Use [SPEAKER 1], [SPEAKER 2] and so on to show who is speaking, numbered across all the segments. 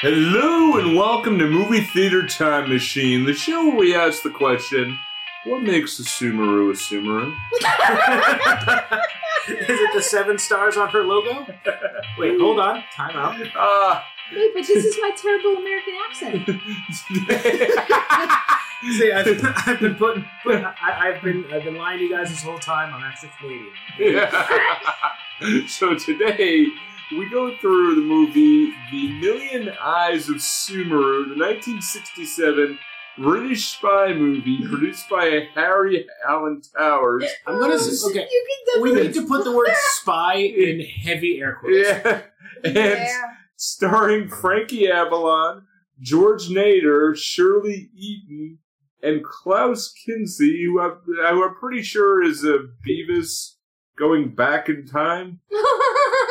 [SPEAKER 1] Hello and welcome to Movie Theater Time Machine, the show where we ask the question, what makes a Sumaru a Sumaru?
[SPEAKER 2] Is it the seven stars on her logo? Wait, hold on. Time out.
[SPEAKER 1] Uh,
[SPEAKER 3] Wait, but this is my terrible American accent.
[SPEAKER 2] See, I've, I've been putting, putting I, I've been, I've been lying to you guys this whole time. I'm actually Canadian.
[SPEAKER 1] so today we go through the movie The Million Eyes of Sumaru, the 1967 British spy movie produced by Harry Allen Towers.
[SPEAKER 2] I'm gonna. s-
[SPEAKER 3] Um,
[SPEAKER 2] Okay,
[SPEAKER 3] You can
[SPEAKER 2] we
[SPEAKER 3] definitely
[SPEAKER 2] need to put the word "spy" in heavy air quotes.
[SPEAKER 1] Yeah. And starring Frankie Avalon, George Nader, Shirley Eaton, and Klaus Kinsey, who I'm, who I'm pretty sure is a Beavis going back in time
[SPEAKER 3] Yeah.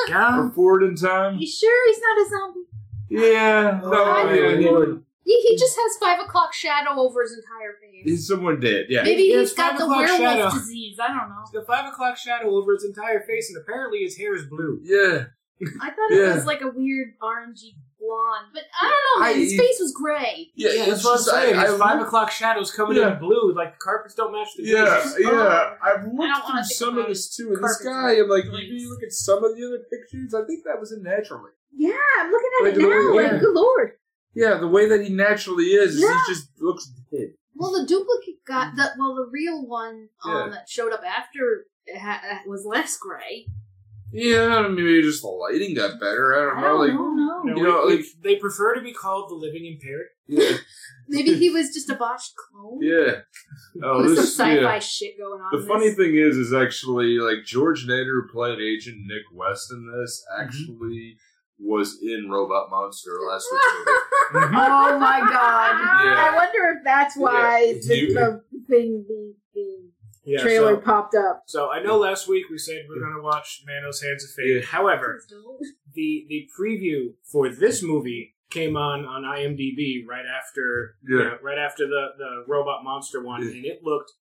[SPEAKER 2] Yeah.
[SPEAKER 1] or forward in time.
[SPEAKER 3] you sure he's not a zombie?
[SPEAKER 1] Yeah, no,
[SPEAKER 3] Oh,
[SPEAKER 1] yeah, he-
[SPEAKER 2] Lord.
[SPEAKER 3] He, he just has five o'clock shadow over his entire face.
[SPEAKER 1] he- someone did. Yeah,
[SPEAKER 3] Maybe
[SPEAKER 2] He has
[SPEAKER 3] he's got
[SPEAKER 2] five
[SPEAKER 3] the
[SPEAKER 2] o'clock
[SPEAKER 3] werewolf
[SPEAKER 2] shadow.
[SPEAKER 3] disease. I don't know.
[SPEAKER 2] The five o'clock shadow over its entire face, and apparently his hair is blue.
[SPEAKER 1] yeah.
[SPEAKER 3] I thought
[SPEAKER 1] Yeah.
[SPEAKER 3] it was like a weird orangey blonde, but I don't know.
[SPEAKER 1] I-
[SPEAKER 3] man, his face was gray.
[SPEAKER 1] Yeah,
[SPEAKER 2] that's what I'm saying.
[SPEAKER 1] I,
[SPEAKER 2] His
[SPEAKER 1] I
[SPEAKER 2] five
[SPEAKER 1] looked-
[SPEAKER 2] o'clock shadows coming
[SPEAKER 1] Yeah.
[SPEAKER 2] in blue, like the carpets don't match the.
[SPEAKER 1] yeah,
[SPEAKER 2] pictures.
[SPEAKER 1] yeah. I've
[SPEAKER 3] wanna
[SPEAKER 1] looked through
[SPEAKER 3] think
[SPEAKER 1] some of
[SPEAKER 3] about
[SPEAKER 1] this too, and this
[SPEAKER 3] carpets
[SPEAKER 1] guy, I'm like,
[SPEAKER 3] joints.
[SPEAKER 1] if you look at some of the other pictures, I think that was a naturally.
[SPEAKER 3] Yeah, I'm looking
[SPEAKER 1] at it Like the now,
[SPEAKER 2] way- like, yeah.
[SPEAKER 3] good lord.
[SPEAKER 1] Yeah, the way that he naturally is, is
[SPEAKER 3] Yeah.
[SPEAKER 1] he just looks dead.
[SPEAKER 3] Well, the duplicate got the well, the real one um,
[SPEAKER 1] Yeah.
[SPEAKER 3] that showed up after ha- was less gray.
[SPEAKER 1] Yeah, maybe just the lighting got better. I don't
[SPEAKER 3] I
[SPEAKER 1] know.
[SPEAKER 3] don't
[SPEAKER 1] like,
[SPEAKER 3] know.
[SPEAKER 2] You know,
[SPEAKER 1] You know,
[SPEAKER 2] we-
[SPEAKER 1] like-
[SPEAKER 2] they prefer to be called the living impaired.
[SPEAKER 1] yeah,
[SPEAKER 3] Maybe he was just a botched clone.
[SPEAKER 1] yeah. Oh,
[SPEAKER 3] There's
[SPEAKER 1] this,
[SPEAKER 3] some sci-fi
[SPEAKER 1] yeah.
[SPEAKER 3] shit going on.
[SPEAKER 1] The
[SPEAKER 3] in
[SPEAKER 1] funny
[SPEAKER 3] this.
[SPEAKER 1] thing is, is actually like George Nader, who played Agent Nick West in this,
[SPEAKER 3] Mm-hmm.
[SPEAKER 1] actually was in Robot Monster last week's movie.
[SPEAKER 4] Oh my god!
[SPEAKER 1] Yeah.
[SPEAKER 4] I wonder if that's why
[SPEAKER 1] Yeah.
[SPEAKER 4] the, the thing, the, the
[SPEAKER 2] Yeah,
[SPEAKER 4] trailer
[SPEAKER 2] so-
[SPEAKER 4] popped up.
[SPEAKER 2] So I know last week we said we're gonna watch Mano's Hands of Fate.
[SPEAKER 1] Yeah.
[SPEAKER 2] However, the the preview for this movie came on on IMDb right after you
[SPEAKER 1] Yeah.
[SPEAKER 2] know, right after the the robot monster one,
[SPEAKER 1] Yeah.
[SPEAKER 2] and it looked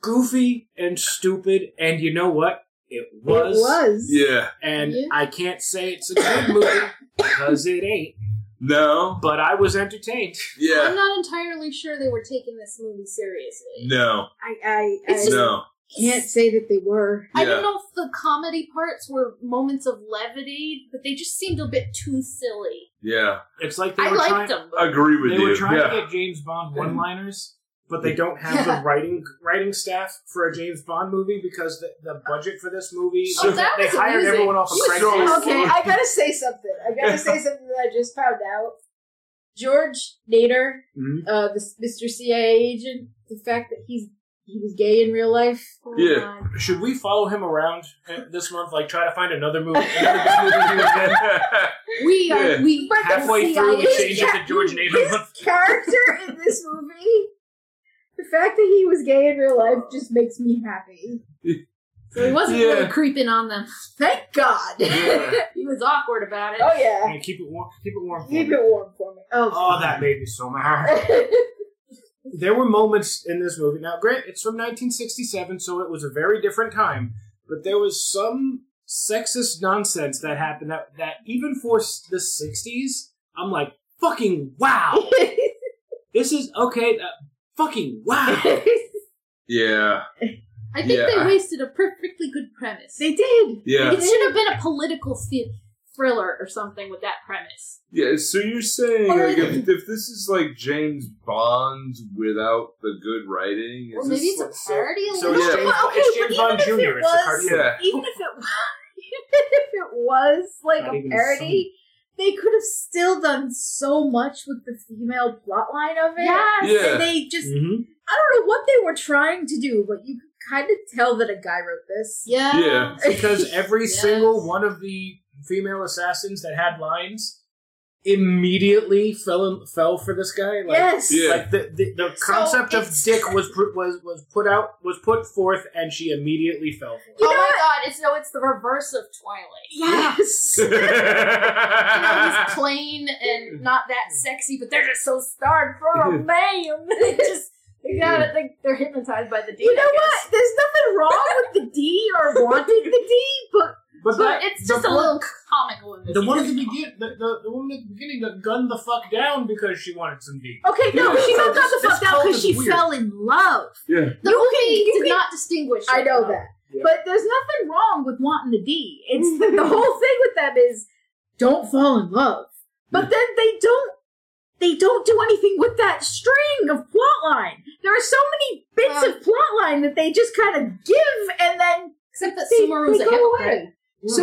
[SPEAKER 2] goofy and stupid. And you know what? It was.
[SPEAKER 4] it was.
[SPEAKER 1] Yeah.
[SPEAKER 2] And
[SPEAKER 3] Yeah.
[SPEAKER 2] I can't say it's a good movie because it ain't.
[SPEAKER 1] No.
[SPEAKER 2] But I was entertained.
[SPEAKER 3] I'm
[SPEAKER 1] Yeah.
[SPEAKER 3] not entirely sure they were taking this movie seriously.
[SPEAKER 1] No.
[SPEAKER 4] I, I, I
[SPEAKER 3] It's just-
[SPEAKER 1] No.
[SPEAKER 4] can't say that they were.
[SPEAKER 3] I
[SPEAKER 1] Yeah.
[SPEAKER 3] don't know if the comedy parts were moments of levity, but they just seemed a bit too silly.
[SPEAKER 1] Yeah.
[SPEAKER 2] It's like they
[SPEAKER 3] I
[SPEAKER 2] were
[SPEAKER 3] liked
[SPEAKER 2] trying.
[SPEAKER 3] them. but-
[SPEAKER 1] Agree with
[SPEAKER 2] They
[SPEAKER 1] you.
[SPEAKER 2] were trying
[SPEAKER 1] yeah.
[SPEAKER 2] to get James Bond one-liners, but they don't have
[SPEAKER 3] Yeah.
[SPEAKER 2] the writing writing staff for a James Bond movie because the, the budget for this movie
[SPEAKER 1] Oh,
[SPEAKER 3] that
[SPEAKER 2] they
[SPEAKER 3] was
[SPEAKER 2] hired
[SPEAKER 3] amusing.
[SPEAKER 2] everyone off of
[SPEAKER 3] He was
[SPEAKER 2] Craigslist.
[SPEAKER 1] so-
[SPEAKER 4] Okay, I gotta say something. I gotta say something that I just found out. George Nader,
[SPEAKER 1] Mm-hmm.
[SPEAKER 2] Mhm.
[SPEAKER 4] uh, the Mr. CIA agent, the fact that he's he was gay in real life.
[SPEAKER 3] Oh
[SPEAKER 1] Yeah.
[SPEAKER 3] my God.
[SPEAKER 2] Should we follow him around uh, this month? Like try to find another movie, another good movie he was in?
[SPEAKER 3] We are
[SPEAKER 1] Yeah.
[SPEAKER 3] we
[SPEAKER 4] But
[SPEAKER 2] Halfway
[SPEAKER 3] the
[SPEAKER 2] through, we
[SPEAKER 3] CIA
[SPEAKER 2] change it to George
[SPEAKER 4] His
[SPEAKER 2] Nader.
[SPEAKER 4] character in this movie, the fact that he was gay in real life, just makes me happy.
[SPEAKER 3] So he wasn't
[SPEAKER 1] Yeah.
[SPEAKER 3] really creeping on them.
[SPEAKER 4] Thank God.
[SPEAKER 1] Yeah.
[SPEAKER 3] He was awkward about it.
[SPEAKER 4] Oh yeah.
[SPEAKER 2] And keep it warm. Keep it warm. For
[SPEAKER 4] Keep
[SPEAKER 2] me.
[SPEAKER 4] it warm for me.
[SPEAKER 2] Oh,
[SPEAKER 4] Oh.
[SPEAKER 2] that made me so mad. There were moments in this movie. Now, grant it's from 1967, so it was a very different time. But there was some sexist nonsense that happened that, that even for s- the 60s, I'm like, fucking wow. this is okay. Uh, fucking wow.
[SPEAKER 1] yeah.
[SPEAKER 3] I think
[SPEAKER 1] Yeah,
[SPEAKER 3] they
[SPEAKER 1] I-
[SPEAKER 3] wasted a perfectly good premise.
[SPEAKER 4] they did.
[SPEAKER 1] Yeah.
[SPEAKER 3] It should have been a political thi- thriller or something with that premise.
[SPEAKER 1] Yeah, so you're saying
[SPEAKER 4] Or-
[SPEAKER 1] like if, if this is like James Bond without the good writing,
[SPEAKER 3] Or
[SPEAKER 1] is
[SPEAKER 3] maybe
[SPEAKER 1] this
[SPEAKER 3] it's a parody. a
[SPEAKER 2] So
[SPEAKER 3] little
[SPEAKER 1] yeah.
[SPEAKER 3] bit.
[SPEAKER 2] James-
[SPEAKER 4] Well, okay,
[SPEAKER 2] it's James
[SPEAKER 4] but
[SPEAKER 2] Bond
[SPEAKER 4] even if
[SPEAKER 2] Jr.,
[SPEAKER 4] it
[SPEAKER 2] it's a
[SPEAKER 4] was,
[SPEAKER 2] cartoon.
[SPEAKER 1] Yeah.
[SPEAKER 4] even if it was, even if it was like
[SPEAKER 2] Not
[SPEAKER 4] a
[SPEAKER 2] even
[SPEAKER 4] parody, they could have still done so much with the female plotline of it.
[SPEAKER 3] Yes.
[SPEAKER 1] Yeah.
[SPEAKER 4] And they just
[SPEAKER 2] Mhm.
[SPEAKER 4] I don't know what they were trying to do, but you could kind of tell that a guy wrote this.
[SPEAKER 3] Yeah.
[SPEAKER 1] Yeah.
[SPEAKER 2] Because every
[SPEAKER 3] Yes.
[SPEAKER 2] single one of the female assassins that had lines immediately fell in, fell for this guy. Like,
[SPEAKER 4] yes.
[SPEAKER 1] Yeah.
[SPEAKER 2] Like the, the, the
[SPEAKER 4] So
[SPEAKER 2] concept of
[SPEAKER 4] it's-
[SPEAKER 2] dick was pr- was was put out was put forth, and she immediately fell for it.
[SPEAKER 4] You
[SPEAKER 3] oh
[SPEAKER 4] know
[SPEAKER 3] my
[SPEAKER 4] what?
[SPEAKER 3] god, it's no, it's the reverse of Twilight.
[SPEAKER 4] Yes.
[SPEAKER 3] You know, he's plain and not that sexy, but they're just so starved for a man. they just they got it. They, they're hypnotized by the D.
[SPEAKER 4] You know what? There's nothing wrong with the D or wanting the D, but
[SPEAKER 2] But,
[SPEAKER 3] But
[SPEAKER 2] that,
[SPEAKER 3] it's
[SPEAKER 2] the
[SPEAKER 3] just a
[SPEAKER 2] plot-
[SPEAKER 3] little comic one.
[SPEAKER 2] The one at the beginning, the, the, the woman at the beginning got gunned the fuck down because she wanted some D.
[SPEAKER 5] Okay, no,
[SPEAKER 2] Yeah,
[SPEAKER 5] she
[SPEAKER 2] so
[SPEAKER 5] got
[SPEAKER 2] this-
[SPEAKER 5] the
[SPEAKER 2] this
[SPEAKER 5] fuck out
[SPEAKER 2] cult
[SPEAKER 5] because
[SPEAKER 2] is
[SPEAKER 5] she
[SPEAKER 2] weird.
[SPEAKER 5] fell in love.
[SPEAKER 1] Yeah.
[SPEAKER 5] The
[SPEAKER 4] You
[SPEAKER 5] movie
[SPEAKER 4] can- you
[SPEAKER 5] did
[SPEAKER 4] can-
[SPEAKER 5] not distinguish.
[SPEAKER 4] I
[SPEAKER 5] it,
[SPEAKER 4] know
[SPEAKER 5] though.
[SPEAKER 4] that.
[SPEAKER 5] but there's nothing wrong with wanting the D. It's
[SPEAKER 4] the whole thing with them is
[SPEAKER 5] don't fall in love. But then they don't they don't do anything with that string of plotline. There are so many bits
[SPEAKER 4] Well-
[SPEAKER 5] of plotline that they just kind of give and then
[SPEAKER 3] Except that
[SPEAKER 5] they,
[SPEAKER 3] Sumaru's
[SPEAKER 5] they
[SPEAKER 3] a
[SPEAKER 5] go
[SPEAKER 3] hypocrite. Mm.
[SPEAKER 5] away.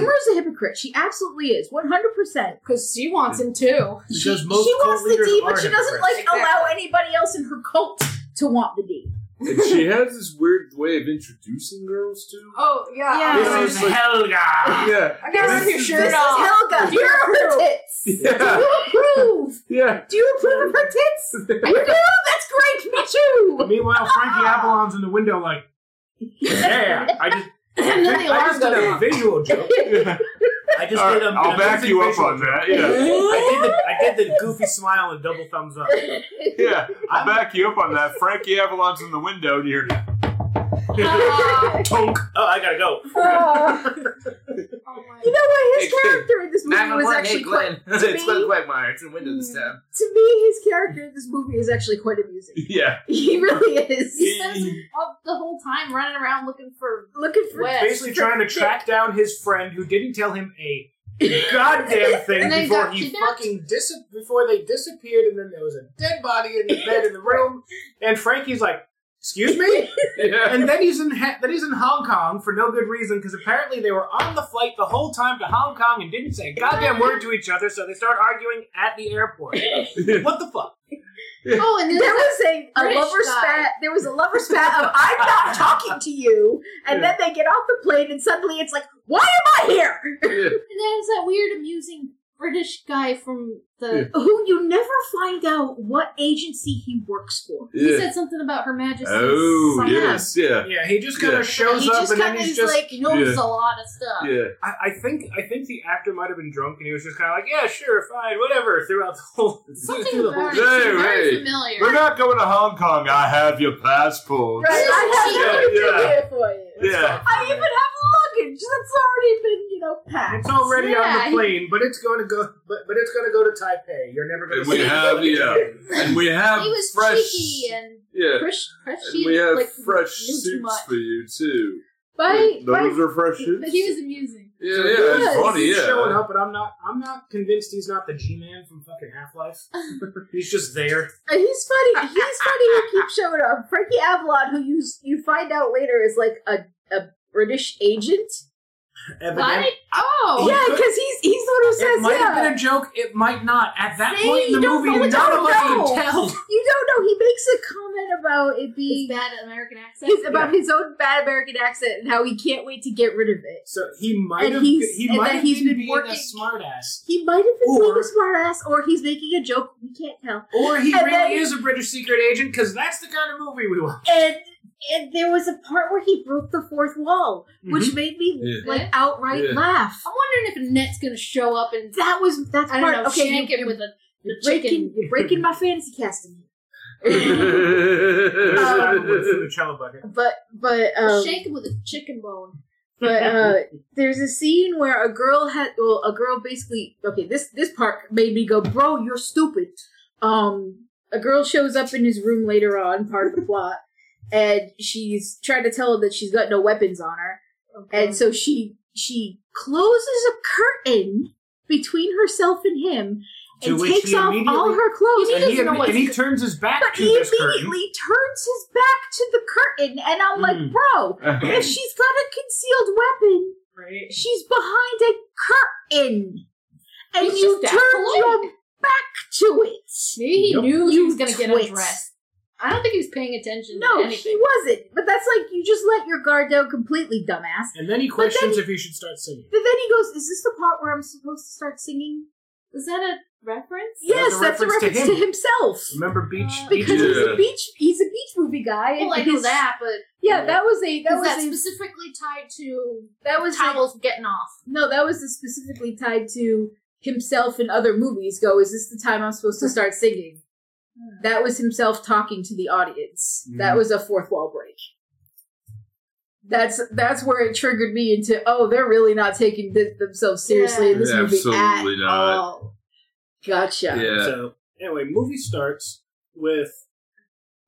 [SPEAKER 5] Sumaru's a hypocrite. She absolutely is. 100%.
[SPEAKER 3] Because she wants him too.
[SPEAKER 5] She,
[SPEAKER 2] Because most
[SPEAKER 5] she
[SPEAKER 2] cult
[SPEAKER 5] wants the
[SPEAKER 2] leaders
[SPEAKER 5] D,
[SPEAKER 2] are
[SPEAKER 5] but she doesn't like
[SPEAKER 3] hypocrites.
[SPEAKER 5] allow anybody else in her cult to want the D.
[SPEAKER 1] And she has this weird way of introducing girls too.
[SPEAKER 3] Oh, yeah.
[SPEAKER 5] Yeah.
[SPEAKER 3] I
[SPEAKER 1] This
[SPEAKER 2] This
[SPEAKER 1] is
[SPEAKER 2] is
[SPEAKER 1] like-
[SPEAKER 2] Helga.
[SPEAKER 1] Yeah.
[SPEAKER 3] I gotta rip your
[SPEAKER 1] This-
[SPEAKER 3] shirt
[SPEAKER 5] this
[SPEAKER 3] off.
[SPEAKER 5] is Helga.
[SPEAKER 3] Do you
[SPEAKER 5] Here are her
[SPEAKER 3] approve?
[SPEAKER 5] tits. Do
[SPEAKER 1] Yeah.
[SPEAKER 5] you approve?
[SPEAKER 1] Yeah.
[SPEAKER 5] Do you approve of her tits? You do? That's great. Me too.
[SPEAKER 2] Meanwhile, Frankie Avalon's in the window, like, yeah. I just,
[SPEAKER 3] and then the
[SPEAKER 2] I just
[SPEAKER 3] alarm
[SPEAKER 2] did
[SPEAKER 3] goes
[SPEAKER 2] a
[SPEAKER 3] off.
[SPEAKER 2] visual joke.
[SPEAKER 1] yeah.
[SPEAKER 2] I just
[SPEAKER 1] All right,
[SPEAKER 2] did a.
[SPEAKER 1] I'll
[SPEAKER 2] a
[SPEAKER 1] back
[SPEAKER 2] goofy
[SPEAKER 1] you up
[SPEAKER 2] visual
[SPEAKER 1] on
[SPEAKER 2] joke.
[SPEAKER 1] that. Yeah.
[SPEAKER 2] I did, the, I did the goofy smile and double thumbs up.
[SPEAKER 1] Yeah. I'll
[SPEAKER 2] I'm-
[SPEAKER 1] back you up on that. Frankie Avalon's in the window and you're
[SPEAKER 3] Ah.
[SPEAKER 2] Tonk. Oh, I gotta go.
[SPEAKER 4] uh,
[SPEAKER 3] Oh my
[SPEAKER 4] you know what his
[SPEAKER 6] Hey, kid.
[SPEAKER 4] character in this movie was
[SPEAKER 6] 911,
[SPEAKER 4] actually
[SPEAKER 6] hey Glenn.
[SPEAKER 4] to
[SPEAKER 6] it's
[SPEAKER 4] me-
[SPEAKER 6] Glenn Quagmire. It's in window
[SPEAKER 3] Hmm.
[SPEAKER 6] this time.
[SPEAKER 4] quite to me his character in this movie is actually quite amusing.
[SPEAKER 1] Yeah.
[SPEAKER 4] He really is.
[SPEAKER 3] He spends all- the whole time running around looking for.
[SPEAKER 4] Looking for
[SPEAKER 3] Well,
[SPEAKER 2] Basically trying to track down his friend who didn't tell him a goddamn thing
[SPEAKER 3] And then
[SPEAKER 2] before
[SPEAKER 3] got
[SPEAKER 2] he
[SPEAKER 3] kidnapped.
[SPEAKER 2] fucking dis- before they disappeared and then there was a dead body in the bed in the room and Frankie's like, "Excuse me?"
[SPEAKER 1] Yeah.
[SPEAKER 2] And then he's in ha- then he's in Hong Kong for no good reason because apparently they were on the flight the whole time to Hong Kong and didn't say a goddamn word to each other so they start arguing at the airport. what the fuck?
[SPEAKER 3] Oh, and then
[SPEAKER 4] there was a, a
[SPEAKER 3] British
[SPEAKER 4] lover
[SPEAKER 3] guy.
[SPEAKER 4] spat. There was a lover spat of I'm not talking to you, and
[SPEAKER 1] Yeah.
[SPEAKER 4] then they get off the plane, and suddenly it's like, why am I here?
[SPEAKER 1] Yeah.
[SPEAKER 3] And there's that weird, amusing British guy from the.
[SPEAKER 5] Who you never find out what agency he works for.
[SPEAKER 3] He
[SPEAKER 1] Yeah.
[SPEAKER 3] said something about Her Majesty's.
[SPEAKER 1] Oh,
[SPEAKER 3] something.
[SPEAKER 1] yes. Yeah.
[SPEAKER 2] Yeah, he just kind
[SPEAKER 1] Yeah.
[SPEAKER 2] of shows
[SPEAKER 3] he
[SPEAKER 2] up
[SPEAKER 3] just
[SPEAKER 2] and
[SPEAKER 3] kind
[SPEAKER 2] then
[SPEAKER 3] of
[SPEAKER 2] he's
[SPEAKER 3] is
[SPEAKER 2] just
[SPEAKER 3] like knows
[SPEAKER 1] Yeah.
[SPEAKER 3] a lot of stuff.
[SPEAKER 1] Yeah.
[SPEAKER 2] I, I think I think the actor might have been drunk and he was just kind of like, yeah, sure, fine, whatever, throughout the whole
[SPEAKER 3] Something
[SPEAKER 2] through the whole
[SPEAKER 3] about it.
[SPEAKER 1] Hey,
[SPEAKER 3] seemed very
[SPEAKER 1] hey.
[SPEAKER 3] familiar.
[SPEAKER 1] We're not going to Hong Kong. I have your passport.
[SPEAKER 4] Right, I have
[SPEAKER 1] Yeah,
[SPEAKER 4] nothing
[SPEAKER 1] yeah.
[SPEAKER 4] here for you.
[SPEAKER 1] Yeah.
[SPEAKER 4] I even have luggage that's already been, you know, packed.
[SPEAKER 2] It's already
[SPEAKER 3] Yeah,
[SPEAKER 2] on
[SPEAKER 3] he-
[SPEAKER 2] the plane, but it's going to go, but, but it's going to go to Taipei. You're never going
[SPEAKER 1] And
[SPEAKER 2] to.
[SPEAKER 1] we have- yeah. And we have
[SPEAKER 3] he was
[SPEAKER 1] fresh.
[SPEAKER 3] cheeky and
[SPEAKER 1] yeah.
[SPEAKER 3] fresh, fresh.
[SPEAKER 1] And we have
[SPEAKER 3] like,
[SPEAKER 1] fresh
[SPEAKER 3] knew too
[SPEAKER 1] suits
[SPEAKER 3] much.
[SPEAKER 1] for you too.
[SPEAKER 3] But,
[SPEAKER 1] Those are fresh
[SPEAKER 3] but,
[SPEAKER 1] suits.
[SPEAKER 3] but he was amusing.
[SPEAKER 1] yeah, yeah,
[SPEAKER 4] Yes.
[SPEAKER 1] it's funny.
[SPEAKER 2] He's showing
[SPEAKER 1] Yeah.
[SPEAKER 2] up, but I'm not. I'm not convinced he's not the G-Man from fucking Half Life. he's just there.
[SPEAKER 4] And he's funny. He's funny who keeps showing up. Frankie Avalon, who you you find out later is like a a British agent.
[SPEAKER 2] Evident-
[SPEAKER 3] What? Oh,
[SPEAKER 4] yeah, because he's he's the one who
[SPEAKER 2] It
[SPEAKER 4] says
[SPEAKER 2] might have
[SPEAKER 4] yeah.
[SPEAKER 2] been a joke. It might not. At that
[SPEAKER 4] See,
[SPEAKER 2] point in
[SPEAKER 4] you
[SPEAKER 2] the
[SPEAKER 4] don't
[SPEAKER 2] movie,
[SPEAKER 4] know- we
[SPEAKER 2] none of
[SPEAKER 4] don't
[SPEAKER 2] us can
[SPEAKER 4] know.
[SPEAKER 2] tell.
[SPEAKER 4] you don't know. He makes a comment about it
[SPEAKER 3] he's
[SPEAKER 4] being
[SPEAKER 3] bad at American accent.
[SPEAKER 4] his, about his own bad American accent and how he can't wait to get rid of it.
[SPEAKER 2] So he might
[SPEAKER 4] And
[SPEAKER 2] have.
[SPEAKER 4] he's-
[SPEAKER 2] He
[SPEAKER 4] and
[SPEAKER 2] might
[SPEAKER 4] then
[SPEAKER 2] have
[SPEAKER 4] he's
[SPEAKER 2] been
[SPEAKER 4] been
[SPEAKER 2] being
[SPEAKER 4] working-
[SPEAKER 2] a smartass.
[SPEAKER 4] He might have been being
[SPEAKER 2] Or-
[SPEAKER 4] a smartass, or he's making a joke. We can't tell.
[SPEAKER 2] Or he
[SPEAKER 4] And
[SPEAKER 2] really
[SPEAKER 4] then-
[SPEAKER 2] is a British secret agent because that's the kind of movie we want.
[SPEAKER 4] And and there was a part where he broke the fourth wall, which um, made me
[SPEAKER 1] Mm-hmm. Yeah.
[SPEAKER 4] like outright
[SPEAKER 1] Yeah.
[SPEAKER 4] laugh.
[SPEAKER 3] I'm wondering if Annette's gonna show up and
[SPEAKER 4] That was that's
[SPEAKER 3] I
[SPEAKER 4] part
[SPEAKER 3] don't know,
[SPEAKER 4] okay.
[SPEAKER 3] shank
[SPEAKER 4] you-
[SPEAKER 3] him with a
[SPEAKER 4] You're
[SPEAKER 3] the chicken.
[SPEAKER 4] breaking, you're breaking my fantasy casting.
[SPEAKER 2] the cello bucket.
[SPEAKER 4] But but um,
[SPEAKER 3] shake him with a chicken bone.
[SPEAKER 4] but uh, there's a scene where a girl had well a girl basically okay this this part made me go bro you're stupid. Um, a girl shows up in his room later on part of the plot, and she's trying to tell him that she's got no weapons on her, and so she she closes a curtain between herself and him
[SPEAKER 2] To
[SPEAKER 4] and
[SPEAKER 2] which
[SPEAKER 4] takes
[SPEAKER 2] he
[SPEAKER 4] off all
[SPEAKER 2] immediately-
[SPEAKER 4] her clothes.
[SPEAKER 2] and he,
[SPEAKER 3] doesn't know
[SPEAKER 2] imme-
[SPEAKER 3] what
[SPEAKER 2] and he
[SPEAKER 3] to-
[SPEAKER 2] turns his back
[SPEAKER 4] But
[SPEAKER 2] to
[SPEAKER 4] he
[SPEAKER 2] this curtain.
[SPEAKER 4] immediately turns his back to the curtain, and I'm like,
[SPEAKER 2] Mm.
[SPEAKER 4] bro, if she's got a concealed weapon,
[SPEAKER 3] Right.
[SPEAKER 4] she's behind a curtain. And
[SPEAKER 3] He's
[SPEAKER 4] you
[SPEAKER 3] just
[SPEAKER 4] turn
[SPEAKER 3] affluent.
[SPEAKER 4] your back to it.
[SPEAKER 3] Maybe he
[SPEAKER 2] Yep.
[SPEAKER 3] knew he
[SPEAKER 4] You
[SPEAKER 3] was gonna get
[SPEAKER 4] twit.
[SPEAKER 3] undressed. I don't think he was paying attention to
[SPEAKER 4] No,
[SPEAKER 3] anything.
[SPEAKER 4] he wasn't. But that's like, you just let your guard down completely, dumbass.
[SPEAKER 2] And then he questions if he should start singing.
[SPEAKER 4] But then he goes, Is this the part where I'm supposed to start singing?
[SPEAKER 3] Was that a reference?
[SPEAKER 4] yes,
[SPEAKER 2] a
[SPEAKER 4] that's a
[SPEAKER 2] reference to
[SPEAKER 4] reference to,
[SPEAKER 2] him.
[SPEAKER 4] himself.
[SPEAKER 2] Remember Beach?
[SPEAKER 3] Uh,
[SPEAKER 2] Beach
[SPEAKER 4] Because he's
[SPEAKER 1] Yeah.
[SPEAKER 4] a beach he's a beach movie guy. and
[SPEAKER 3] Well, I know
[SPEAKER 4] his-
[SPEAKER 3] that, but
[SPEAKER 4] Yeah, that was a that
[SPEAKER 3] is
[SPEAKER 4] was
[SPEAKER 3] that
[SPEAKER 4] a-
[SPEAKER 3] specifically tied to
[SPEAKER 4] that was a-
[SPEAKER 3] towels getting off?
[SPEAKER 4] No, that was specifically tied to himself and other movies. Go, is this the time I'm supposed to start singing? That was himself talking to the audience. That was a fourth wall break. that's that's where it triggered me into oh they're really not taking th- themselves seriously in this
[SPEAKER 1] Yeah,
[SPEAKER 4] movie
[SPEAKER 1] absolutely
[SPEAKER 4] at
[SPEAKER 1] not.
[SPEAKER 4] all. Gotcha.
[SPEAKER 1] Yeah.
[SPEAKER 2] So anyway, movie starts with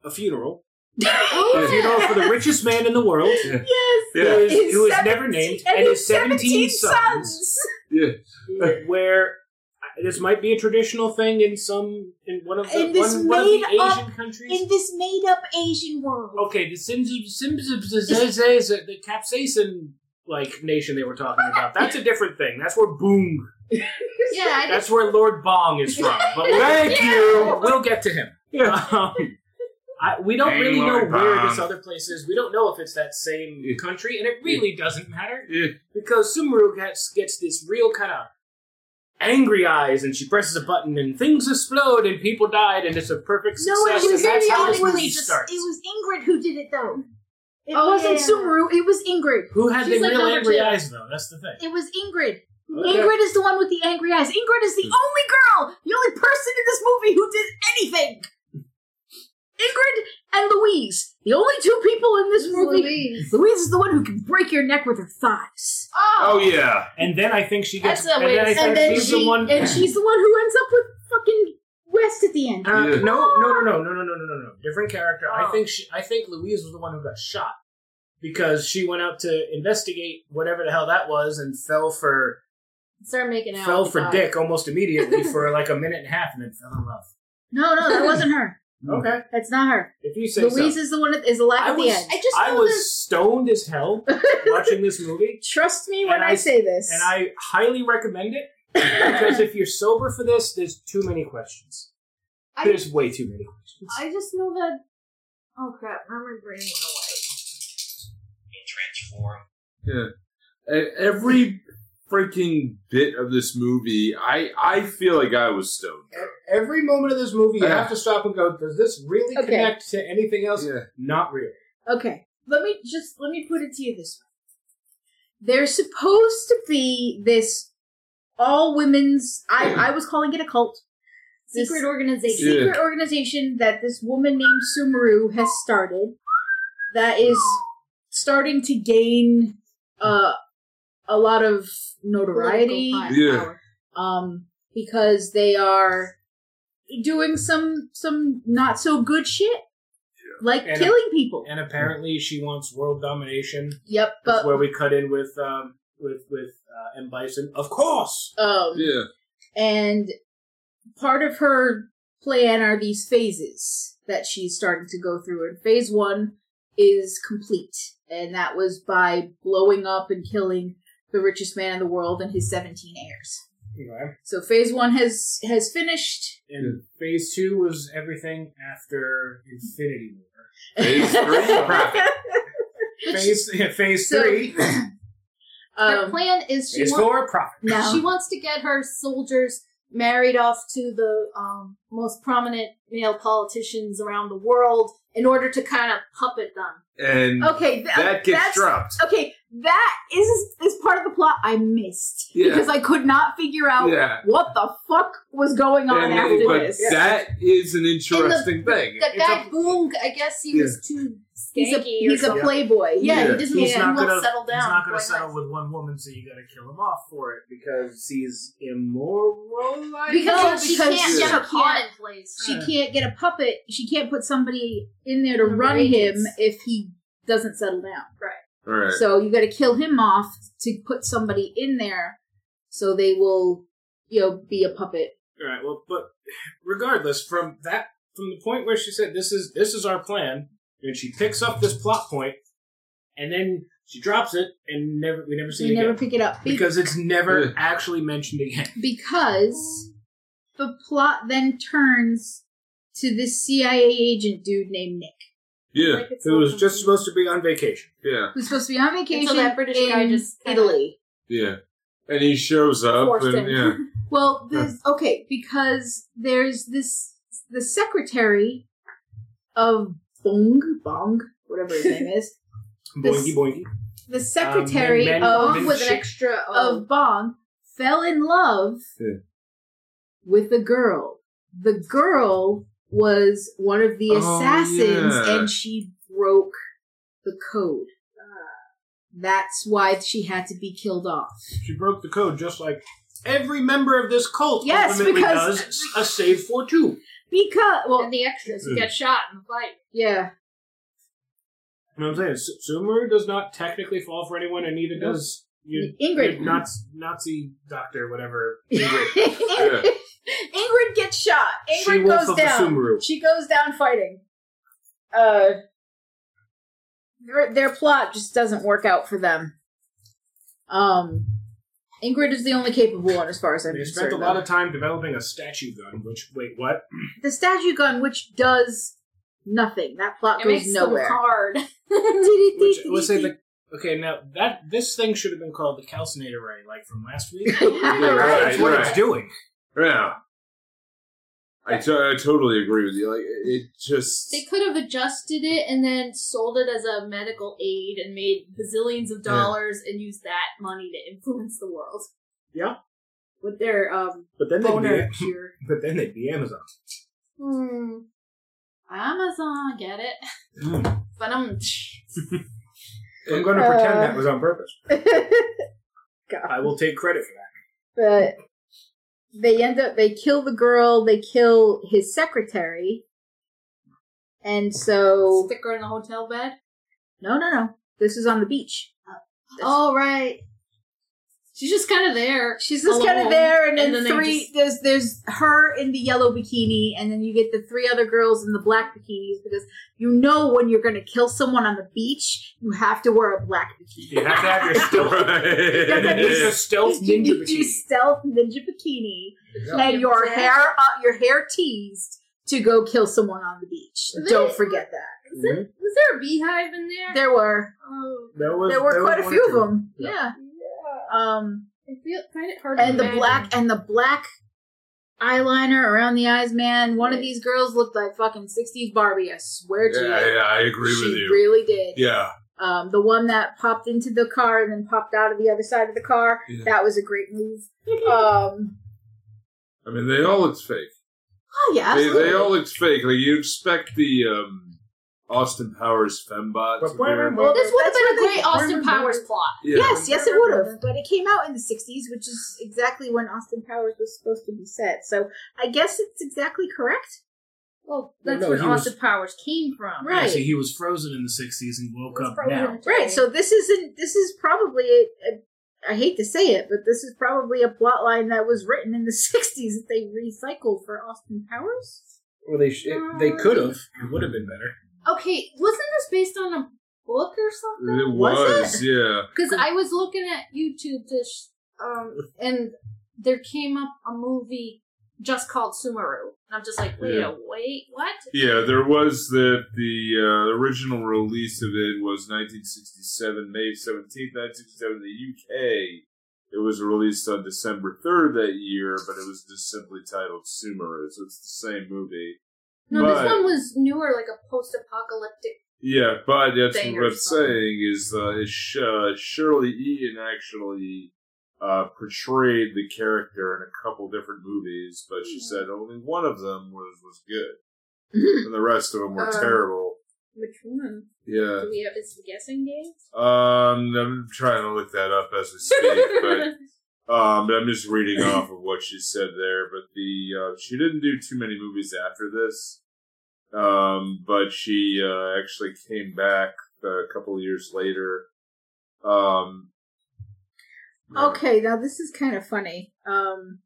[SPEAKER 2] a funeral. A
[SPEAKER 4] yes.
[SPEAKER 2] funeral for the richest man in the world.
[SPEAKER 1] Yeah.
[SPEAKER 2] who is, who is
[SPEAKER 4] His
[SPEAKER 2] never
[SPEAKER 4] 17
[SPEAKER 2] named,
[SPEAKER 4] and
[SPEAKER 2] and,
[SPEAKER 4] his
[SPEAKER 2] his 17,
[SPEAKER 4] 17
[SPEAKER 2] sons,
[SPEAKER 1] Yeah.
[SPEAKER 2] where uh, this might be a traditional thing in some in one of the,
[SPEAKER 5] In this
[SPEAKER 2] one, one of the Asian
[SPEAKER 5] made-up-
[SPEAKER 2] countries.
[SPEAKER 5] In this made up Asian world.
[SPEAKER 2] okay, the Sims Sims the capsaicin like nation they were talking about. That's a different thing. That's where Boong.
[SPEAKER 3] Yeah, I didn't
[SPEAKER 2] That's where Lord Bong is from. But we'll,
[SPEAKER 1] Thank you.
[SPEAKER 2] we'll get to him.
[SPEAKER 1] Yeah.
[SPEAKER 2] Um, I, we don't
[SPEAKER 6] Hey,
[SPEAKER 2] really know
[SPEAKER 6] Lord
[SPEAKER 2] where
[SPEAKER 6] Bong.
[SPEAKER 2] this other place is. We don't know if it's that same
[SPEAKER 1] Yeah.
[SPEAKER 2] country, and it really doesn't matter.
[SPEAKER 1] Yeah.
[SPEAKER 2] because Sumaru gets, gets this real kind of angry eyes, and she presses a button, and things explode, and people died, and it's a perfect
[SPEAKER 5] No, it
[SPEAKER 2] success.
[SPEAKER 5] was
[SPEAKER 2] and that's how this
[SPEAKER 5] Ingrid.
[SPEAKER 2] movie
[SPEAKER 5] It was,
[SPEAKER 2] starts.
[SPEAKER 5] it was Ingrid who did it though. It
[SPEAKER 4] Oh,
[SPEAKER 5] wasn't
[SPEAKER 4] yeah.
[SPEAKER 5] Sumaru. It was Ingrid.
[SPEAKER 2] Who had
[SPEAKER 4] She's
[SPEAKER 2] the
[SPEAKER 4] like
[SPEAKER 2] real
[SPEAKER 4] number
[SPEAKER 2] angry
[SPEAKER 4] two.
[SPEAKER 2] eyes, though? That's the thing.
[SPEAKER 5] It was Ingrid.
[SPEAKER 2] Okay. Hmm.
[SPEAKER 5] Ingrid is the one with the angry eyes. Ingrid is the only girl, the only person in this movie who did anything.
[SPEAKER 4] Ingrid and Louise, the only two people in this movie. Oh. Louise.
[SPEAKER 3] Louise.
[SPEAKER 4] is the one who can break your neck with her thighs,
[SPEAKER 1] Oh yeah.
[SPEAKER 2] And then I think she gets.
[SPEAKER 3] That's a
[SPEAKER 2] and
[SPEAKER 3] way
[SPEAKER 2] then
[SPEAKER 3] to
[SPEAKER 2] I
[SPEAKER 3] say-
[SPEAKER 2] think
[SPEAKER 4] and then
[SPEAKER 2] she's
[SPEAKER 4] she
[SPEAKER 2] the one.
[SPEAKER 4] and she's the one who ends up with fucking
[SPEAKER 5] West at the end.
[SPEAKER 2] Uh,
[SPEAKER 1] Yeah.
[SPEAKER 2] No, no, no, no, no, no, no, no, no. Different character. I
[SPEAKER 3] Oh.
[SPEAKER 2] think she, I think Louise was the one who got shot because she went out to investigate whatever the hell that was and fell for
[SPEAKER 3] Start making out.
[SPEAKER 2] fell
[SPEAKER 3] with
[SPEAKER 2] for
[SPEAKER 3] God.
[SPEAKER 2] dick almost immediately for like a minute and a half and then fell in love.
[SPEAKER 4] no, no, that wasn't her.
[SPEAKER 2] Okay,
[SPEAKER 4] That's not her.
[SPEAKER 2] if you say
[SPEAKER 4] Louise
[SPEAKER 2] so.
[SPEAKER 4] is the one that is alive
[SPEAKER 2] I
[SPEAKER 4] at
[SPEAKER 2] was-
[SPEAKER 4] the end.
[SPEAKER 3] I just
[SPEAKER 2] I
[SPEAKER 3] know
[SPEAKER 2] was stoned as hell watching this movie,
[SPEAKER 4] Trust me when
[SPEAKER 2] and
[SPEAKER 4] I,
[SPEAKER 2] I-
[SPEAKER 4] say this.
[SPEAKER 2] and I highly recommend it because if you're sober for this, there's too many questions.
[SPEAKER 3] I-
[SPEAKER 2] There's way too many questions.
[SPEAKER 3] I just know that. Oh crap! My brain went away.
[SPEAKER 1] Yeah. E- Every freaking bit of this movie, I I feel like I was stoned.
[SPEAKER 2] Every moment of this movie, you
[SPEAKER 1] Uh.
[SPEAKER 2] have to stop and go, does this really
[SPEAKER 4] Okay.
[SPEAKER 2] connect to anything else?
[SPEAKER 1] Yeah.
[SPEAKER 2] Not really.
[SPEAKER 4] okay, let me just let me put it to you this way: there's supposed to be this all women's. I I was calling it a cult. This-
[SPEAKER 3] Secret organization.
[SPEAKER 1] Yeah.
[SPEAKER 4] secret organization that this woman named Sumaru has started that is starting to gain uh, a lot of notoriety
[SPEAKER 1] Yeah.
[SPEAKER 4] um, because they are doing some some not so good shit like
[SPEAKER 2] And-
[SPEAKER 4] killing people.
[SPEAKER 2] And apparently, she wants world domination.
[SPEAKER 4] yep,
[SPEAKER 2] That's
[SPEAKER 4] but
[SPEAKER 2] where we cut in with um, with with uh, M Bison. Of course.
[SPEAKER 4] um,
[SPEAKER 1] Yeah.
[SPEAKER 4] and part of her plan are these phases that she's starting to go through and phase one is complete and that was by blowing up and killing the richest man in the world and his 17 heirs
[SPEAKER 2] Anyway.
[SPEAKER 4] so phase one has has finished
[SPEAKER 2] And Phase Two was everything after Infinity War.
[SPEAKER 1] Phase three, profit.
[SPEAKER 2] Phase yeah, Phase
[SPEAKER 4] So-
[SPEAKER 2] Three
[SPEAKER 3] Her
[SPEAKER 4] um,
[SPEAKER 3] plan is she
[SPEAKER 2] is
[SPEAKER 3] wants
[SPEAKER 2] for profit.
[SPEAKER 4] now
[SPEAKER 3] she wants to get her soldiers married off to the um, most prominent male politicians around the world in order to kind of puppet them.
[SPEAKER 1] And
[SPEAKER 4] okay th-
[SPEAKER 1] that gets
[SPEAKER 4] that's-
[SPEAKER 1] dropped.
[SPEAKER 4] okay that is is part of the plot i missed
[SPEAKER 1] Yeah.
[SPEAKER 4] because i could not figure out
[SPEAKER 1] Yeah.
[SPEAKER 4] what the fuck was going on
[SPEAKER 1] And-
[SPEAKER 4] after
[SPEAKER 1] but
[SPEAKER 4] this
[SPEAKER 1] that is an interesting thing.
[SPEAKER 3] The
[SPEAKER 2] It's
[SPEAKER 3] guy
[SPEAKER 2] a-
[SPEAKER 3] Boong, I guess he was too skanky
[SPEAKER 4] he's a
[SPEAKER 3] or
[SPEAKER 4] he's a
[SPEAKER 3] something.
[SPEAKER 4] playboy.
[SPEAKER 3] yeah,
[SPEAKER 1] Yeah.
[SPEAKER 3] he doesn't
[SPEAKER 2] He's
[SPEAKER 3] he
[SPEAKER 2] not
[SPEAKER 3] won't
[SPEAKER 2] gonna
[SPEAKER 3] settle down.
[SPEAKER 2] He's not going
[SPEAKER 3] Why
[SPEAKER 2] to settle with one woman, so you got to kill him off for it because he's immoral. I
[SPEAKER 4] No,
[SPEAKER 3] Because, she
[SPEAKER 4] because
[SPEAKER 3] can't
[SPEAKER 1] she
[SPEAKER 3] get a
[SPEAKER 4] can't-
[SPEAKER 3] pawn in place.
[SPEAKER 4] She can't get a puppet. She can't put somebody in there to
[SPEAKER 3] Number
[SPEAKER 4] run
[SPEAKER 3] eight.
[SPEAKER 4] him if he doesn't settle down.
[SPEAKER 1] All right.
[SPEAKER 4] So you got to kill him off to put somebody in there, so they will, you know, be a puppet.
[SPEAKER 2] All right. Well, but regardless, from that, from the point where she said this is this is our plan, and she picks up this plot point, and then she drops it, and never we never see
[SPEAKER 4] We
[SPEAKER 2] it
[SPEAKER 4] never
[SPEAKER 2] again
[SPEAKER 4] pick it up Be-
[SPEAKER 2] because it's never
[SPEAKER 1] Yeah.
[SPEAKER 2] actually mentioned again.
[SPEAKER 4] because the plot then turns to this CIA agent dude named Nick,
[SPEAKER 1] yeah.
[SPEAKER 3] Like, it's
[SPEAKER 2] Who was
[SPEAKER 3] not-
[SPEAKER 2] just supposed to be on vacation.
[SPEAKER 1] Yeah.
[SPEAKER 4] who's supposed to be on vacation
[SPEAKER 3] that British
[SPEAKER 4] in
[SPEAKER 3] guy just kinda-
[SPEAKER 4] Italy.
[SPEAKER 1] Yeah. And he shows up
[SPEAKER 3] Forced
[SPEAKER 1] and
[SPEAKER 3] him.
[SPEAKER 1] yeah.
[SPEAKER 4] Well, there's okay because there's this the secretary of Bong Bong, whatever his name is, This-
[SPEAKER 2] Boinky boinky.
[SPEAKER 1] Um,
[SPEAKER 4] the secretary
[SPEAKER 2] men-
[SPEAKER 4] of
[SPEAKER 2] men-
[SPEAKER 4] with
[SPEAKER 3] with
[SPEAKER 4] an
[SPEAKER 3] an
[SPEAKER 2] Shit.
[SPEAKER 3] extra
[SPEAKER 4] of Bong fell in love
[SPEAKER 1] Yeah.
[SPEAKER 4] with a girl. The girl was one of the
[SPEAKER 1] Oh,
[SPEAKER 4] assassins,
[SPEAKER 1] yeah. Ah.
[SPEAKER 4] and she broke the code. That's why she had to be killed off.
[SPEAKER 2] She broke the code just like every member of this cult
[SPEAKER 4] Yes,
[SPEAKER 2] ultimately
[SPEAKER 4] because-
[SPEAKER 2] does a save for two.
[SPEAKER 4] Because, well,
[SPEAKER 3] and the extras
[SPEAKER 2] Mm.
[SPEAKER 3] who get shot in the fight.
[SPEAKER 4] yeah.
[SPEAKER 2] You know what I'm saying? S- Sumeru does not technically fall for anyone, and neither does you,
[SPEAKER 4] Ingrid.
[SPEAKER 2] Nazi, Nazi doctor, whatever.
[SPEAKER 4] Ingrid. Ingrid gets shot.
[SPEAKER 2] She
[SPEAKER 4] Ingrid
[SPEAKER 2] wolf
[SPEAKER 4] goes
[SPEAKER 2] of the
[SPEAKER 4] down.
[SPEAKER 2] Sumeru.
[SPEAKER 4] She goes down fighting. Uh, their, their plot just doesn't work out for them. Um, Ingrid is the only capable one, as far as I'm
[SPEAKER 2] They
[SPEAKER 4] concerned.
[SPEAKER 2] spent a lot
[SPEAKER 4] though.
[SPEAKER 2] of time developing a statue gun, which, wait, what?
[SPEAKER 4] the statue gun, which does nothing. That plot
[SPEAKER 3] It
[SPEAKER 4] goes
[SPEAKER 3] makes
[SPEAKER 4] nowhere.
[SPEAKER 3] them hard.
[SPEAKER 2] Which, let's say the. Okay, now that this thing should have been called the calcinator ray, like from last week.
[SPEAKER 1] right,
[SPEAKER 2] That's what
[SPEAKER 1] right.
[SPEAKER 2] it's doing.
[SPEAKER 1] Yeah. I, t- I totally agree with you. Like it just
[SPEAKER 3] They could have adjusted it and then sold it as a medical aid and made bazillions of dollars and used that money to influence the world.
[SPEAKER 2] Yeah.
[SPEAKER 3] With their um
[SPEAKER 2] But then
[SPEAKER 3] boner
[SPEAKER 2] they'd
[SPEAKER 3] cure.
[SPEAKER 2] be, but then they'd be Amazon.
[SPEAKER 3] Hmm. Amazon, get it?
[SPEAKER 2] Mm.
[SPEAKER 3] But I'm
[SPEAKER 2] I'm going to
[SPEAKER 4] Uh,
[SPEAKER 2] pretend that was on purpose.
[SPEAKER 4] God.
[SPEAKER 2] I will take credit for that.
[SPEAKER 4] but they end up they kill the girl they kill his secretary and so
[SPEAKER 3] sticker in the hotel bed.
[SPEAKER 4] no no no this is on the beach
[SPEAKER 3] Oh right. She's just kind of there.
[SPEAKER 4] she's just kind
[SPEAKER 3] Alone.
[SPEAKER 4] of there and then,
[SPEAKER 3] Oh, And then they
[SPEAKER 4] three
[SPEAKER 3] just-
[SPEAKER 4] there's there's her in the yellow bikini and then you get the three other girls in the black bikinis because you know when you're gonna kill someone on the beach you have to wear a black bikini
[SPEAKER 2] You have to have your stealth.
[SPEAKER 1] Right.
[SPEAKER 2] It's a stealth
[SPEAKER 4] you
[SPEAKER 2] ninja
[SPEAKER 4] need your
[SPEAKER 2] machine.
[SPEAKER 4] stealth ninja bikini
[SPEAKER 2] Yeah.
[SPEAKER 4] and your
[SPEAKER 3] Yeah.
[SPEAKER 4] hair uh, your hair teased to go kill someone on the beach.
[SPEAKER 3] They-
[SPEAKER 4] Don't forget that.
[SPEAKER 3] Is there- was there a beehive in there?
[SPEAKER 4] There were
[SPEAKER 3] oh,
[SPEAKER 2] There, was,
[SPEAKER 4] there were
[SPEAKER 2] was
[SPEAKER 4] quite a
[SPEAKER 2] one
[SPEAKER 4] few
[SPEAKER 2] or
[SPEAKER 4] of
[SPEAKER 2] two.
[SPEAKER 4] them.
[SPEAKER 2] Yeah.
[SPEAKER 4] Yeah. Um
[SPEAKER 3] I feel find it hard. to
[SPEAKER 4] and the
[SPEAKER 3] imagine.
[SPEAKER 4] black and the black eyeliner around the eyes, man. One of these girls looked like fucking 60s Barbie, I swear to
[SPEAKER 1] yeah,
[SPEAKER 4] you.
[SPEAKER 1] yeah, I agree
[SPEAKER 4] she
[SPEAKER 1] with you.
[SPEAKER 4] really did.
[SPEAKER 1] yeah,
[SPEAKER 4] Um, the one that popped into the car and then popped out of the other side of the car.
[SPEAKER 1] Yeah.
[SPEAKER 4] That was a great move. um,
[SPEAKER 1] I mean they all looked fake.
[SPEAKER 4] oh yeah,
[SPEAKER 1] They,
[SPEAKER 4] absolutely.
[SPEAKER 1] they all looked fake. Like you expect the um, Austin Powers fembot.
[SPEAKER 2] But
[SPEAKER 1] to
[SPEAKER 2] where-
[SPEAKER 1] wear-
[SPEAKER 2] where-
[SPEAKER 3] Well, this would have
[SPEAKER 4] That's
[SPEAKER 3] been a
[SPEAKER 4] where they-
[SPEAKER 3] great Austin
[SPEAKER 2] where-
[SPEAKER 3] Powers plot.
[SPEAKER 1] Yeah.
[SPEAKER 4] Yes, yes, it would have. But it came out in the 60s, which is exactly when Austin Powers was supposed to be set. So I guess it's exactly correct.
[SPEAKER 3] Well,
[SPEAKER 2] Well,
[SPEAKER 3] that's
[SPEAKER 2] no,
[SPEAKER 3] where
[SPEAKER 2] he was-
[SPEAKER 3] Austin Powers came from.
[SPEAKER 4] Right.
[SPEAKER 2] Yeah, see, he was frozen in the 60s and woke
[SPEAKER 3] He's
[SPEAKER 2] up
[SPEAKER 3] frozen
[SPEAKER 2] now.
[SPEAKER 3] in time.
[SPEAKER 4] Right, so this isn't, this is probably, a, a, I hate to say it, but this is probably a plot line that was written in the 60s that they recycled for Austin Powers?
[SPEAKER 2] Well, they sh- it,
[SPEAKER 4] Uh.
[SPEAKER 2] they could have. It would have been better.
[SPEAKER 3] okay, wasn't this based on a book or something?
[SPEAKER 1] It
[SPEAKER 4] Was
[SPEAKER 1] was, yeah.
[SPEAKER 3] Because I was looking at YouTube to sh- um, and there came up a movie just called Sumaru, and I'm just like, wait,
[SPEAKER 1] Yeah.
[SPEAKER 3] a wait, what?
[SPEAKER 1] Yeah, there was the the uh, original release of it was 1967, May 17th, 1967 in the UK. It was released on December 3rd that year, but it was just simply titled Sumeru, so it's the same movie.
[SPEAKER 3] No,
[SPEAKER 1] But-
[SPEAKER 3] this one was newer, like a post-apocalyptic.
[SPEAKER 1] Yeah, but that's
[SPEAKER 3] Thing
[SPEAKER 1] what
[SPEAKER 3] or
[SPEAKER 1] I'm
[SPEAKER 3] something.
[SPEAKER 1] saying is, uh, is Sh- uh, Shirley Eaton actually uh, portrayed the character in a couple different movies, but she said only one of them was, was good,
[SPEAKER 2] Mm-hmm.
[SPEAKER 1] and the rest of them were
[SPEAKER 3] Um,
[SPEAKER 1] terrible.
[SPEAKER 3] Which one?
[SPEAKER 1] Yeah.
[SPEAKER 3] Do we have this guessing game?
[SPEAKER 1] Um, I'm trying to look that up as we speak, but um, but I'm just reading off of what she said there. But the uh, she didn't do too many movies after this. Um, but she uh, actually came back a couple of years later. Um.
[SPEAKER 4] Okay, now this is kind of funny. Um,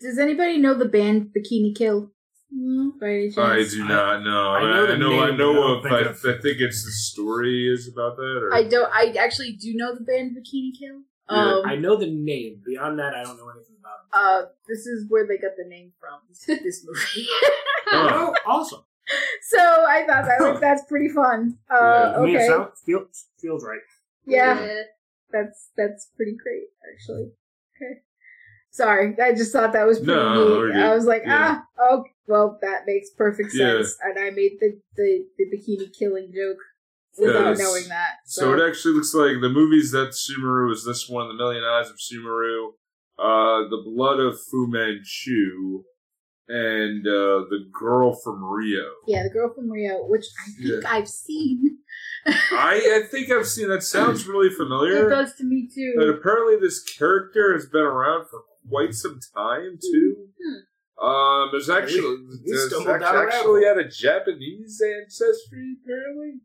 [SPEAKER 4] does anybody know the band Bikini Kill?
[SPEAKER 3] Mm-hmm.
[SPEAKER 4] By any
[SPEAKER 1] I
[SPEAKER 4] chance?
[SPEAKER 1] do not know.
[SPEAKER 2] I know the
[SPEAKER 1] I know. I
[SPEAKER 2] name,
[SPEAKER 1] know.
[SPEAKER 2] but I don't
[SPEAKER 1] of-
[SPEAKER 2] think
[SPEAKER 1] I,
[SPEAKER 2] I've-
[SPEAKER 1] I think it's the story is about that. Or
[SPEAKER 4] I don't. I actually do know the band Bikini Kill.
[SPEAKER 1] Yeah.
[SPEAKER 4] Um,
[SPEAKER 2] I know the name. Beyond that, I don't know anything about it.
[SPEAKER 4] uh, this is where they got the name from. This movie.
[SPEAKER 1] Huh.
[SPEAKER 2] Oh, awesome.
[SPEAKER 4] so I thought that was that's pretty fun. Uh,
[SPEAKER 1] Yeah,
[SPEAKER 2] I mean, it
[SPEAKER 4] okay,
[SPEAKER 2] sound, feel, feels right.
[SPEAKER 4] yeah, that's that's pretty great actually. Okay, sorry, I just thought that was pretty
[SPEAKER 1] No, we're
[SPEAKER 4] neat.
[SPEAKER 1] good.
[SPEAKER 4] I was like,
[SPEAKER 1] Yeah.
[SPEAKER 4] ah, oh, well, that makes perfect
[SPEAKER 1] Yeah.
[SPEAKER 4] sense, and I made the the, the bikini killing joke without
[SPEAKER 1] Yes.
[SPEAKER 4] knowing that.
[SPEAKER 1] So it actually looks like the movies that Sumeru is this one, The Million Eyes of Sumeru, uh, The Blood of Fu Manchu, and uh, the girl from Rio.
[SPEAKER 4] Yeah, the girl from Rio, which I think I've seen.
[SPEAKER 1] I, I think I've seen that. Sounds really
[SPEAKER 4] It
[SPEAKER 1] familiar.
[SPEAKER 4] does to me
[SPEAKER 1] But
[SPEAKER 4] too.
[SPEAKER 1] apparently, this character has been around for quite some time
[SPEAKER 4] Hmm.
[SPEAKER 1] too. Um, there's actually
[SPEAKER 2] we
[SPEAKER 1] there's
[SPEAKER 2] stumbled down a rabbit
[SPEAKER 1] actually had a Japanese ancestry. Apparently,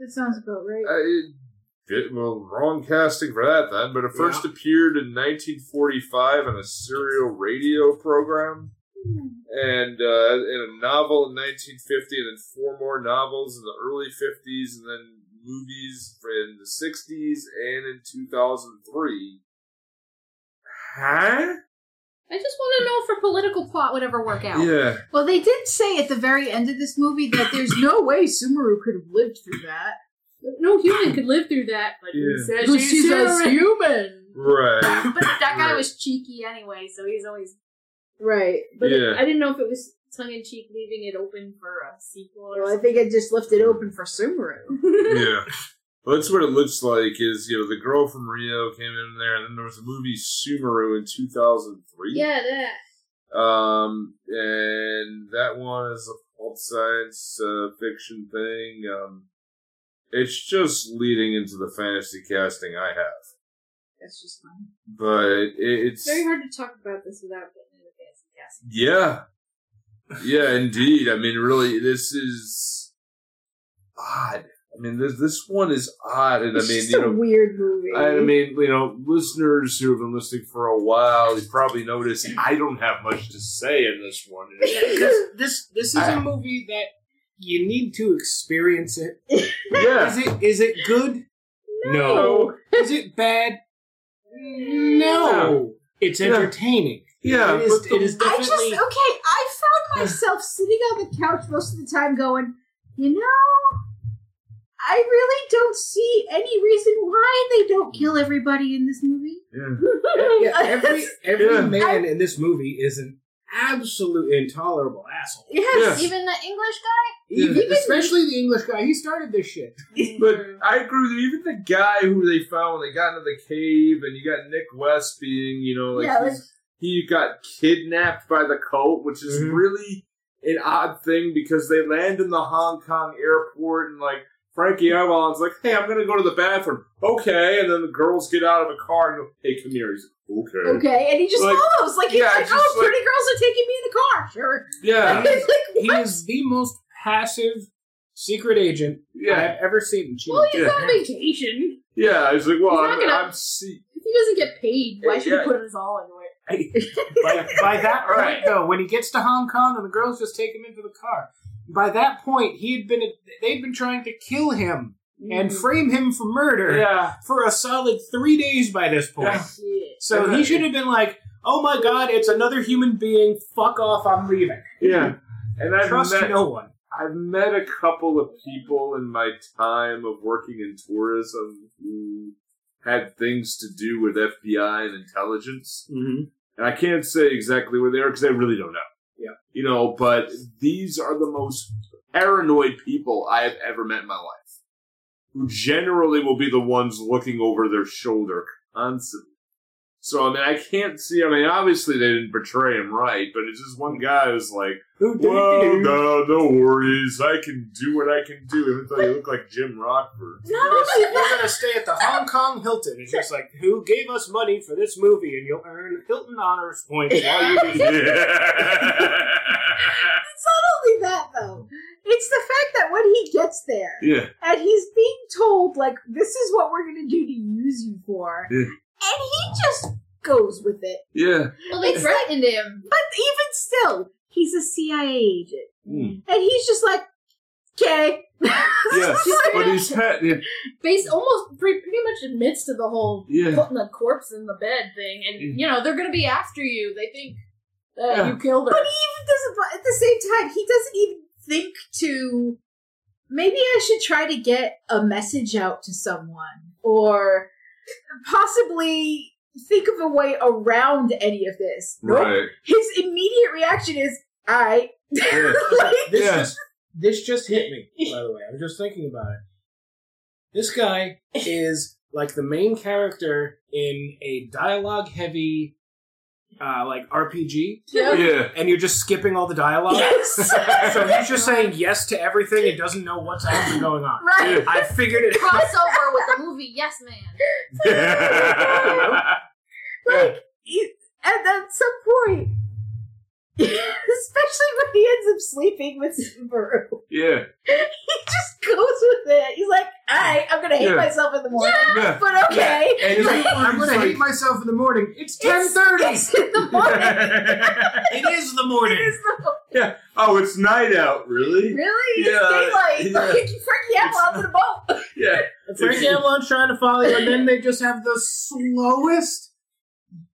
[SPEAKER 4] That sounds about right.
[SPEAKER 1] Uh, it- it- well, wrong casting for that then. But it first appeared in 1945 in a serial radio program, and uh, in a novel in 1950, and then four more novels in the early 50s, and then movies in the 60s and in 2003. Huh?
[SPEAKER 3] I just want to know for political plot would ever work out.
[SPEAKER 1] Yeah.
[SPEAKER 4] Well, they did say at the very end of this movie that there's no way Sumaru could have lived through that.
[SPEAKER 3] No human could live through that. But
[SPEAKER 1] Yeah.
[SPEAKER 3] says
[SPEAKER 4] Who
[SPEAKER 3] she's
[SPEAKER 4] sees us
[SPEAKER 3] human.
[SPEAKER 4] human.
[SPEAKER 1] Right.
[SPEAKER 3] But that guy
[SPEAKER 1] Right.
[SPEAKER 3] was cheeky anyway, so he's always.
[SPEAKER 4] Right.
[SPEAKER 3] But
[SPEAKER 1] Yeah.
[SPEAKER 3] I didn't know if it was tongue in cheek, leaving it open for a sequel or
[SPEAKER 4] Well, I
[SPEAKER 3] something.
[SPEAKER 4] think I just left it open for Sumaru.
[SPEAKER 1] yeah. Well, that's what it looks like. Is you know the girl from Rio came in there, and then there was a movie Sumeru in two thousand three.
[SPEAKER 3] Yeah, that.
[SPEAKER 1] Um, and that one is a pulp science uh, fiction thing. Um, it's just leading into the fantasy casting I have,
[SPEAKER 4] That's just fine.
[SPEAKER 1] but it, it's
[SPEAKER 3] It's very hard to talk about this without getting into fancy casting.
[SPEAKER 1] Yeah. Yeah, indeed. I mean, really, this is odd. I mean, this this one is odd, and
[SPEAKER 4] It's
[SPEAKER 1] I mean,
[SPEAKER 4] just
[SPEAKER 1] you
[SPEAKER 4] a
[SPEAKER 1] know,
[SPEAKER 4] weird movie.
[SPEAKER 1] I mean, you know, listeners who have been listening for a while, you probably noticed I don't have much to say in this one.
[SPEAKER 2] this, this this is a
[SPEAKER 1] I-
[SPEAKER 2] movie that you need to experience it.
[SPEAKER 1] yeah.
[SPEAKER 2] Is it is it good? No. Is it bad? No. It's
[SPEAKER 1] Yeah.
[SPEAKER 2] entertaining.
[SPEAKER 1] Yeah,
[SPEAKER 2] It is,
[SPEAKER 1] but the-
[SPEAKER 2] it is
[SPEAKER 4] I just
[SPEAKER 2] definitely.
[SPEAKER 4] okay. I found myself sitting on the couch most of the time, going, you know, I really don't see any reason why they don't kill everybody in this movie.
[SPEAKER 1] Yeah.
[SPEAKER 2] yeah, every every
[SPEAKER 1] Yeah.
[SPEAKER 2] man in this movie is an absolute intolerable asshole.
[SPEAKER 1] Yes.
[SPEAKER 3] Even the English guy?
[SPEAKER 1] Yeah.
[SPEAKER 2] Even- especially the English guy. He started this shit.
[SPEAKER 1] But I agree with you. Even the guy who they found when they got into the cave, and you got Nick West being, you know, like
[SPEAKER 4] Yeah,
[SPEAKER 1] he's- he got kidnapped by the cult, which is
[SPEAKER 2] Mhm.
[SPEAKER 1] really an odd thing because they land in the Hong Kong airport and like Frankie Avalon's like, "Hey, I'm gonna go to the bathroom." Okay, and then the girls get out of a car and go, "Hey, come here." He's like, "Okay."
[SPEAKER 4] Okay, and he just
[SPEAKER 1] Like-
[SPEAKER 4] follows like he's
[SPEAKER 1] yeah,
[SPEAKER 4] like,
[SPEAKER 1] just
[SPEAKER 4] "Oh,
[SPEAKER 1] like-
[SPEAKER 4] pretty girls are taking me in the car." Sure.
[SPEAKER 1] Yeah,
[SPEAKER 4] Like,
[SPEAKER 2] He is the most passive secret agent
[SPEAKER 1] yeah,
[SPEAKER 2] I've ever seen. She-
[SPEAKER 3] Well, he's
[SPEAKER 1] Yeah.
[SPEAKER 3] on vacation.
[SPEAKER 1] yeah. I was like, "Well,
[SPEAKER 3] He's not
[SPEAKER 1] I'm,
[SPEAKER 3] gonna-
[SPEAKER 1] I'm see-
[SPEAKER 3] If he doesn't get paid, why should
[SPEAKER 1] Yeah.
[SPEAKER 3] he put us all into it?
[SPEAKER 2] by, by that point,
[SPEAKER 1] Right.
[SPEAKER 2] though, when he gets to Hong Kong and the girls just take him into the car, by that point he had been they'd been trying to kill him and
[SPEAKER 4] Hmm.
[SPEAKER 2] frame him for murder
[SPEAKER 1] yeah."
[SPEAKER 2] for a solid three days by this point.
[SPEAKER 1] Yeah.
[SPEAKER 3] Shit.
[SPEAKER 2] So he should have been like, "Oh my God, it's another human being. Fuck off. I'm leaving.
[SPEAKER 1] Yeah. And I've
[SPEAKER 2] Trust
[SPEAKER 1] met,
[SPEAKER 2] no one."
[SPEAKER 1] I've met a couple of people in my time of working in tourism who had things to do with FBI and intelligence.
[SPEAKER 2] Mm-hmm.
[SPEAKER 1] And I can't say exactly where they are because I really don't know.
[SPEAKER 2] Yeah.
[SPEAKER 1] You know, but these are the most paranoid people I have ever met in my life. Who generally will be the ones looking over their shoulder constantly. So I mean I can't see I mean obviously they didn't portray him right, but it's just one guy who's like
[SPEAKER 2] Who did
[SPEAKER 1] well, no, no worries. I can do what I can do, even though you look like Jim Rockford.
[SPEAKER 2] We're gonna- we're gonna stay at the Hong Kong Hilton. It's just like, who gave us money for this movie, and you'll earn Hilton honors points while you do this.
[SPEAKER 1] yeah.
[SPEAKER 4] It's not only that though; it's the fact that when he gets there
[SPEAKER 1] yeah.
[SPEAKER 4] and he's being told like, "This is what we're gonna do to use you for,"
[SPEAKER 1] Yeah.
[SPEAKER 4] and he just goes with it.
[SPEAKER 1] Yeah.
[SPEAKER 3] Well, they
[SPEAKER 4] It's
[SPEAKER 3] threatened him.
[SPEAKER 4] But even still, he's a CIA agent,
[SPEAKER 1] Mm.
[SPEAKER 4] and he's just like, "Okay."
[SPEAKER 1] Yeah. But he's pet. Yeah.
[SPEAKER 3] Base almost pre- pretty much admits to the whole
[SPEAKER 1] yeah.
[SPEAKER 3] putting the corpse in the bed thing, and
[SPEAKER 1] Mm.
[SPEAKER 3] you know they're gonna be after you. They think that
[SPEAKER 1] Yeah.
[SPEAKER 3] you killed her.
[SPEAKER 4] But he even doesn't. But at the same time, he doesn't even think to. Maybe I should try to get a message out to someone, or possibly think of a way around any of this. Nope.
[SPEAKER 1] Right.
[SPEAKER 4] His immediate reaction is, "All right."
[SPEAKER 1] Yeah.
[SPEAKER 4] Like,
[SPEAKER 2] This
[SPEAKER 1] Yeah.
[SPEAKER 2] just this just hit me. By the way, I'm just thinking about it. This guy is like the main character in a dialogue-heavy uh, like RPG,
[SPEAKER 3] Yeah.
[SPEAKER 1] Yeah.
[SPEAKER 2] and you're just skipping all the dialogue.
[SPEAKER 4] Yes.
[SPEAKER 2] so he's just saying yes to everything and doesn't know what's actually going on.
[SPEAKER 3] Right.
[SPEAKER 2] I figured it out.
[SPEAKER 3] Crossover with the movie Yes Man.
[SPEAKER 4] like he- at, at some point especially when he ends up sleeping with Subaru
[SPEAKER 1] yeah.
[SPEAKER 4] he just goes with it he's like alright I'm gonna hate
[SPEAKER 1] Yeah.
[SPEAKER 4] myself in the morning
[SPEAKER 1] Yeah.
[SPEAKER 4] but okay
[SPEAKER 1] And
[SPEAKER 2] He's
[SPEAKER 1] he's
[SPEAKER 2] like, I'm
[SPEAKER 1] like,
[SPEAKER 2] gonna hate myself in the morning. It's ten thirty.
[SPEAKER 4] it's in the morning
[SPEAKER 2] It is the morning.
[SPEAKER 1] oh, it's night out, really?
[SPEAKER 4] really it's
[SPEAKER 1] Yeah,
[SPEAKER 4] daylight
[SPEAKER 1] yeah.
[SPEAKER 4] like Frankie out onto the boat
[SPEAKER 1] Yeah.
[SPEAKER 2] And Frank Avalon's trying to follow you, and then they just have the slowest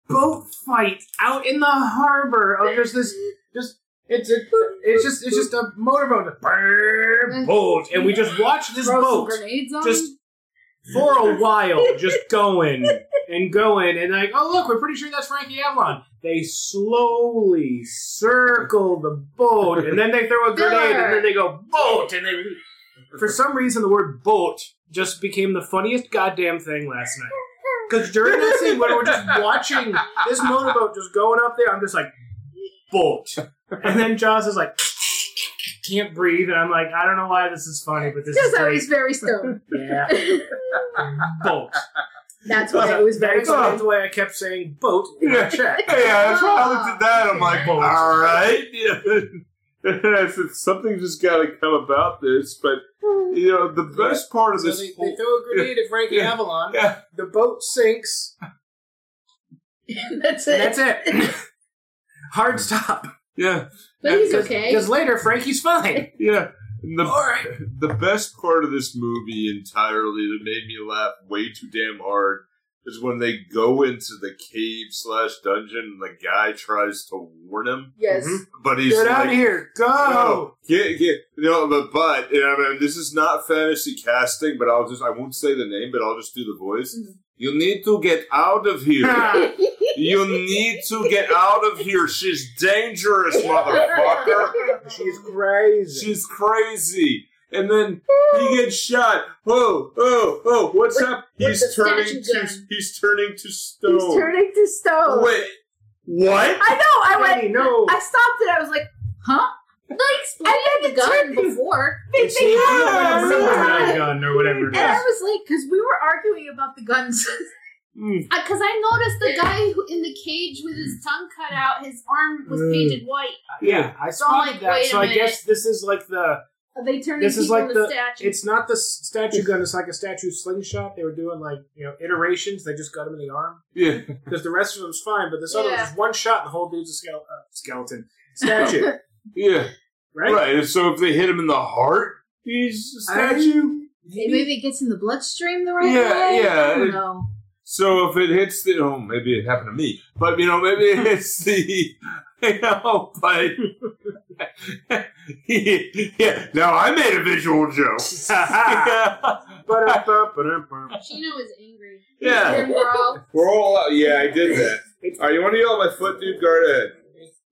[SPEAKER 2] boat fight out in the harbor. Of just this, just it's a, it's just it's just a motorboat, Brrr, boat, and we just watch this
[SPEAKER 3] Throw some
[SPEAKER 2] boat
[SPEAKER 3] grenades on
[SPEAKER 2] just
[SPEAKER 3] him.
[SPEAKER 2] for a while, just going and going, and like, oh look, we're pretty sure that's Frankie Avalon. They slowly circle the boat, and then they throw a grenade, and then they go boat, and they. For some reason, the word boat just became the funniest goddamn thing last night. Because during that scene, when we're just watching this motorboat just going up there, I'm just like boat, and then Jaws is like. Can't breathe, and I'm like, I don't know why this is funny, but this is
[SPEAKER 4] because I
[SPEAKER 2] great.
[SPEAKER 4] was very stoned
[SPEAKER 2] yeah, boat.
[SPEAKER 4] that's why it was very
[SPEAKER 2] That's why-
[SPEAKER 4] funny
[SPEAKER 2] that's why I kept saying boat in my
[SPEAKER 1] Yeah.
[SPEAKER 2] check.
[SPEAKER 1] Yeah, that's why I looked at that. I'm like,
[SPEAKER 2] Bones.
[SPEAKER 1] all right. I said, something just got to come about this. But, you know, the best part of
[SPEAKER 2] So
[SPEAKER 1] this.
[SPEAKER 2] they, they throw a grenade at Frankie
[SPEAKER 1] Yeah.
[SPEAKER 2] Avalon.
[SPEAKER 1] yeah.
[SPEAKER 2] The boat sinks.
[SPEAKER 4] that's
[SPEAKER 2] And
[SPEAKER 4] it
[SPEAKER 2] that's it. Hard stop.
[SPEAKER 1] Yeah.
[SPEAKER 3] But he's
[SPEAKER 1] Because-
[SPEAKER 3] okay.
[SPEAKER 2] Because later Frankie's fine.
[SPEAKER 1] Yeah. And the,
[SPEAKER 2] All right.
[SPEAKER 1] the best part of this movie entirely that made me laugh way too damn hard is when they go into the cave slash dungeon and the guy tries to warn him,
[SPEAKER 4] yes
[SPEAKER 2] Mhm.
[SPEAKER 1] but he's
[SPEAKER 2] Get out
[SPEAKER 1] like,
[SPEAKER 2] of here. Go.
[SPEAKER 1] No, get, get, no, but, but, you know, I mean, this is not fantasy casting, but I'll just, I won't say the name, but I'll just do the voice.
[SPEAKER 4] Mm-hmm.
[SPEAKER 1] You need to get out of here.
[SPEAKER 2] Ah,
[SPEAKER 1] you need to get out of here. She's dangerous, motherfucker.
[SPEAKER 2] She's crazy.
[SPEAKER 1] She's crazy. And then he gets shot. Oh, oh, oh! What's up? He's
[SPEAKER 4] with the
[SPEAKER 1] turning
[SPEAKER 4] statue
[SPEAKER 1] to
[SPEAKER 4] gun.
[SPEAKER 1] he's turning to stone.
[SPEAKER 4] he's turning to stone
[SPEAKER 1] Wait, what?
[SPEAKER 4] I know I went
[SPEAKER 2] Danny, no. Uh,
[SPEAKER 4] I stopped it I was like huh
[SPEAKER 3] they exploded the gun before.
[SPEAKER 4] they,
[SPEAKER 2] It's
[SPEAKER 4] they
[SPEAKER 2] a-
[SPEAKER 4] have
[SPEAKER 1] Yeah,
[SPEAKER 4] it
[SPEAKER 1] yeah.
[SPEAKER 4] sometime.
[SPEAKER 2] gun or whatever it
[SPEAKER 4] And I was like, because we were arguing about the guns.
[SPEAKER 3] Because I noticed the guy who, in the cage with his tongue cut out, his arm was
[SPEAKER 2] Mm.
[SPEAKER 3] painted white.
[SPEAKER 2] Yeah, I
[SPEAKER 3] like,
[SPEAKER 2] spotted that.
[SPEAKER 3] wait a
[SPEAKER 2] So I
[SPEAKER 3] minute.
[SPEAKER 2] guess this is like the.
[SPEAKER 3] Uh, They turned
[SPEAKER 2] This
[SPEAKER 3] into
[SPEAKER 2] is like
[SPEAKER 3] people
[SPEAKER 2] the.
[SPEAKER 3] to statues.
[SPEAKER 2] It's not the s- statue gun. It's like a statue slingshot. They were doing like you know iterations. They just got him in the arm.
[SPEAKER 1] Yeah,
[SPEAKER 2] because the rest of them's fine, but this other
[SPEAKER 3] Yeah.
[SPEAKER 2] one's just one shot and the whole dude's a skele- uh, skeleton statue,
[SPEAKER 1] yeah,
[SPEAKER 2] right?
[SPEAKER 1] right. And so if they hit him in the heart, he's a
[SPEAKER 2] I-
[SPEAKER 1] statue.
[SPEAKER 4] Maybe it gets in the bloodstream the right
[SPEAKER 1] Yeah,
[SPEAKER 4] way.
[SPEAKER 1] yeah.
[SPEAKER 4] I don't know.
[SPEAKER 1] So if it hits the, oh, maybe it happened to me, but you know, maybe it hits the, you know, but yeah. Now I made a visual joke. Ah.
[SPEAKER 2] Ba-da-ba-ba-da-ba.
[SPEAKER 3] Chino is angry.
[SPEAKER 1] Yeah.
[SPEAKER 3] And we're all-
[SPEAKER 1] We're all out. Yeah, I did that. All right, you want to yell at my foot, dude? Guard ahead.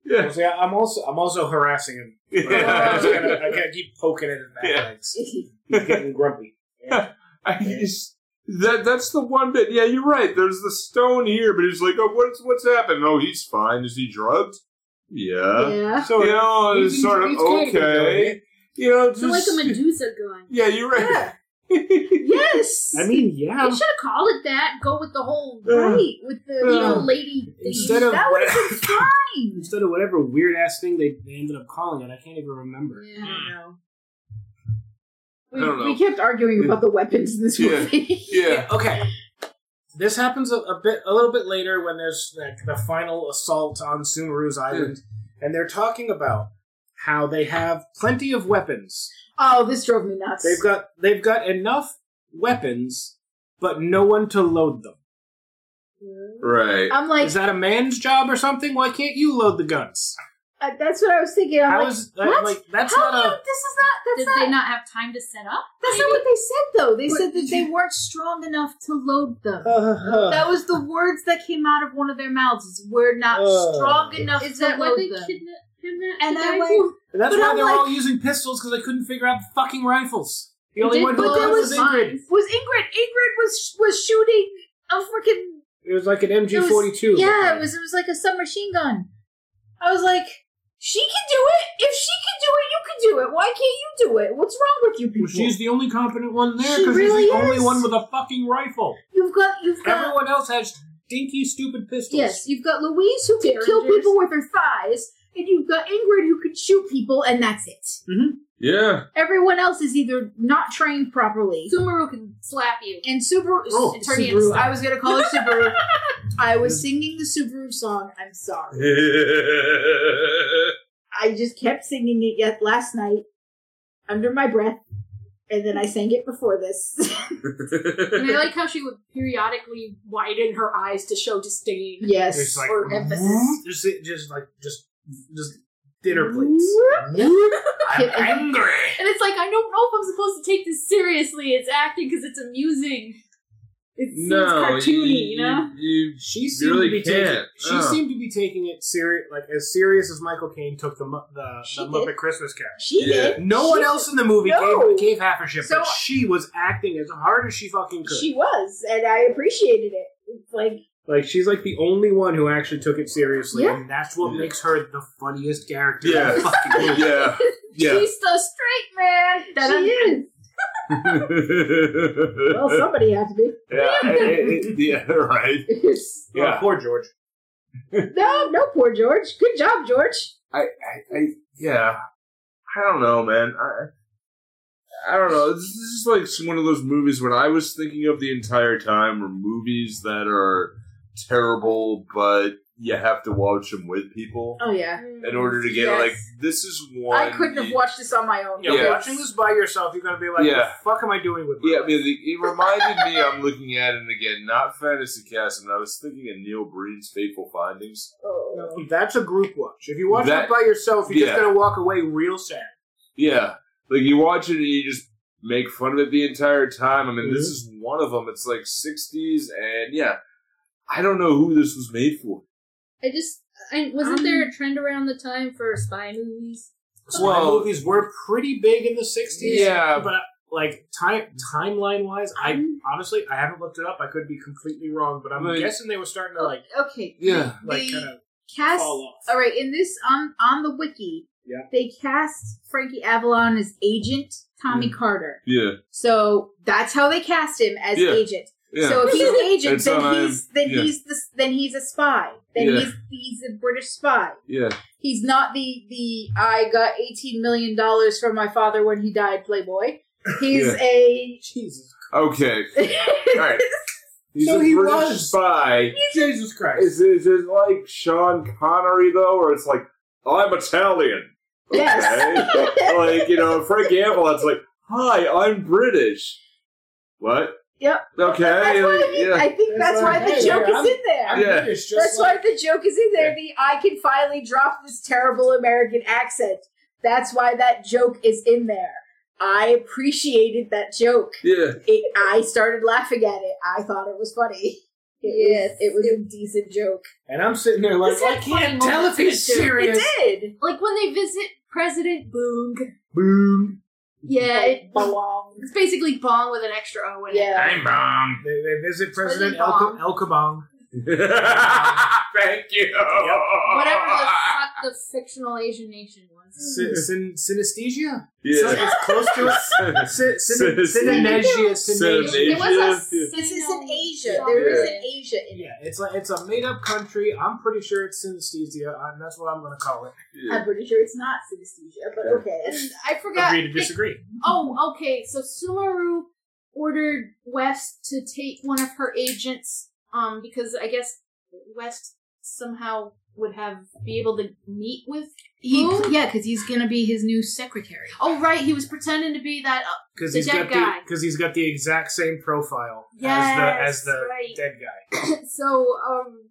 [SPEAKER 1] Yeah.
[SPEAKER 2] See, I'm also I'm also harassing him. I
[SPEAKER 1] Yeah.
[SPEAKER 2] just gotta, I gotta keep poking at his back
[SPEAKER 1] Yeah.
[SPEAKER 2] legs. He's getting grumpy.
[SPEAKER 1] I just, that that's the one bit. Yeah, you're right. There's the stone here, but he's like, oh, what's what's happened? Oh, he's fine. Is he drugged? Yeah.
[SPEAKER 4] Yeah.
[SPEAKER 2] So
[SPEAKER 1] You know,
[SPEAKER 2] He's-
[SPEAKER 1] it's sort of
[SPEAKER 2] he's kind of doing
[SPEAKER 1] okay. You know, just
[SPEAKER 3] So like a Medusa gun.
[SPEAKER 1] yeah, you're right.
[SPEAKER 4] Yeah. yes.
[SPEAKER 2] I mean,
[SPEAKER 3] They
[SPEAKER 2] yeah.
[SPEAKER 3] should have called it that. Go with the whole
[SPEAKER 4] right. With the
[SPEAKER 3] you know
[SPEAKER 4] you know,
[SPEAKER 3] lady thing.
[SPEAKER 2] Instead of
[SPEAKER 4] that would
[SPEAKER 2] what-
[SPEAKER 4] have been fine.
[SPEAKER 2] instead of whatever weird ass thing they they ended up calling it, I can't even remember.
[SPEAKER 4] I
[SPEAKER 3] yeah.
[SPEAKER 4] don't know.
[SPEAKER 1] I don't know.
[SPEAKER 4] We, we kept arguing about the weapons in this
[SPEAKER 1] Yeah.
[SPEAKER 4] movie.
[SPEAKER 1] Yeah.
[SPEAKER 2] Okay. This happens a, a bit, a little bit later when there's like the final assault on Sumeru's island, and they're talking about how they have plenty of weapons.
[SPEAKER 4] Oh, this drove me nuts.
[SPEAKER 2] They've got they've got enough weapons, but no one to load them.
[SPEAKER 1] Right.
[SPEAKER 4] I'm like,
[SPEAKER 2] Is that a man's job or something? Why can't you load the guns?
[SPEAKER 4] uh, that's what I was thinking. I'm
[SPEAKER 2] How
[SPEAKER 4] like,
[SPEAKER 2] is that,
[SPEAKER 4] what?
[SPEAKER 2] like that's
[SPEAKER 4] how
[SPEAKER 2] not
[SPEAKER 4] do
[SPEAKER 2] a
[SPEAKER 4] you, this is not, that's
[SPEAKER 3] Did
[SPEAKER 4] not,
[SPEAKER 3] they not have time to set up?
[SPEAKER 4] that's not what they said though. They said that they weren't strong enough to load them.
[SPEAKER 2] Uh.
[SPEAKER 4] That was the words that came out of one of their mouths. Is we're not
[SPEAKER 2] Uh,
[SPEAKER 4] strong enough
[SPEAKER 3] Is
[SPEAKER 4] to
[SPEAKER 3] that why
[SPEAKER 4] load
[SPEAKER 3] they
[SPEAKER 4] them.
[SPEAKER 3] kidnapped him? that
[SPEAKER 4] and I
[SPEAKER 3] day?
[SPEAKER 4] went,
[SPEAKER 2] And that's
[SPEAKER 4] But
[SPEAKER 2] why
[SPEAKER 4] I'm
[SPEAKER 2] they're
[SPEAKER 4] like-
[SPEAKER 2] all using pistols because they couldn't figure out fucking rifles. The
[SPEAKER 3] They
[SPEAKER 2] only
[SPEAKER 3] did
[SPEAKER 2] one who
[SPEAKER 3] put
[SPEAKER 4] but there
[SPEAKER 2] loads
[SPEAKER 4] was
[SPEAKER 2] is Ingrid.
[SPEAKER 4] was Ingrid. Ingrid was was shooting a freaking
[SPEAKER 2] It was like an MG forty two.
[SPEAKER 4] Yeah, it was it was like a submachine gun. I was like, she can do it. If she can do it, you can do it. Why can't you do it? What's wrong with you people?
[SPEAKER 2] Well, she's the only competent one there
[SPEAKER 4] She
[SPEAKER 2] because
[SPEAKER 4] really
[SPEAKER 2] he's the only
[SPEAKER 4] is.
[SPEAKER 2] one with a fucking rifle.
[SPEAKER 4] you've got you've got
[SPEAKER 2] Everyone else has dinky, stupid pistols.
[SPEAKER 4] yes, you've got Louise who can kill
[SPEAKER 5] Derringers.
[SPEAKER 4] people with her thighs, and you've got Ingrid who can shoot people, and that's it.
[SPEAKER 1] Yeah.
[SPEAKER 4] Everyone else is either not trained properly.
[SPEAKER 3] Sumaru can slap you.
[SPEAKER 4] And Subaru,
[SPEAKER 2] Oh,
[SPEAKER 4] S-
[SPEAKER 3] Subaru.
[SPEAKER 4] Subaru, I was gonna call her Subaru. I was singing the Subaru song. I'm sorry. I just kept singing it yet last night under my breath, and then I sang it before this.
[SPEAKER 3] And I like how she would periodically widen her eyes to show disdain
[SPEAKER 4] yes.
[SPEAKER 2] It's like
[SPEAKER 3] or emphasis.
[SPEAKER 2] just, just like just just dinner plates. I'm angry.
[SPEAKER 3] And it's like, I don't know if I'm supposed to take this seriously. It's acting because it's amusing. It seems cartoony, you, know?
[SPEAKER 1] You,
[SPEAKER 2] She seemed
[SPEAKER 1] You really
[SPEAKER 2] to be taking.
[SPEAKER 1] can't.
[SPEAKER 2] She
[SPEAKER 1] Oh.
[SPEAKER 2] seemed to be taking it serious, like as serious as Michael Caine took the mu- the,
[SPEAKER 4] She
[SPEAKER 2] the
[SPEAKER 4] did.
[SPEAKER 2] Muppet Christmas Carol.
[SPEAKER 4] She
[SPEAKER 1] Yeah.
[SPEAKER 4] did.
[SPEAKER 2] No
[SPEAKER 4] She
[SPEAKER 2] one
[SPEAKER 4] did.
[SPEAKER 2] else in the movie
[SPEAKER 4] No.
[SPEAKER 2] gave, gave half a shit,
[SPEAKER 4] So-
[SPEAKER 2] but she was acting as hard as she fucking could.
[SPEAKER 4] She was, and I appreciated it. It's like
[SPEAKER 2] like she's like the only one who actually took it seriously,
[SPEAKER 4] Yeah.
[SPEAKER 2] and that's what
[SPEAKER 1] Yeah.
[SPEAKER 2] makes her the funniest character.
[SPEAKER 1] Yeah.
[SPEAKER 2] in the fucking movie.
[SPEAKER 1] Oh, yeah. Yeah.
[SPEAKER 4] she's the straight man.
[SPEAKER 3] Dun-dun.
[SPEAKER 4] She is. Well, somebody had to be.
[SPEAKER 1] yeah. it- it- yeah. Right.
[SPEAKER 2] Oh,
[SPEAKER 1] Yeah.
[SPEAKER 2] poor George.
[SPEAKER 4] no, no, poor George. Good job, George.
[SPEAKER 1] I, I, I yeah. I don't know, man. I, I don't know. This is like one of those movies when I was thinking of the entire time were movies that are terrible, but you have to watch them with people
[SPEAKER 4] Oh yeah.
[SPEAKER 1] in order to get
[SPEAKER 4] Yes.
[SPEAKER 1] like this is one. e-
[SPEAKER 4] I couldn't have watched this on my own.
[SPEAKER 2] Yeah,
[SPEAKER 1] Yeah.
[SPEAKER 2] watching this by yourself, you're gonna be like,
[SPEAKER 1] Yeah.
[SPEAKER 2] "What the fuck am I doing with?" my
[SPEAKER 1] Yeah, I
[SPEAKER 2] life?"
[SPEAKER 1] mean, the- it reminded me. I'm looking at it again, not Fantasy Cast, and I was thinking of Neil Breen's Fateful Findings.
[SPEAKER 4] Oh.
[SPEAKER 2] That's a group watch. If you watch
[SPEAKER 1] That-
[SPEAKER 2] it by yourself, you're
[SPEAKER 1] Yeah.
[SPEAKER 2] just gonna walk away real sad.
[SPEAKER 1] Yeah, like you watch it and you just make fun of it the entire time. I mean, this
[SPEAKER 2] Mm-hmm.
[SPEAKER 1] is one of them. It's like '60s, and yeah, I don't know who this was made for.
[SPEAKER 5] I just I, wasn't there
[SPEAKER 3] Um,
[SPEAKER 5] a trend around the time for spy movies?
[SPEAKER 2] Spy
[SPEAKER 1] Well-
[SPEAKER 2] movies were pretty big in the '60s.
[SPEAKER 1] Yeah.
[SPEAKER 2] but like time timeline wise, I
[SPEAKER 5] I'm-
[SPEAKER 2] honestly I haven't looked it up. I could be completely wrong, but I'm
[SPEAKER 1] Right.
[SPEAKER 2] guessing they were starting
[SPEAKER 1] uh,
[SPEAKER 2] to like
[SPEAKER 4] Okay.
[SPEAKER 1] Yeah,
[SPEAKER 2] like
[SPEAKER 4] The
[SPEAKER 2] kind of
[SPEAKER 4] Cast.
[SPEAKER 2] fall off.
[SPEAKER 4] All right. In this on on the wiki,
[SPEAKER 2] Yeah.
[SPEAKER 4] they cast Frankie Avalon as Agent
[SPEAKER 2] Mm.
[SPEAKER 4] Tommy Carter.
[SPEAKER 1] yeah,
[SPEAKER 4] So that's how they cast him as
[SPEAKER 1] Yeah.
[SPEAKER 4] agent.
[SPEAKER 1] yeah.
[SPEAKER 4] So if he's an agent,
[SPEAKER 1] It's
[SPEAKER 4] then
[SPEAKER 1] on
[SPEAKER 4] he's then
[SPEAKER 1] yeah.
[SPEAKER 4] he's the, then he's a spy. Then
[SPEAKER 1] Yeah.
[SPEAKER 4] he's he's a British spy.
[SPEAKER 1] yeah,
[SPEAKER 4] He's not the the I got eighteen million dollars from my father when he died playboy. He's
[SPEAKER 1] Yeah.
[SPEAKER 4] a
[SPEAKER 2] Jesus,
[SPEAKER 1] okay, all right. He's
[SPEAKER 2] So
[SPEAKER 1] a
[SPEAKER 2] he
[SPEAKER 1] British
[SPEAKER 2] was.
[SPEAKER 1] spy.
[SPEAKER 2] Jesus Christ!
[SPEAKER 1] Is, is it like Sean Connery though, or it's like I'm Italian?
[SPEAKER 4] Yes.
[SPEAKER 1] Okay. like you know, Frank Avalon's like, "Hi, I'm British." What?
[SPEAKER 4] Yep.
[SPEAKER 1] Okay.
[SPEAKER 4] That's why
[SPEAKER 1] like,
[SPEAKER 4] he-
[SPEAKER 1] yeah.
[SPEAKER 4] I think
[SPEAKER 2] That's
[SPEAKER 4] that's why
[SPEAKER 2] why-
[SPEAKER 4] the
[SPEAKER 2] hey,
[SPEAKER 4] joke
[SPEAKER 2] yeah,
[SPEAKER 4] is in
[SPEAKER 2] I'm
[SPEAKER 4] there.
[SPEAKER 1] Yeah.
[SPEAKER 2] British, just
[SPEAKER 4] That's why
[SPEAKER 2] like-
[SPEAKER 4] the joke is in there. The I can finally drop this terrible American accent. That's why that joke is in there. I appreciated that joke.
[SPEAKER 1] yeah.
[SPEAKER 4] It, I started laughing at it. I thought it was funny. It
[SPEAKER 5] Yes.
[SPEAKER 4] was, it was a decent joke.
[SPEAKER 2] And I'm sitting there like
[SPEAKER 3] This
[SPEAKER 2] I
[SPEAKER 3] had
[SPEAKER 2] can't
[SPEAKER 3] funny
[SPEAKER 2] tell if
[SPEAKER 3] moments
[SPEAKER 2] he's
[SPEAKER 3] too. It
[SPEAKER 2] serious.
[SPEAKER 4] It did.
[SPEAKER 3] Like when they visit President Boong.
[SPEAKER 2] Boom.
[SPEAKER 3] Yeah, it-
[SPEAKER 4] belong.
[SPEAKER 3] it's basically Bong with an extra O in it.
[SPEAKER 4] Yeah.
[SPEAKER 6] I'm wrong.
[SPEAKER 2] They, they visit President El,
[SPEAKER 3] President
[SPEAKER 2] El Kabong.
[SPEAKER 6] Thank you.
[SPEAKER 3] Whatever the fuck the fictional Asian nation was.
[SPEAKER 2] Sy- syn- synesthesia? So
[SPEAKER 1] Yeah.
[SPEAKER 2] it's close to it. Sy- syn-
[SPEAKER 1] Synesthesia. Synesthesia.
[SPEAKER 2] Synesthesia. Synesthesia.
[SPEAKER 3] It was
[SPEAKER 1] Yeah.
[SPEAKER 3] a
[SPEAKER 4] This is in Asia.
[SPEAKER 3] sino-
[SPEAKER 4] There is
[SPEAKER 1] Yeah.
[SPEAKER 4] an Asia in it.
[SPEAKER 2] Yeah, it's like it's a made up country. I'm pretty sure it's synesthesia, and that's what I'm going to call it.
[SPEAKER 1] yeah.
[SPEAKER 4] I'm pretty sure it's not synesthesia, but okay.
[SPEAKER 3] And I forgot.
[SPEAKER 2] disagree.
[SPEAKER 3] Oh, okay. So Sumaru ordered West to take one of her agents, um, because I guess West somehow would have be able to meet with.
[SPEAKER 4] He,
[SPEAKER 3] Who?
[SPEAKER 4] yeah, because he's gonna be his new secretary.
[SPEAKER 3] Oh, right. He was pretending to be that. Uh,
[SPEAKER 2] Because
[SPEAKER 3] The
[SPEAKER 2] he's
[SPEAKER 3] dead
[SPEAKER 2] got
[SPEAKER 3] guy.
[SPEAKER 2] the because he's got the exact same profile
[SPEAKER 3] Yes,
[SPEAKER 2] as the as the
[SPEAKER 3] right.
[SPEAKER 2] dead guy.
[SPEAKER 3] so, um,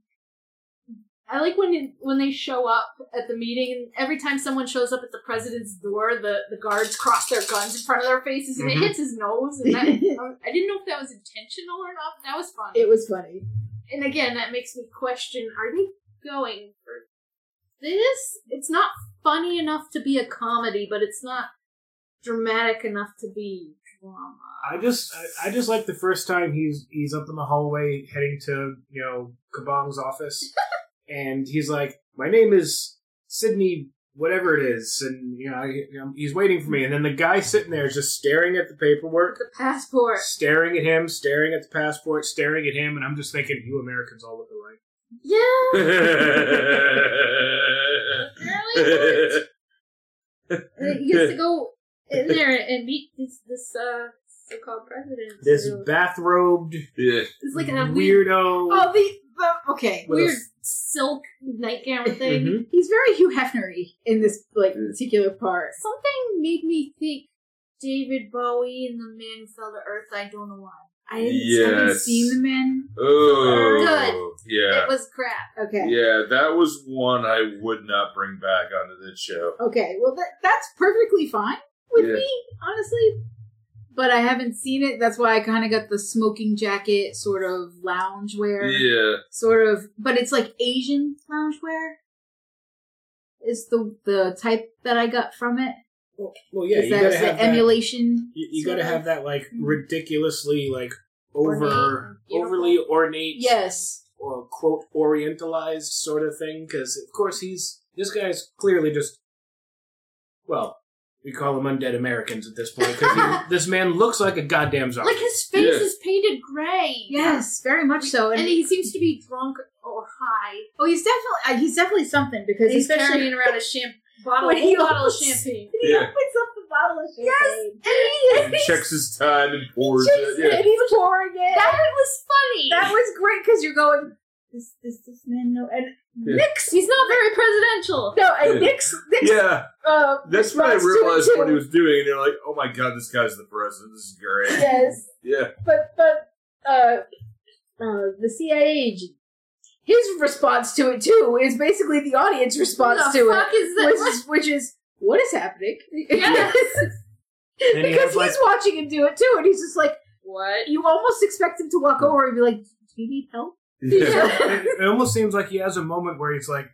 [SPEAKER 3] I like when it- when they show up at the meeting, and every time someone shows up at the president's door, the the guards cross their guns in front of their faces, and
[SPEAKER 2] Mhm.
[SPEAKER 3] it hits his nose. And that, um, I didn't know if that was intentional or not. but That was fun.
[SPEAKER 4] It was funny.
[SPEAKER 3] and again, that makes me question: Are they going for this? It's not funny enough to be a comedy, but it's not dramatic enough to be drama.
[SPEAKER 2] I just I, I just like the first time he's he's up in the hallway heading to you know Kabong's office, and he's like, "My name is Sydney, whatever it is," and you know, I, you know, he's waiting for me, and then the guy sitting there is just staring at the paperwork,
[SPEAKER 3] The passport.
[SPEAKER 2] staring at him, staring at the passport, staring at him, and I'm just thinking, you Americans all look alike.
[SPEAKER 3] Yeah.
[SPEAKER 1] Apparently
[SPEAKER 3] Apparently, he has to go in there and meet this this uh, so-called president.
[SPEAKER 2] This
[SPEAKER 3] So
[SPEAKER 2] bathrobed
[SPEAKER 1] Yeah.
[SPEAKER 3] it's like a weird,
[SPEAKER 2] weirdo.
[SPEAKER 4] Oh, the, the okay.
[SPEAKER 2] with a
[SPEAKER 3] weird silk nightgown thing.
[SPEAKER 2] Mhm.
[SPEAKER 4] He's very Hugh Hefnery in this like particular part.
[SPEAKER 3] Something made me think David Bowie and the man who fell to earth. I don't know why.
[SPEAKER 4] I haven't, I haven't
[SPEAKER 1] Yes.
[SPEAKER 4] seen the man.
[SPEAKER 1] Oh, yeah.
[SPEAKER 3] It was crap.
[SPEAKER 4] Okay.
[SPEAKER 1] Yeah, that was one I would not bring back onto this show.
[SPEAKER 4] Okay. Well, that that's perfectly fine with
[SPEAKER 1] Yeah.
[SPEAKER 4] me, honestly. But I haven't seen it. That's why I kind of got the smoking jacket sort of loungewear,
[SPEAKER 1] Yeah.
[SPEAKER 4] sort of. But it's like Asian loungewear. Is the the type that I got from it?
[SPEAKER 2] Well, well, yeah,
[SPEAKER 4] Is
[SPEAKER 2] you gotta
[SPEAKER 4] that Mm-hmm.
[SPEAKER 2] have
[SPEAKER 4] an
[SPEAKER 2] that.
[SPEAKER 4] emulation?
[SPEAKER 2] you, you
[SPEAKER 4] sort
[SPEAKER 2] gotta
[SPEAKER 4] of?
[SPEAKER 2] have that like ridiculously like over
[SPEAKER 3] Ornate,
[SPEAKER 2] overly ornate
[SPEAKER 4] Yes.
[SPEAKER 2] or quote orientalized sort of thing because of course he's this guy's clearly just well we call him undead americans at this point because this man looks like a goddamn zombie
[SPEAKER 3] Like his face
[SPEAKER 1] Yeah.
[SPEAKER 3] is painted gray.
[SPEAKER 4] Yes, very much so.
[SPEAKER 3] And he seems to be drunk or high.
[SPEAKER 4] Oh, he's definitely uh, he's definitely something because
[SPEAKER 3] He's
[SPEAKER 4] especially
[SPEAKER 3] carrying around a champ bottle,
[SPEAKER 4] When
[SPEAKER 3] a whole
[SPEAKER 4] he
[SPEAKER 3] bottle of
[SPEAKER 4] opens-
[SPEAKER 3] champagne.
[SPEAKER 1] He Yeah.
[SPEAKER 4] opens up the bottle of
[SPEAKER 3] champagne.
[SPEAKER 4] Yes,
[SPEAKER 1] And he checks his time and pours it.
[SPEAKER 4] and he's pouring it.
[SPEAKER 3] That was funny.
[SPEAKER 4] That was great because you're going. Does, does this man know? And
[SPEAKER 1] Yeah.
[SPEAKER 4] Nick's
[SPEAKER 3] He's not very presidential.
[SPEAKER 4] no, and
[SPEAKER 1] Yeah.
[SPEAKER 4] Nick's Nick's.
[SPEAKER 1] Yeah. Yeah.
[SPEAKER 4] Uh,
[SPEAKER 1] That's when I
[SPEAKER 4] response to it,
[SPEAKER 1] realized what he
[SPEAKER 4] too.
[SPEAKER 1] was doing, and they're like, oh my god, this guy's the president. This is great.
[SPEAKER 4] Yes,
[SPEAKER 1] Yeah.
[SPEAKER 4] but but uh, uh, the CIA agent. His response to it too is basically the audience response
[SPEAKER 3] What the
[SPEAKER 4] to
[SPEAKER 3] fuck
[SPEAKER 4] it,
[SPEAKER 3] is that?
[SPEAKER 4] which is which is what is happening?
[SPEAKER 3] Yes.
[SPEAKER 2] And he
[SPEAKER 4] because
[SPEAKER 2] has, like-
[SPEAKER 4] he's watching him do it too, and he's just like,
[SPEAKER 3] What?
[SPEAKER 4] you almost expect him to walk over and be like, "Do you need help?"
[SPEAKER 1] Yeah.
[SPEAKER 2] it, it almost seems like he has a moment where he's like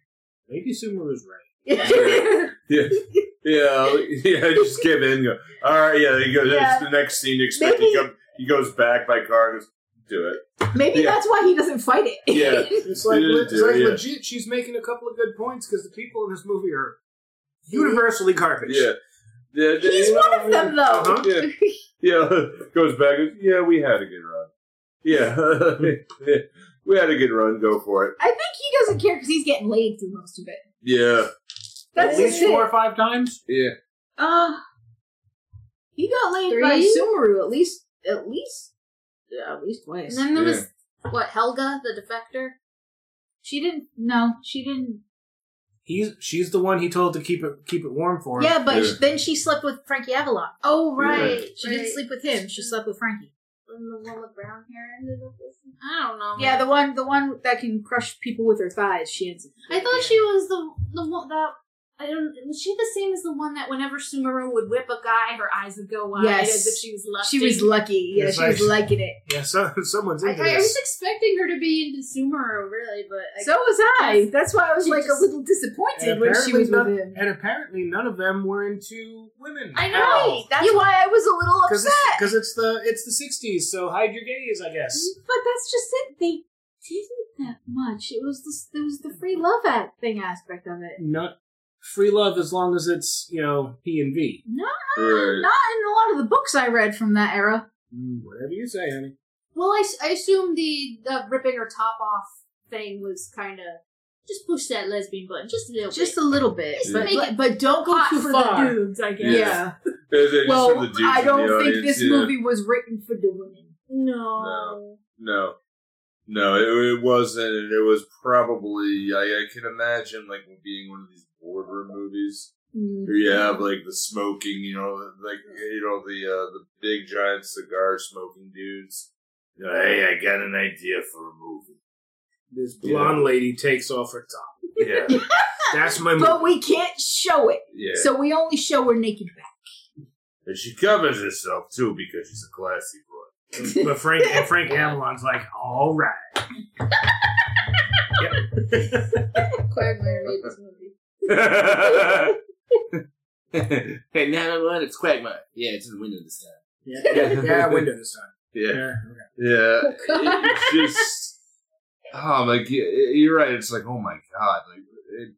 [SPEAKER 2] maybe sumaru's right
[SPEAKER 1] Yeah. Yeah. Yeah. Just give in. Go, All right. Yeah. He goes,
[SPEAKER 4] Yeah.
[SPEAKER 1] That's the next scene to expect. He,
[SPEAKER 4] Maybe-
[SPEAKER 1] come, he goes back by car and goes, do it.
[SPEAKER 4] Maybe
[SPEAKER 1] Yeah.
[SPEAKER 4] that's why he doesn't fight it.
[SPEAKER 1] Yeah.
[SPEAKER 2] it's like,
[SPEAKER 1] Yeah,
[SPEAKER 2] it's like
[SPEAKER 1] yeah.
[SPEAKER 2] legit she's making a couple of good points because the people in this movie are universally garbage
[SPEAKER 1] Yeah. yeah
[SPEAKER 4] He's
[SPEAKER 1] yeah.
[SPEAKER 4] one of them, though.
[SPEAKER 2] Uh-huh.
[SPEAKER 1] Yeah. Yeah. Goes back. goes, Yeah, we had a good run. Yeah. we had a good run. Go for it.
[SPEAKER 4] I think he doesn't care because he's getting laid through most of it.
[SPEAKER 1] Yeah.
[SPEAKER 4] That's
[SPEAKER 2] at least
[SPEAKER 4] just it.
[SPEAKER 2] four or five times
[SPEAKER 1] Yeah.
[SPEAKER 4] Uh, he got laid
[SPEAKER 3] Three?
[SPEAKER 4] by Sumaru at least, at least, yeah, at least
[SPEAKER 3] And
[SPEAKER 4] twice.
[SPEAKER 3] then there
[SPEAKER 1] Yeah.
[SPEAKER 3] was what Helga, the defector.
[SPEAKER 4] she didn't. No, she didn't.
[SPEAKER 2] he's she's the one he told to keep it keep it warm for him
[SPEAKER 4] Yeah, but
[SPEAKER 1] Yeah.
[SPEAKER 4] then she slept with Frankie Avalon.
[SPEAKER 3] Oh
[SPEAKER 1] Yeah.
[SPEAKER 3] right,
[SPEAKER 4] She didn't sleep with him. She slept with Frankie.
[SPEAKER 3] And the one with brown hair ended up with. him? I don't know.
[SPEAKER 4] Yeah, the one, the one that can crush people with her thighs. She ends. up-
[SPEAKER 3] I thought she was the the one that. I don't. Was she the same as the one that whenever Sumaru would whip a guy, her eyes would go wide
[SPEAKER 4] Yes.
[SPEAKER 3] as if she was lusting?
[SPEAKER 4] She was lucky. Yeah,
[SPEAKER 2] Yes,
[SPEAKER 4] she was
[SPEAKER 2] I-
[SPEAKER 4] liking it.
[SPEAKER 2] yeah so someone's
[SPEAKER 3] I,
[SPEAKER 2] into
[SPEAKER 3] I
[SPEAKER 2] this
[SPEAKER 3] was expecting her to be into Sumaru, really, but I,
[SPEAKER 4] So was I. That's why I was
[SPEAKER 3] She
[SPEAKER 4] like
[SPEAKER 3] just-
[SPEAKER 4] a little disappointed
[SPEAKER 2] And
[SPEAKER 4] when she was with
[SPEAKER 2] apparently
[SPEAKER 4] him.
[SPEAKER 2] And apparently, none of them were into women.
[SPEAKER 3] I know.
[SPEAKER 4] Right. That's why I was a little
[SPEAKER 2] Because
[SPEAKER 4] upset.
[SPEAKER 2] it's, 'cause it's the it's the sixties, so hide your gaze, I guess.
[SPEAKER 4] But that's just it. They didn't that much. It was this. It was the free love act thing aspect of it.
[SPEAKER 2] Not free love as long as it's you know P and V.
[SPEAKER 4] No,
[SPEAKER 1] Right.
[SPEAKER 4] not in a lot of the books I read from that era.
[SPEAKER 2] Whatever you say, honey.
[SPEAKER 3] Well, I, s- I assume the, the ripping her top off thing was kind of just push that lesbian button just a little
[SPEAKER 4] Just
[SPEAKER 3] bit.
[SPEAKER 4] a little bit,
[SPEAKER 3] Just
[SPEAKER 4] but
[SPEAKER 3] make it
[SPEAKER 4] but don't go
[SPEAKER 3] hot
[SPEAKER 4] too
[SPEAKER 3] for
[SPEAKER 4] far.
[SPEAKER 3] the dudes, I guess.
[SPEAKER 1] Yeah. Is it just
[SPEAKER 4] Well,
[SPEAKER 1] from the dudes
[SPEAKER 4] I
[SPEAKER 1] in the
[SPEAKER 4] don't think
[SPEAKER 1] audience?
[SPEAKER 4] this
[SPEAKER 1] Yeah.
[SPEAKER 4] movie was written for the women.
[SPEAKER 3] No.
[SPEAKER 1] No. No. No, it, it wasn't. and It was probably, I, I can imagine, like, being one of these boardroom movies. where You have, like, the smoking, you know, like, you know, the, uh, the big giant cigar smoking dudes. You know, hey, I got an idea for a movie.
[SPEAKER 2] This blonde lady takes off her top.
[SPEAKER 1] Yeah.
[SPEAKER 2] That's my
[SPEAKER 4] But
[SPEAKER 2] movie.
[SPEAKER 4] we can't show it,
[SPEAKER 1] Yeah.
[SPEAKER 4] so we only show her naked back.
[SPEAKER 1] and she covers herself, too, because she's a classy boy.
[SPEAKER 2] but Frank and Frank Avalon's like, all right.
[SPEAKER 3] Quagmire made this movie.
[SPEAKER 1] yeah,
[SPEAKER 6] Hey, now I know what? It's Quagmire. Yeah, it's in the window this time.
[SPEAKER 2] Yeah, yeah, window this time.
[SPEAKER 1] Yeah.
[SPEAKER 2] Yeah.
[SPEAKER 1] Yeah.
[SPEAKER 7] Oh, God.
[SPEAKER 1] It's just, oh, like, y- you're right. It's like, oh my God. Like, it,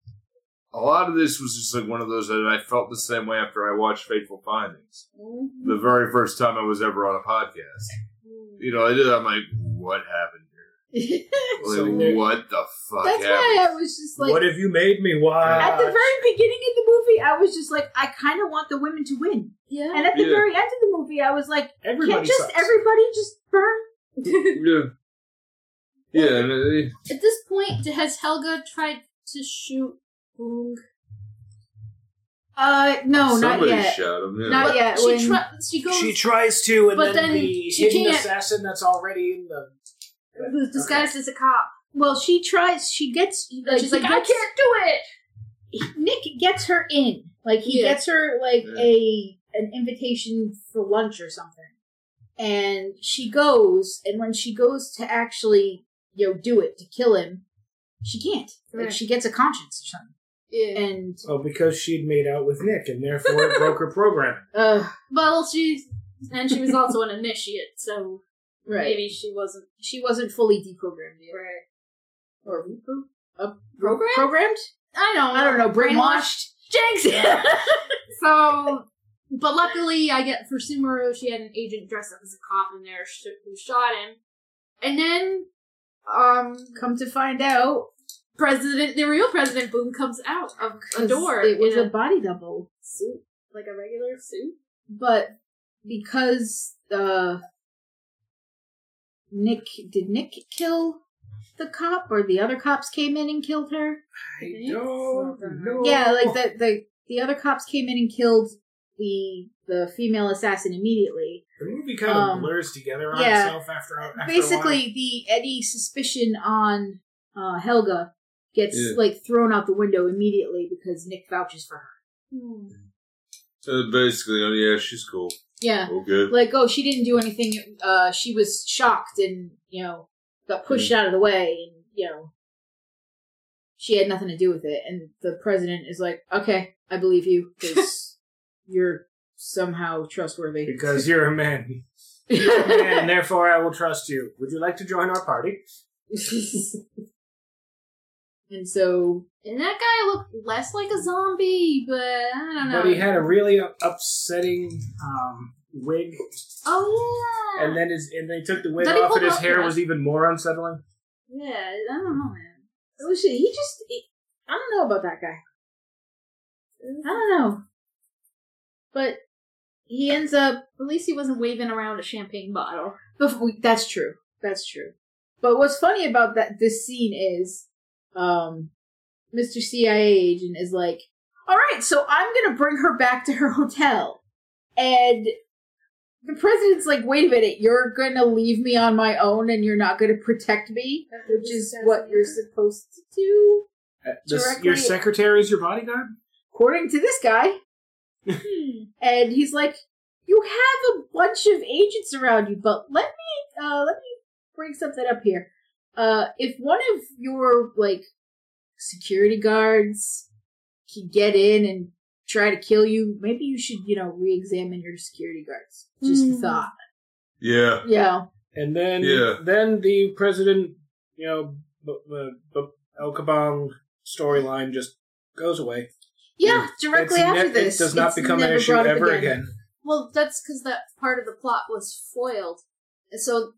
[SPEAKER 1] a lot of this was just like one of those that I felt the same way after I watched Fateful Findings. The very first time I was ever on a podcast. You know, I did, I'm like, what happened here?
[SPEAKER 2] So
[SPEAKER 1] Like,
[SPEAKER 2] there-
[SPEAKER 1] what the fuck
[SPEAKER 7] That's
[SPEAKER 1] happened?
[SPEAKER 7] why I was just like,
[SPEAKER 2] what have you made me watch?
[SPEAKER 7] at the very beginning of the movie, I was just like,
[SPEAKER 4] I kind of want the women to win.
[SPEAKER 7] yeah.
[SPEAKER 4] And at the
[SPEAKER 1] Yeah.
[SPEAKER 4] very end of the movie, I was like,
[SPEAKER 2] Everybody
[SPEAKER 4] can't just
[SPEAKER 2] sucks.
[SPEAKER 4] everybody just burn?
[SPEAKER 1] yeah. Yeah. and it-
[SPEAKER 3] At this point, has Helga tried to shoot Boog?
[SPEAKER 4] Uh, no,
[SPEAKER 1] somebody
[SPEAKER 4] not yet.
[SPEAKER 1] shot him. Yeah.
[SPEAKER 4] Not yet.
[SPEAKER 3] She,
[SPEAKER 4] When,
[SPEAKER 3] tri- she goes.
[SPEAKER 2] she tries to, and
[SPEAKER 3] But
[SPEAKER 2] then,
[SPEAKER 3] then
[SPEAKER 2] the
[SPEAKER 3] she
[SPEAKER 2] hidden
[SPEAKER 3] can't-
[SPEAKER 2] assassin that's already in the
[SPEAKER 4] who's disguised as a cop. Well, she tries. She gets. Like,
[SPEAKER 3] she's
[SPEAKER 4] he
[SPEAKER 3] like, I
[SPEAKER 4] gets-
[SPEAKER 3] can't do it!
[SPEAKER 4] Nick gets her in. Like he
[SPEAKER 7] Yeah.
[SPEAKER 4] gets her like
[SPEAKER 1] Yeah.
[SPEAKER 4] a an invitation for lunch or something. And she goes, and when she goes to actually, you know, do it to kill him, she can't. Like
[SPEAKER 3] Right.
[SPEAKER 4] she gets a conscience or something.
[SPEAKER 3] Yeah.
[SPEAKER 4] And
[SPEAKER 2] Oh, because she'd made out with Nick, and therefore it broke her programming.
[SPEAKER 4] uh
[SPEAKER 3] Well, she's. And she was also an initiate, so
[SPEAKER 4] right.
[SPEAKER 3] maybe she wasn't.
[SPEAKER 4] She wasn't fully deprogrammed yet.
[SPEAKER 3] Right.
[SPEAKER 4] Or repro- up-
[SPEAKER 3] Programmed?
[SPEAKER 4] programmed?
[SPEAKER 3] I don't know.
[SPEAKER 4] I don't know, brainwashed. Jinx!
[SPEAKER 3] So, but luckily, I get for Sumaru, she had an agent dressed up as a cop in there sh- who shot him. And then, um,
[SPEAKER 4] Come to find out,
[SPEAKER 3] President, the real President Boom comes out of a
[SPEAKER 4] 'cause
[SPEAKER 3] door.
[SPEAKER 4] It was
[SPEAKER 3] in
[SPEAKER 4] a body double.
[SPEAKER 3] suit, like a regular suit.
[SPEAKER 4] but because uh Nick did Nick kill the cop or the other cops came in and killed her?
[SPEAKER 2] I don't know.
[SPEAKER 4] Yeah, like the the the other cops came in and killed the the female assassin immediately.
[SPEAKER 2] The movie kind of
[SPEAKER 4] Um,
[SPEAKER 2] blurs together on
[SPEAKER 4] yeah.
[SPEAKER 2] itself after, after a while.
[SPEAKER 4] Basically, the any suspicion on uh Helga gets
[SPEAKER 1] Yeah.
[SPEAKER 4] like thrown out the window immediately because Nick vouches for her.
[SPEAKER 1] So basically, oh, yeah, she's cool.
[SPEAKER 4] Yeah.
[SPEAKER 1] Okay.
[SPEAKER 4] Like, oh, she didn't do anything. Uh, she was shocked and you know got pushed out of the way, and you know she had nothing to do with it. And the president is like, "Okay, I believe you because you're somehow trustworthy."
[SPEAKER 2] because you're a man, You're a man, and therefore I will trust you. Would you like to join our party?
[SPEAKER 4] and so,
[SPEAKER 3] And that guy looked less like a zombie, but I don't know.
[SPEAKER 2] But he had a really upsetting um, wig,
[SPEAKER 3] oh yeah.
[SPEAKER 2] and then his and they took the wig
[SPEAKER 3] Then he
[SPEAKER 2] off,
[SPEAKER 3] pulled
[SPEAKER 2] and his
[SPEAKER 3] out-
[SPEAKER 2] hair
[SPEAKER 3] yeah.
[SPEAKER 2] was even more unsettling.
[SPEAKER 3] yeah, I don't know, man.
[SPEAKER 4] oh shit, he just. I don't know about that guy. I don't know, but he ends up
[SPEAKER 3] At least he wasn't waving around a champagne bottle.
[SPEAKER 4] Bef- we- that's true. That's true. But what's funny about that this scene is, um, Mr. CIA agent is like, "All right, so I'm gonna bring her back to her hotel," and the president's like, "Wait a minute, you're gonna leave me on my own, and you're not gonna protect me, which is what you're supposed to do."
[SPEAKER 2] Uh, this-
[SPEAKER 4] Directly-
[SPEAKER 2] your secretary is your bodyguard.
[SPEAKER 4] according to this guy.
[SPEAKER 3] Hmm.
[SPEAKER 4] and he's like, "You have a bunch of agents around you, but let me uh, let me bring something up here. Uh, if one of your like security guards can get in and try to kill you, maybe you should you know re-examine your security guards. Just a
[SPEAKER 3] Mm.
[SPEAKER 4] thought.
[SPEAKER 1] Yeah.
[SPEAKER 4] Yeah,
[SPEAKER 2] And then,
[SPEAKER 1] Yeah.
[SPEAKER 2] then the president, you know, b- b- b- El Kabong storyline just goes away.
[SPEAKER 4] yeah. Directly
[SPEAKER 2] It's
[SPEAKER 4] after
[SPEAKER 2] ne-
[SPEAKER 4] this,
[SPEAKER 2] it does not
[SPEAKER 4] it's
[SPEAKER 2] become an
[SPEAKER 4] never
[SPEAKER 2] issue
[SPEAKER 4] brought up
[SPEAKER 2] ever again.
[SPEAKER 3] Well, that's because that part of the plot was foiled. And So,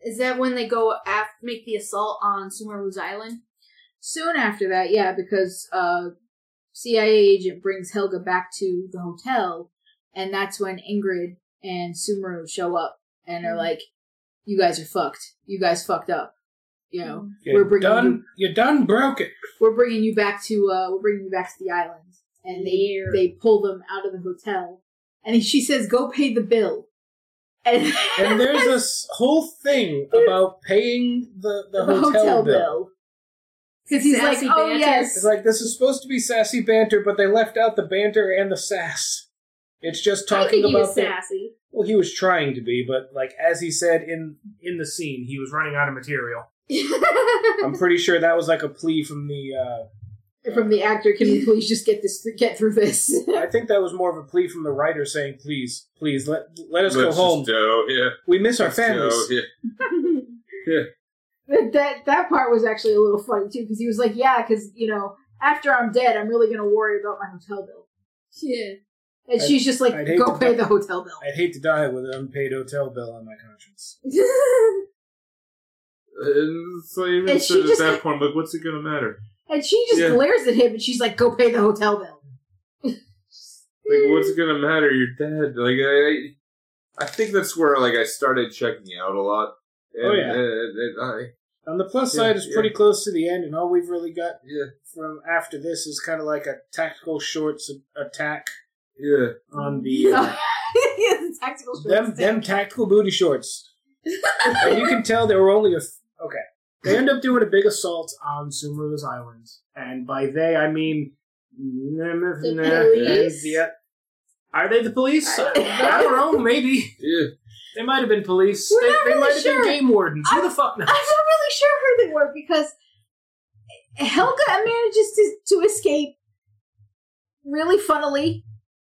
[SPEAKER 3] is that when they go af- make the assault on Sumaru's island?
[SPEAKER 4] soon after that, yeah, because uh, CIA agent brings Helga back to the hotel, and that's when Ingrid and Sumaru show up and
[SPEAKER 2] Mm-hmm.
[SPEAKER 4] are like, "You guys are fucked. You guys fucked up. You
[SPEAKER 3] Hmm.
[SPEAKER 4] know,
[SPEAKER 2] You're
[SPEAKER 4] We're bringing
[SPEAKER 2] done.
[SPEAKER 4] you-
[SPEAKER 2] You're done. Broke it.
[SPEAKER 4] we're bringing you back to uh, we're bringing you back to the island." And they
[SPEAKER 3] Yeah.
[SPEAKER 4] they pull them out of the hotel, and she says, "Go pay the bill." And
[SPEAKER 2] And there's this whole thing about paying the, the, hotel, bill.
[SPEAKER 4] Because he's
[SPEAKER 3] Sassy
[SPEAKER 4] like, "Oh
[SPEAKER 3] banter.
[SPEAKER 4] yes,
[SPEAKER 2] It's like this is supposed to be sassy banter, but they left out the banter and the sass. It's just
[SPEAKER 3] I think
[SPEAKER 2] talking
[SPEAKER 3] he
[SPEAKER 2] about
[SPEAKER 3] was
[SPEAKER 2] the,
[SPEAKER 3] sassy.
[SPEAKER 2] well, he was trying to be, but like as he said in in the scene, he was running out of material. I'm pretty sure that was like a plea from the uh,
[SPEAKER 4] from the actor, can we please just get this get through this?
[SPEAKER 2] I think that was more of a plea from the writer saying, "Please, please let let
[SPEAKER 1] Let's
[SPEAKER 2] us go
[SPEAKER 1] just
[SPEAKER 2] home.
[SPEAKER 1] go, yeah.
[SPEAKER 2] we miss our
[SPEAKER 1] Let's go,
[SPEAKER 2] families."
[SPEAKER 1] yeah.
[SPEAKER 4] But that that part was actually a little funny too because he was like, "Yeah, because you know, after I'm dead, I'm really gonna worry about my hotel bill."
[SPEAKER 3] Yeah.
[SPEAKER 4] And
[SPEAKER 2] I'd-
[SPEAKER 4] she's just like,
[SPEAKER 2] I'd hate
[SPEAKER 4] "Go
[SPEAKER 2] to
[SPEAKER 4] pay
[SPEAKER 2] die-
[SPEAKER 4] the hotel bill."
[SPEAKER 2] I'd hate to die with an unpaid hotel bill on my conscience.
[SPEAKER 1] And so even
[SPEAKER 4] And she
[SPEAKER 1] said at
[SPEAKER 4] just-
[SPEAKER 1] that point, I'm like, what's it gonna matter?
[SPEAKER 4] And she just
[SPEAKER 1] Yeah.
[SPEAKER 4] glares at him and she's like, "Go pay the hotel bill."
[SPEAKER 1] Like, what's it gonna matter? You're dead. Like, I, I think that's where like I started checking out a lot. And,
[SPEAKER 2] Oh, yeah.
[SPEAKER 1] and- and I,
[SPEAKER 2] On the plus
[SPEAKER 1] Yeah,
[SPEAKER 2] side, it's
[SPEAKER 1] yeah.
[SPEAKER 2] pretty close to the end, and all we've really got
[SPEAKER 1] yeah,
[SPEAKER 2] from after this is kind of like a tactical shorts attack
[SPEAKER 1] yeah.
[SPEAKER 2] on the uh,
[SPEAKER 4] yeah, the tactical shorts
[SPEAKER 2] them them tactical booty shorts. and you can tell there were only a f- okay. They end up doing a big assault on Sumeru's island, and by they I mean the
[SPEAKER 4] police?
[SPEAKER 2] Are they the police? I,
[SPEAKER 4] I don't know.
[SPEAKER 2] don't know. Maybe
[SPEAKER 1] Yeah,
[SPEAKER 2] they might have been police.
[SPEAKER 4] We're
[SPEAKER 2] they
[SPEAKER 4] not
[SPEAKER 2] they
[SPEAKER 4] really
[SPEAKER 2] might have
[SPEAKER 4] sure.
[SPEAKER 2] been game wardens. Who the fuck knows?
[SPEAKER 4] I'm not really sure who they were because Helga manages to, to escape really funnily.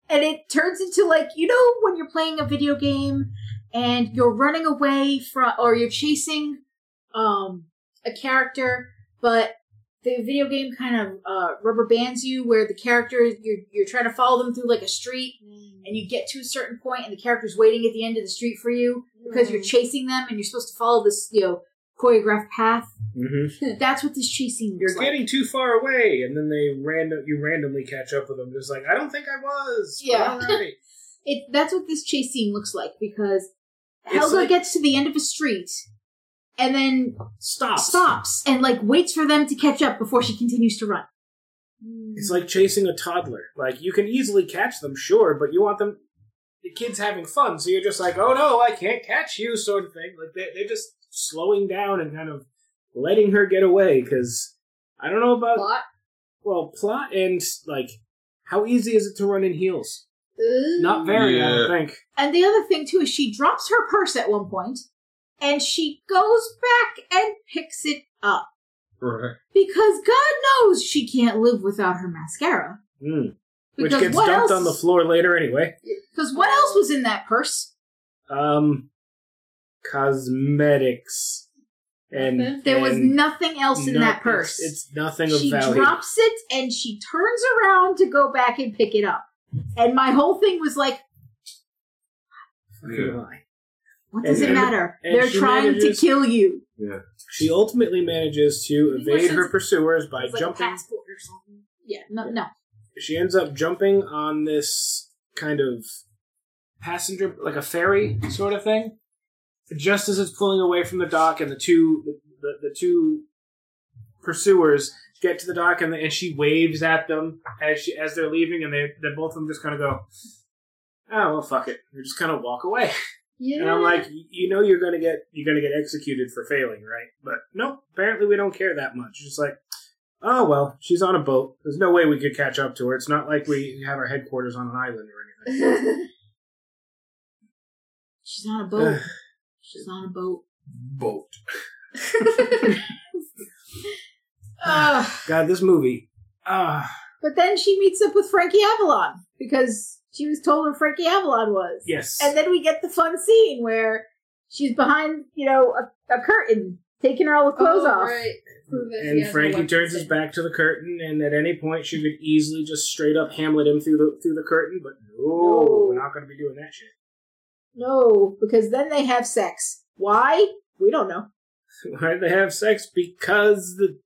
[SPEAKER 4] And it turns into like, you know, when you're playing a video game and you're running away from, or you're chasing um, a character, but the video game kind of uh, rubber bands you where the character, you're, you're trying to follow them through like a street and you get to a certain point and the character's waiting at the end of the street for you because you're chasing them and you're supposed to follow this, you know, choreographed path.
[SPEAKER 2] Mm-hmm.
[SPEAKER 4] That's what this chasing
[SPEAKER 2] You're
[SPEAKER 4] looks like.
[SPEAKER 2] getting too far away, and then they random you randomly catch up with them. Just like I don't think I was. but
[SPEAKER 4] Yeah.
[SPEAKER 2] alright."
[SPEAKER 4] It that's what this chase scene looks like because
[SPEAKER 2] It's
[SPEAKER 4] Helga
[SPEAKER 2] like-
[SPEAKER 4] gets to the end of a street and then
[SPEAKER 2] Stop.
[SPEAKER 4] stops and like waits for them to catch up before she continues to run.
[SPEAKER 2] It's like chasing a toddler. Like you can easily catch them, sure, but you want them. The kid's having fun, so you're just like, "Oh no, I can't catch you," sort of thing. Like they, they're just slowing down and kind of letting her get away. Because I don't know about
[SPEAKER 3] Plot.
[SPEAKER 2] well plot and like how easy is it to run in heels? Not very, I
[SPEAKER 1] Yeah.
[SPEAKER 2] don't think.
[SPEAKER 4] And the other thing too is she drops her purse at one point and she goes back and picks it up
[SPEAKER 1] right.
[SPEAKER 4] because God knows she can't live without her mascara.
[SPEAKER 2] Mm. Which
[SPEAKER 4] Because
[SPEAKER 2] gets
[SPEAKER 4] what
[SPEAKER 2] dumped
[SPEAKER 4] else?
[SPEAKER 2] on the floor later anyway.
[SPEAKER 4] Because what else was in that purse?
[SPEAKER 2] Um, cosmetics and
[SPEAKER 4] There was
[SPEAKER 2] and
[SPEAKER 4] nothing else in
[SPEAKER 2] no-
[SPEAKER 4] that purse.
[SPEAKER 2] It's, it's nothing of
[SPEAKER 4] she
[SPEAKER 2] value.
[SPEAKER 4] drops it and she turns around to go back and pick it up. And my whole thing was like,
[SPEAKER 1] Yeah.
[SPEAKER 4] what does
[SPEAKER 2] And-
[SPEAKER 4] it matter?
[SPEAKER 2] and
[SPEAKER 4] They're
[SPEAKER 2] she
[SPEAKER 4] trying
[SPEAKER 2] manages-
[SPEAKER 4] to kill you.
[SPEAKER 2] She ultimately manages to
[SPEAKER 4] It
[SPEAKER 2] evade
[SPEAKER 4] was-
[SPEAKER 2] her pursuers by
[SPEAKER 4] It's like a
[SPEAKER 2] jumping.
[SPEAKER 4] passport or something. Yeah, no, no.
[SPEAKER 2] She ends up jumping on this kind of passenger, like a ferry sort of thing, just as it's pulling away from the dock, and the two the, the two pursuers get to the dock, and, and she waves at them as she as they're leaving, and they they both of them just kind of go. Oh well, fuck it. They just kind of walk away,
[SPEAKER 3] Yeah.
[SPEAKER 2] and I'm like, "Y- you know, you're gonna get you're gonna get executed for failing, right? But nope. Apparently, we don't care that much. It's just like, oh well, she's on a boat. There's no way we could catch up to her. It's not like we have our headquarters on an island or anything.
[SPEAKER 4] She's on a boat. She's on a boat.
[SPEAKER 1] Boat.
[SPEAKER 4] Ugh.
[SPEAKER 2] God, this movie. Ah,
[SPEAKER 4] But then she meets up with Frankie Avalon because she was told where Frankie Avalon was.
[SPEAKER 2] yes.
[SPEAKER 4] And then we get the fun scene where she's behind, you know, a, a curtain, taking her all the clothes off.
[SPEAKER 3] Oh, Right. Prove that
[SPEAKER 2] and
[SPEAKER 3] he has
[SPEAKER 2] Frankie
[SPEAKER 3] weapons
[SPEAKER 2] turns his
[SPEAKER 3] in-
[SPEAKER 2] back to the curtain, and at any point she could easily just straight up Hamlet him through the through the curtain. But no,
[SPEAKER 4] No.
[SPEAKER 2] we're not going to be doing that shit.
[SPEAKER 4] No, because then they have sex. Why? We don't know.
[SPEAKER 2] Why did they have sex? Because the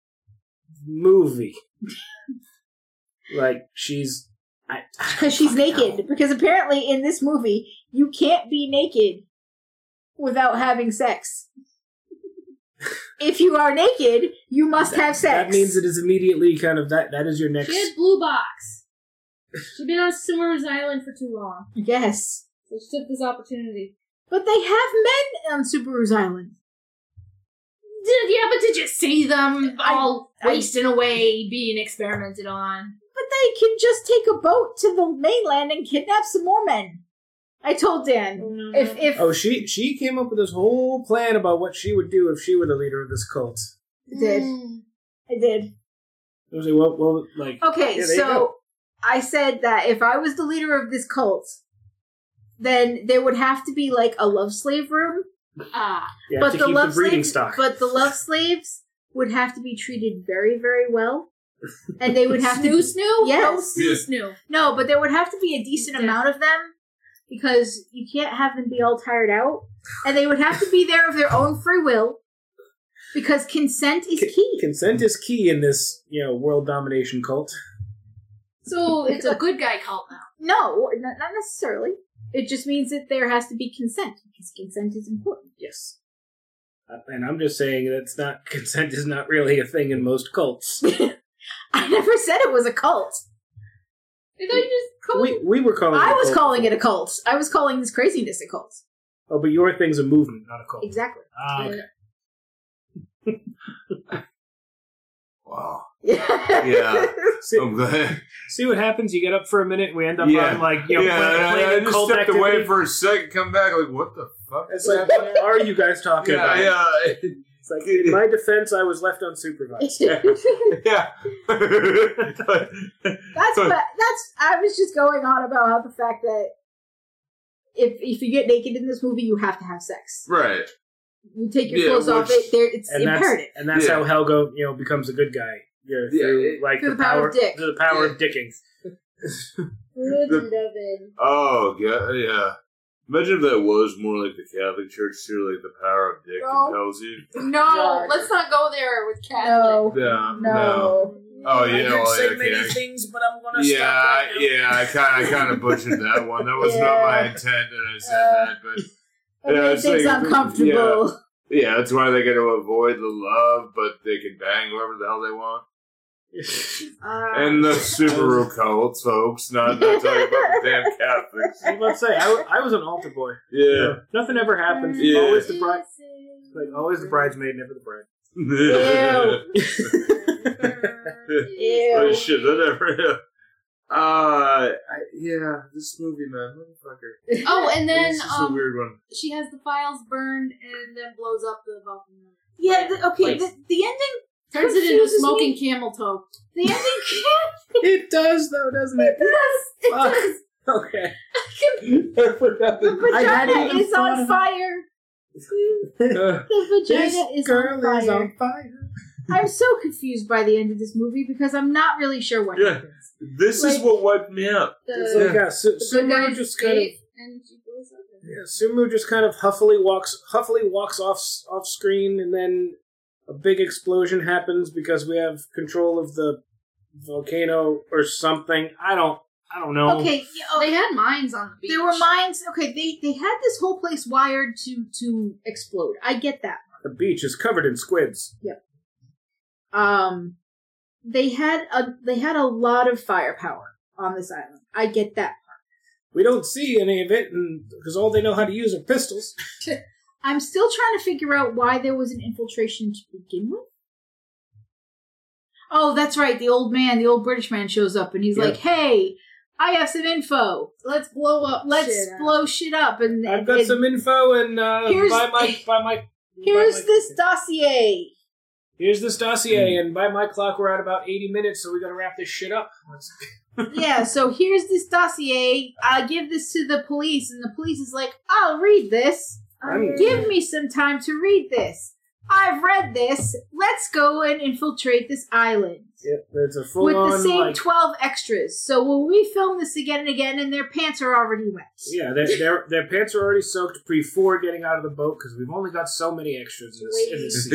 [SPEAKER 2] movie. like she's, I,
[SPEAKER 4] Because she's naked. Because apparently in this movie, you can't be naked without having sex. if you are naked, you must have sex.
[SPEAKER 2] That means it is immediately kind of that. That is your next.
[SPEAKER 3] She had blue box. She'd been on Simmer's Island for too long.
[SPEAKER 4] yes.
[SPEAKER 3] So she took this opportunity.
[SPEAKER 4] But they have men on Subaru's Island.
[SPEAKER 3] Did, yeah, but did you see them
[SPEAKER 4] I-
[SPEAKER 3] all
[SPEAKER 4] I-
[SPEAKER 3] wasting away, being experimented on?
[SPEAKER 4] But they can just take a boat to the mainland and kidnap some more men. I told Dan.
[SPEAKER 3] Mm-hmm.
[SPEAKER 4] If if
[SPEAKER 2] Oh, she she came up with this whole plan
[SPEAKER 3] Mm.
[SPEAKER 2] about what she would do if she were the leader of this cult.
[SPEAKER 4] I did. I did.
[SPEAKER 2] I was like, well, well like
[SPEAKER 4] Okay,
[SPEAKER 2] Yeah, there you
[SPEAKER 4] so I said that if I was the leader of this cult, then there would have to be like a love slave room,
[SPEAKER 3] Ah,
[SPEAKER 2] you
[SPEAKER 4] but
[SPEAKER 2] have to
[SPEAKER 4] the
[SPEAKER 2] keep
[SPEAKER 4] love
[SPEAKER 2] the breeding
[SPEAKER 4] slaves-
[SPEAKER 2] stock.
[SPEAKER 4] but the love slaves would have to be treated very, very well, and they would have to
[SPEAKER 3] snoo snoo.
[SPEAKER 4] Yes.
[SPEAKER 3] no
[SPEAKER 1] Yeah.
[SPEAKER 3] snoo snoo.
[SPEAKER 4] no, but there would have to be a decent
[SPEAKER 3] Yeah.
[SPEAKER 4] amount of them because you can't have them be all tired out, and they would have to be there of their own free will because consent is key.
[SPEAKER 2] Consent is key in this, you know, world domination cult.
[SPEAKER 3] So it's a good guy cult now.
[SPEAKER 4] No, not, not necessarily. It just means that there has to be consent because consent is important.
[SPEAKER 2] Yes. Uh, And I'm just saying that's not consent is not really a thing in most cults.
[SPEAKER 4] I never said it was a cult.
[SPEAKER 3] Did I just call
[SPEAKER 2] we we were calling.
[SPEAKER 4] I
[SPEAKER 2] it a
[SPEAKER 4] was
[SPEAKER 2] cult.
[SPEAKER 4] calling it a cult. I was calling this craziness a cult.
[SPEAKER 2] Oh, but your thing's a movement, not a cult.
[SPEAKER 4] Exactly.
[SPEAKER 2] Ah, okay.
[SPEAKER 1] Wow.
[SPEAKER 4] Yeah.
[SPEAKER 1] Yeah.
[SPEAKER 2] See,
[SPEAKER 1] I'm glad.
[SPEAKER 2] see what happens. You get up for a minute, we end up
[SPEAKER 1] Oh. Yeah.
[SPEAKER 2] on like you
[SPEAKER 1] Yeah,
[SPEAKER 2] know, playing,
[SPEAKER 1] I-
[SPEAKER 2] playing
[SPEAKER 1] I,
[SPEAKER 2] a
[SPEAKER 1] just
[SPEAKER 2] cult
[SPEAKER 1] stepped
[SPEAKER 2] activity.
[SPEAKER 1] away for a second, come back, like, what the fuck?
[SPEAKER 2] It's like, what are you guys talking about?
[SPEAKER 1] Yeah, yeah.
[SPEAKER 2] It's like, in my defense, I was left unsupervised.
[SPEAKER 1] yeah.
[SPEAKER 4] That's
[SPEAKER 1] So-
[SPEAKER 4] ba- that's. I was just going on about how the fact that if if you get naked in this movie, you have to have sex.
[SPEAKER 1] right.
[SPEAKER 4] You take your
[SPEAKER 1] Yeah,
[SPEAKER 4] clothes off.
[SPEAKER 1] which-
[SPEAKER 4] It, there, it's
[SPEAKER 2] And that's
[SPEAKER 4] imperative.
[SPEAKER 2] and that's
[SPEAKER 1] Yeah.
[SPEAKER 2] how Helga, you know, becomes a good guy. Yeah,
[SPEAKER 1] Yeah,
[SPEAKER 2] through
[SPEAKER 1] it-
[SPEAKER 2] like
[SPEAKER 4] Through
[SPEAKER 2] the
[SPEAKER 4] the power of dick.
[SPEAKER 2] through the power of dicking.
[SPEAKER 1] The- Oh, God, yeah. Imagine if that was more like the Catholic Church, too, like the power of dick
[SPEAKER 3] No.
[SPEAKER 1] compels you.
[SPEAKER 3] No, let's not go there with Catholic.
[SPEAKER 4] No,
[SPEAKER 1] Yeah,
[SPEAKER 4] no.
[SPEAKER 1] Oh, yeah, well, okay.
[SPEAKER 2] things, but I'm
[SPEAKER 1] Yeah, I- yeah, I kind, I kind of butchered that one. That was not my
[SPEAKER 4] Yeah.
[SPEAKER 1] intent that I said
[SPEAKER 4] Uh,
[SPEAKER 1] that, but
[SPEAKER 4] It
[SPEAKER 1] Yeah,
[SPEAKER 4] makes
[SPEAKER 1] it's
[SPEAKER 4] things
[SPEAKER 1] like-
[SPEAKER 4] uncomfortable.
[SPEAKER 1] yeah, that's why they got to avoid the love, but they can bang whoever the hell they want.
[SPEAKER 4] Uh,
[SPEAKER 1] And the super occults, folks, not, not talking about the damn Catholics.
[SPEAKER 2] I was about to say, I, w- I was an altar boy.
[SPEAKER 1] Yeah.
[SPEAKER 2] Nothing ever happens.
[SPEAKER 1] Yeah.
[SPEAKER 2] Always the bride, like always the bridesmaid, never the bride.
[SPEAKER 1] Oh,
[SPEAKER 4] Ew.
[SPEAKER 1] shit, that never. Uh, I, yeah, this movie, man, motherfucker.
[SPEAKER 3] Oh, and then
[SPEAKER 1] this is a
[SPEAKER 3] um,
[SPEAKER 1] weird one.
[SPEAKER 3] she has the files burned and then blows up the volcano.
[SPEAKER 4] Yeah. The, okay.
[SPEAKER 3] Like-
[SPEAKER 4] The, the ending.
[SPEAKER 3] Turns it into
[SPEAKER 4] Confuses
[SPEAKER 3] smoking
[SPEAKER 4] me.
[SPEAKER 3] camel toe.
[SPEAKER 4] The ending.
[SPEAKER 2] It does though, doesn't it?
[SPEAKER 4] yes. It
[SPEAKER 2] Fuck.
[SPEAKER 4] does.
[SPEAKER 2] Okay.
[SPEAKER 1] I forgot
[SPEAKER 4] The
[SPEAKER 1] that.
[SPEAKER 2] hadn't
[SPEAKER 4] vagina
[SPEAKER 2] even
[SPEAKER 4] is
[SPEAKER 2] thought
[SPEAKER 4] on
[SPEAKER 2] of-
[SPEAKER 4] fire.
[SPEAKER 1] Uh,
[SPEAKER 4] The vagina is on fire.
[SPEAKER 2] fire.
[SPEAKER 4] I'm so confused by the end of this movie because I'm not really sure what
[SPEAKER 1] Yeah.
[SPEAKER 4] happens.
[SPEAKER 1] this is
[SPEAKER 4] Like-
[SPEAKER 1] what wiped me out.
[SPEAKER 2] It's like, yeah, Su- Sumeru just kind of
[SPEAKER 3] and she blows up.
[SPEAKER 2] yeah, Sumeru just kind of huffily walks huffily walks off s- off screen, and then a big explosion happens because we have control of the volcano or something. I don't I don't know.
[SPEAKER 4] Okay, yeah,
[SPEAKER 3] They
[SPEAKER 4] okay.
[SPEAKER 3] had mines on the beach.
[SPEAKER 4] there were mines. Okay, they they had this whole place wired to to explode. I get that.
[SPEAKER 2] The beach is covered in squids.
[SPEAKER 4] Um, they had a they had a lot of firepower on this island. I get that.
[SPEAKER 2] We don't see any of it, and because all they know how to use are pistols.
[SPEAKER 4] I'm still trying to figure out why there was an infiltration to begin with. Oh, that's right. The old man, the old British man, shows up and he's
[SPEAKER 2] Yeah.
[SPEAKER 4] like, "Hey, I have some info.
[SPEAKER 3] Let's blow up.
[SPEAKER 4] Let's
[SPEAKER 3] shit up.
[SPEAKER 4] blow shit up." And
[SPEAKER 2] I've got
[SPEAKER 4] and-
[SPEAKER 2] some info, and uh,
[SPEAKER 4] Here's-
[SPEAKER 2] by my by my by
[SPEAKER 4] Here's
[SPEAKER 2] my-
[SPEAKER 4] this dossier.
[SPEAKER 2] Here's this dossier, and by my clock, we're at about 80 minutes, so we gotta wrap this shit up.
[SPEAKER 4] yeah, so here's this dossier. I give this to the police, and the police is like, I'll read this.
[SPEAKER 2] I'm-
[SPEAKER 4] Give me some time to read this. I've read this. Let's go and infiltrate this island.
[SPEAKER 2] Yep, it's a full
[SPEAKER 4] With
[SPEAKER 2] on
[SPEAKER 4] the same
[SPEAKER 2] like,
[SPEAKER 4] 12 extras. So when we film this again and again, and their pants are already wet.
[SPEAKER 2] yeah, their, their their pants are already soaked before getting out of the boat because we've only got so many extras in this, in this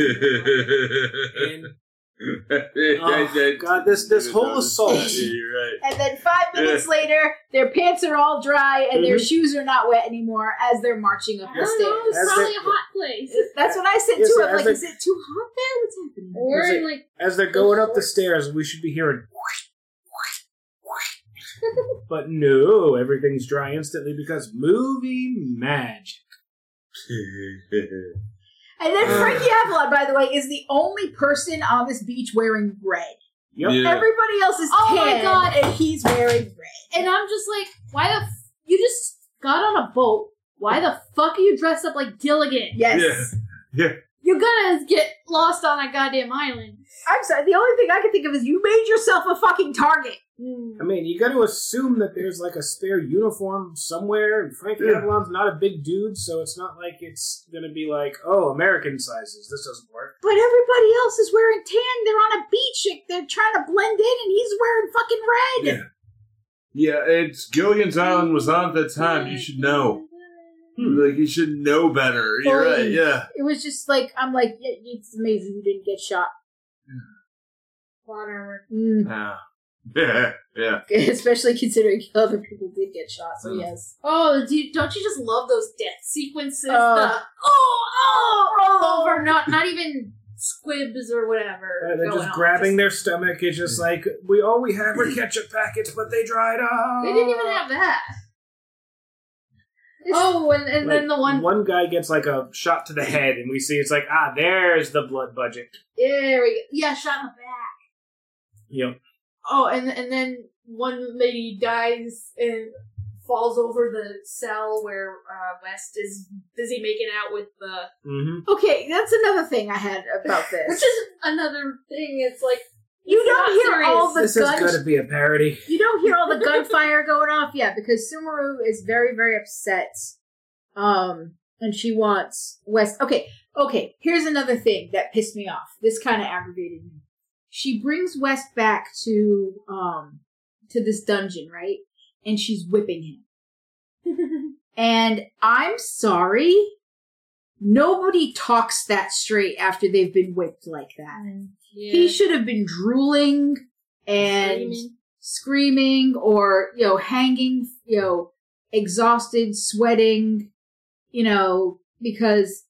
[SPEAKER 2] scene. And, oh, God, this this whole assault.
[SPEAKER 1] Yeah, You're right.
[SPEAKER 4] And then five minutes later, their pants are all dry and their
[SPEAKER 2] Mhm.
[SPEAKER 4] shoes are not wet anymore as they're marching up
[SPEAKER 3] I
[SPEAKER 4] the
[SPEAKER 3] don't know.
[SPEAKER 4] stairs.
[SPEAKER 3] It's
[SPEAKER 2] As
[SPEAKER 3] probably
[SPEAKER 2] they-
[SPEAKER 3] a hot place.
[SPEAKER 4] That's what I said
[SPEAKER 2] Yes,
[SPEAKER 4] too.
[SPEAKER 2] as
[SPEAKER 4] I'm like,
[SPEAKER 2] they-
[SPEAKER 4] is it too hot there? What's happening?
[SPEAKER 3] Or
[SPEAKER 2] Is it-
[SPEAKER 3] in like
[SPEAKER 2] As they're going up the stairs, we should be hearing. But no, everything's dry instantly because movie magic.
[SPEAKER 4] And then
[SPEAKER 1] Ugh.
[SPEAKER 4] Frankie Avalon, by the way, is the only person on this beach wearing red.
[SPEAKER 2] Yep.
[SPEAKER 1] Yeah.
[SPEAKER 4] Everybody else is
[SPEAKER 3] Oh my
[SPEAKER 4] tan,
[SPEAKER 3] God.
[SPEAKER 4] and he's wearing red.
[SPEAKER 3] And I'm just like, why the f- you just got on a boat? Why the fuck are you dressed up like Gilligan?
[SPEAKER 4] Yes,
[SPEAKER 1] Yeah.
[SPEAKER 3] You're gonna get lost on a goddamn island.
[SPEAKER 4] I'm sorry. The only thing I can think of is you made yourself a fucking target. Mm.
[SPEAKER 2] I mean, you got to assume that there's like a spare uniform somewhere. And Frankie
[SPEAKER 1] Yeah.
[SPEAKER 2] Avalon's not a big dude, so it's not like it's going to be like, oh, American sizes. This doesn't work.
[SPEAKER 4] But everybody else is wearing tan. They're on a beach. They're trying to blend in, and he's wearing fucking red.
[SPEAKER 1] Yeah. Yeah, it's Gilligan's Island was on at that time. You should know.
[SPEAKER 2] Hmm.
[SPEAKER 1] Like you should know better. You're
[SPEAKER 4] Fully.
[SPEAKER 1] right. Yeah.
[SPEAKER 4] It was just like I'm like, "Yeah, it's amazing you didn't get shot.
[SPEAKER 3] Plot armor.
[SPEAKER 4] Mm.
[SPEAKER 1] Yeah. Yeah. Yeah.
[SPEAKER 4] Especially considering other people did get shot. So
[SPEAKER 1] Mm.
[SPEAKER 4] yes,
[SPEAKER 3] Oh, do you, don't you just love those death sequences?
[SPEAKER 4] Uh,
[SPEAKER 3] the, oh, oh, roll over, not not even squibs or whatever.
[SPEAKER 2] Uh, they're
[SPEAKER 3] going
[SPEAKER 2] just
[SPEAKER 3] on,
[SPEAKER 2] grabbing their stomach. It's just like, we all we had were ketchup packets, but they dried up.
[SPEAKER 3] They didn't even have that.
[SPEAKER 4] It's-
[SPEAKER 3] oh, and, and
[SPEAKER 2] Like,
[SPEAKER 3] then the one.
[SPEAKER 2] one guy gets like a shot to the head, and we see it's like, ah, there's the blood budget.
[SPEAKER 3] There we go. Yeah, shot in the back.
[SPEAKER 2] Yep.
[SPEAKER 3] Oh, and and then one lady dies and falls over the cell where uh, West is busy making out with the.
[SPEAKER 2] Mm-hmm.
[SPEAKER 4] okay, that's another thing I had about
[SPEAKER 3] Which
[SPEAKER 4] this.
[SPEAKER 3] is another thing. It's like
[SPEAKER 4] you
[SPEAKER 3] it's
[SPEAKER 4] don't
[SPEAKER 3] not
[SPEAKER 4] hear all the
[SPEAKER 2] This is
[SPEAKER 4] gun.
[SPEAKER 2] going to be a parody.
[SPEAKER 4] you don't hear all the gunfire going off yet because Sumaru is very very upset. Um, and she wants West. Okay, okay. Here's another thing that pissed me off. This kind of aggravated me. She brings West back to um to this dungeon, right? And she's whipping him. And I'm sorry, nobody talks that straight after they've been whipped like that. He should have been drooling and
[SPEAKER 3] Screaming.
[SPEAKER 4] screaming or, you know, hanging, you know, exhausted, sweating, you know, because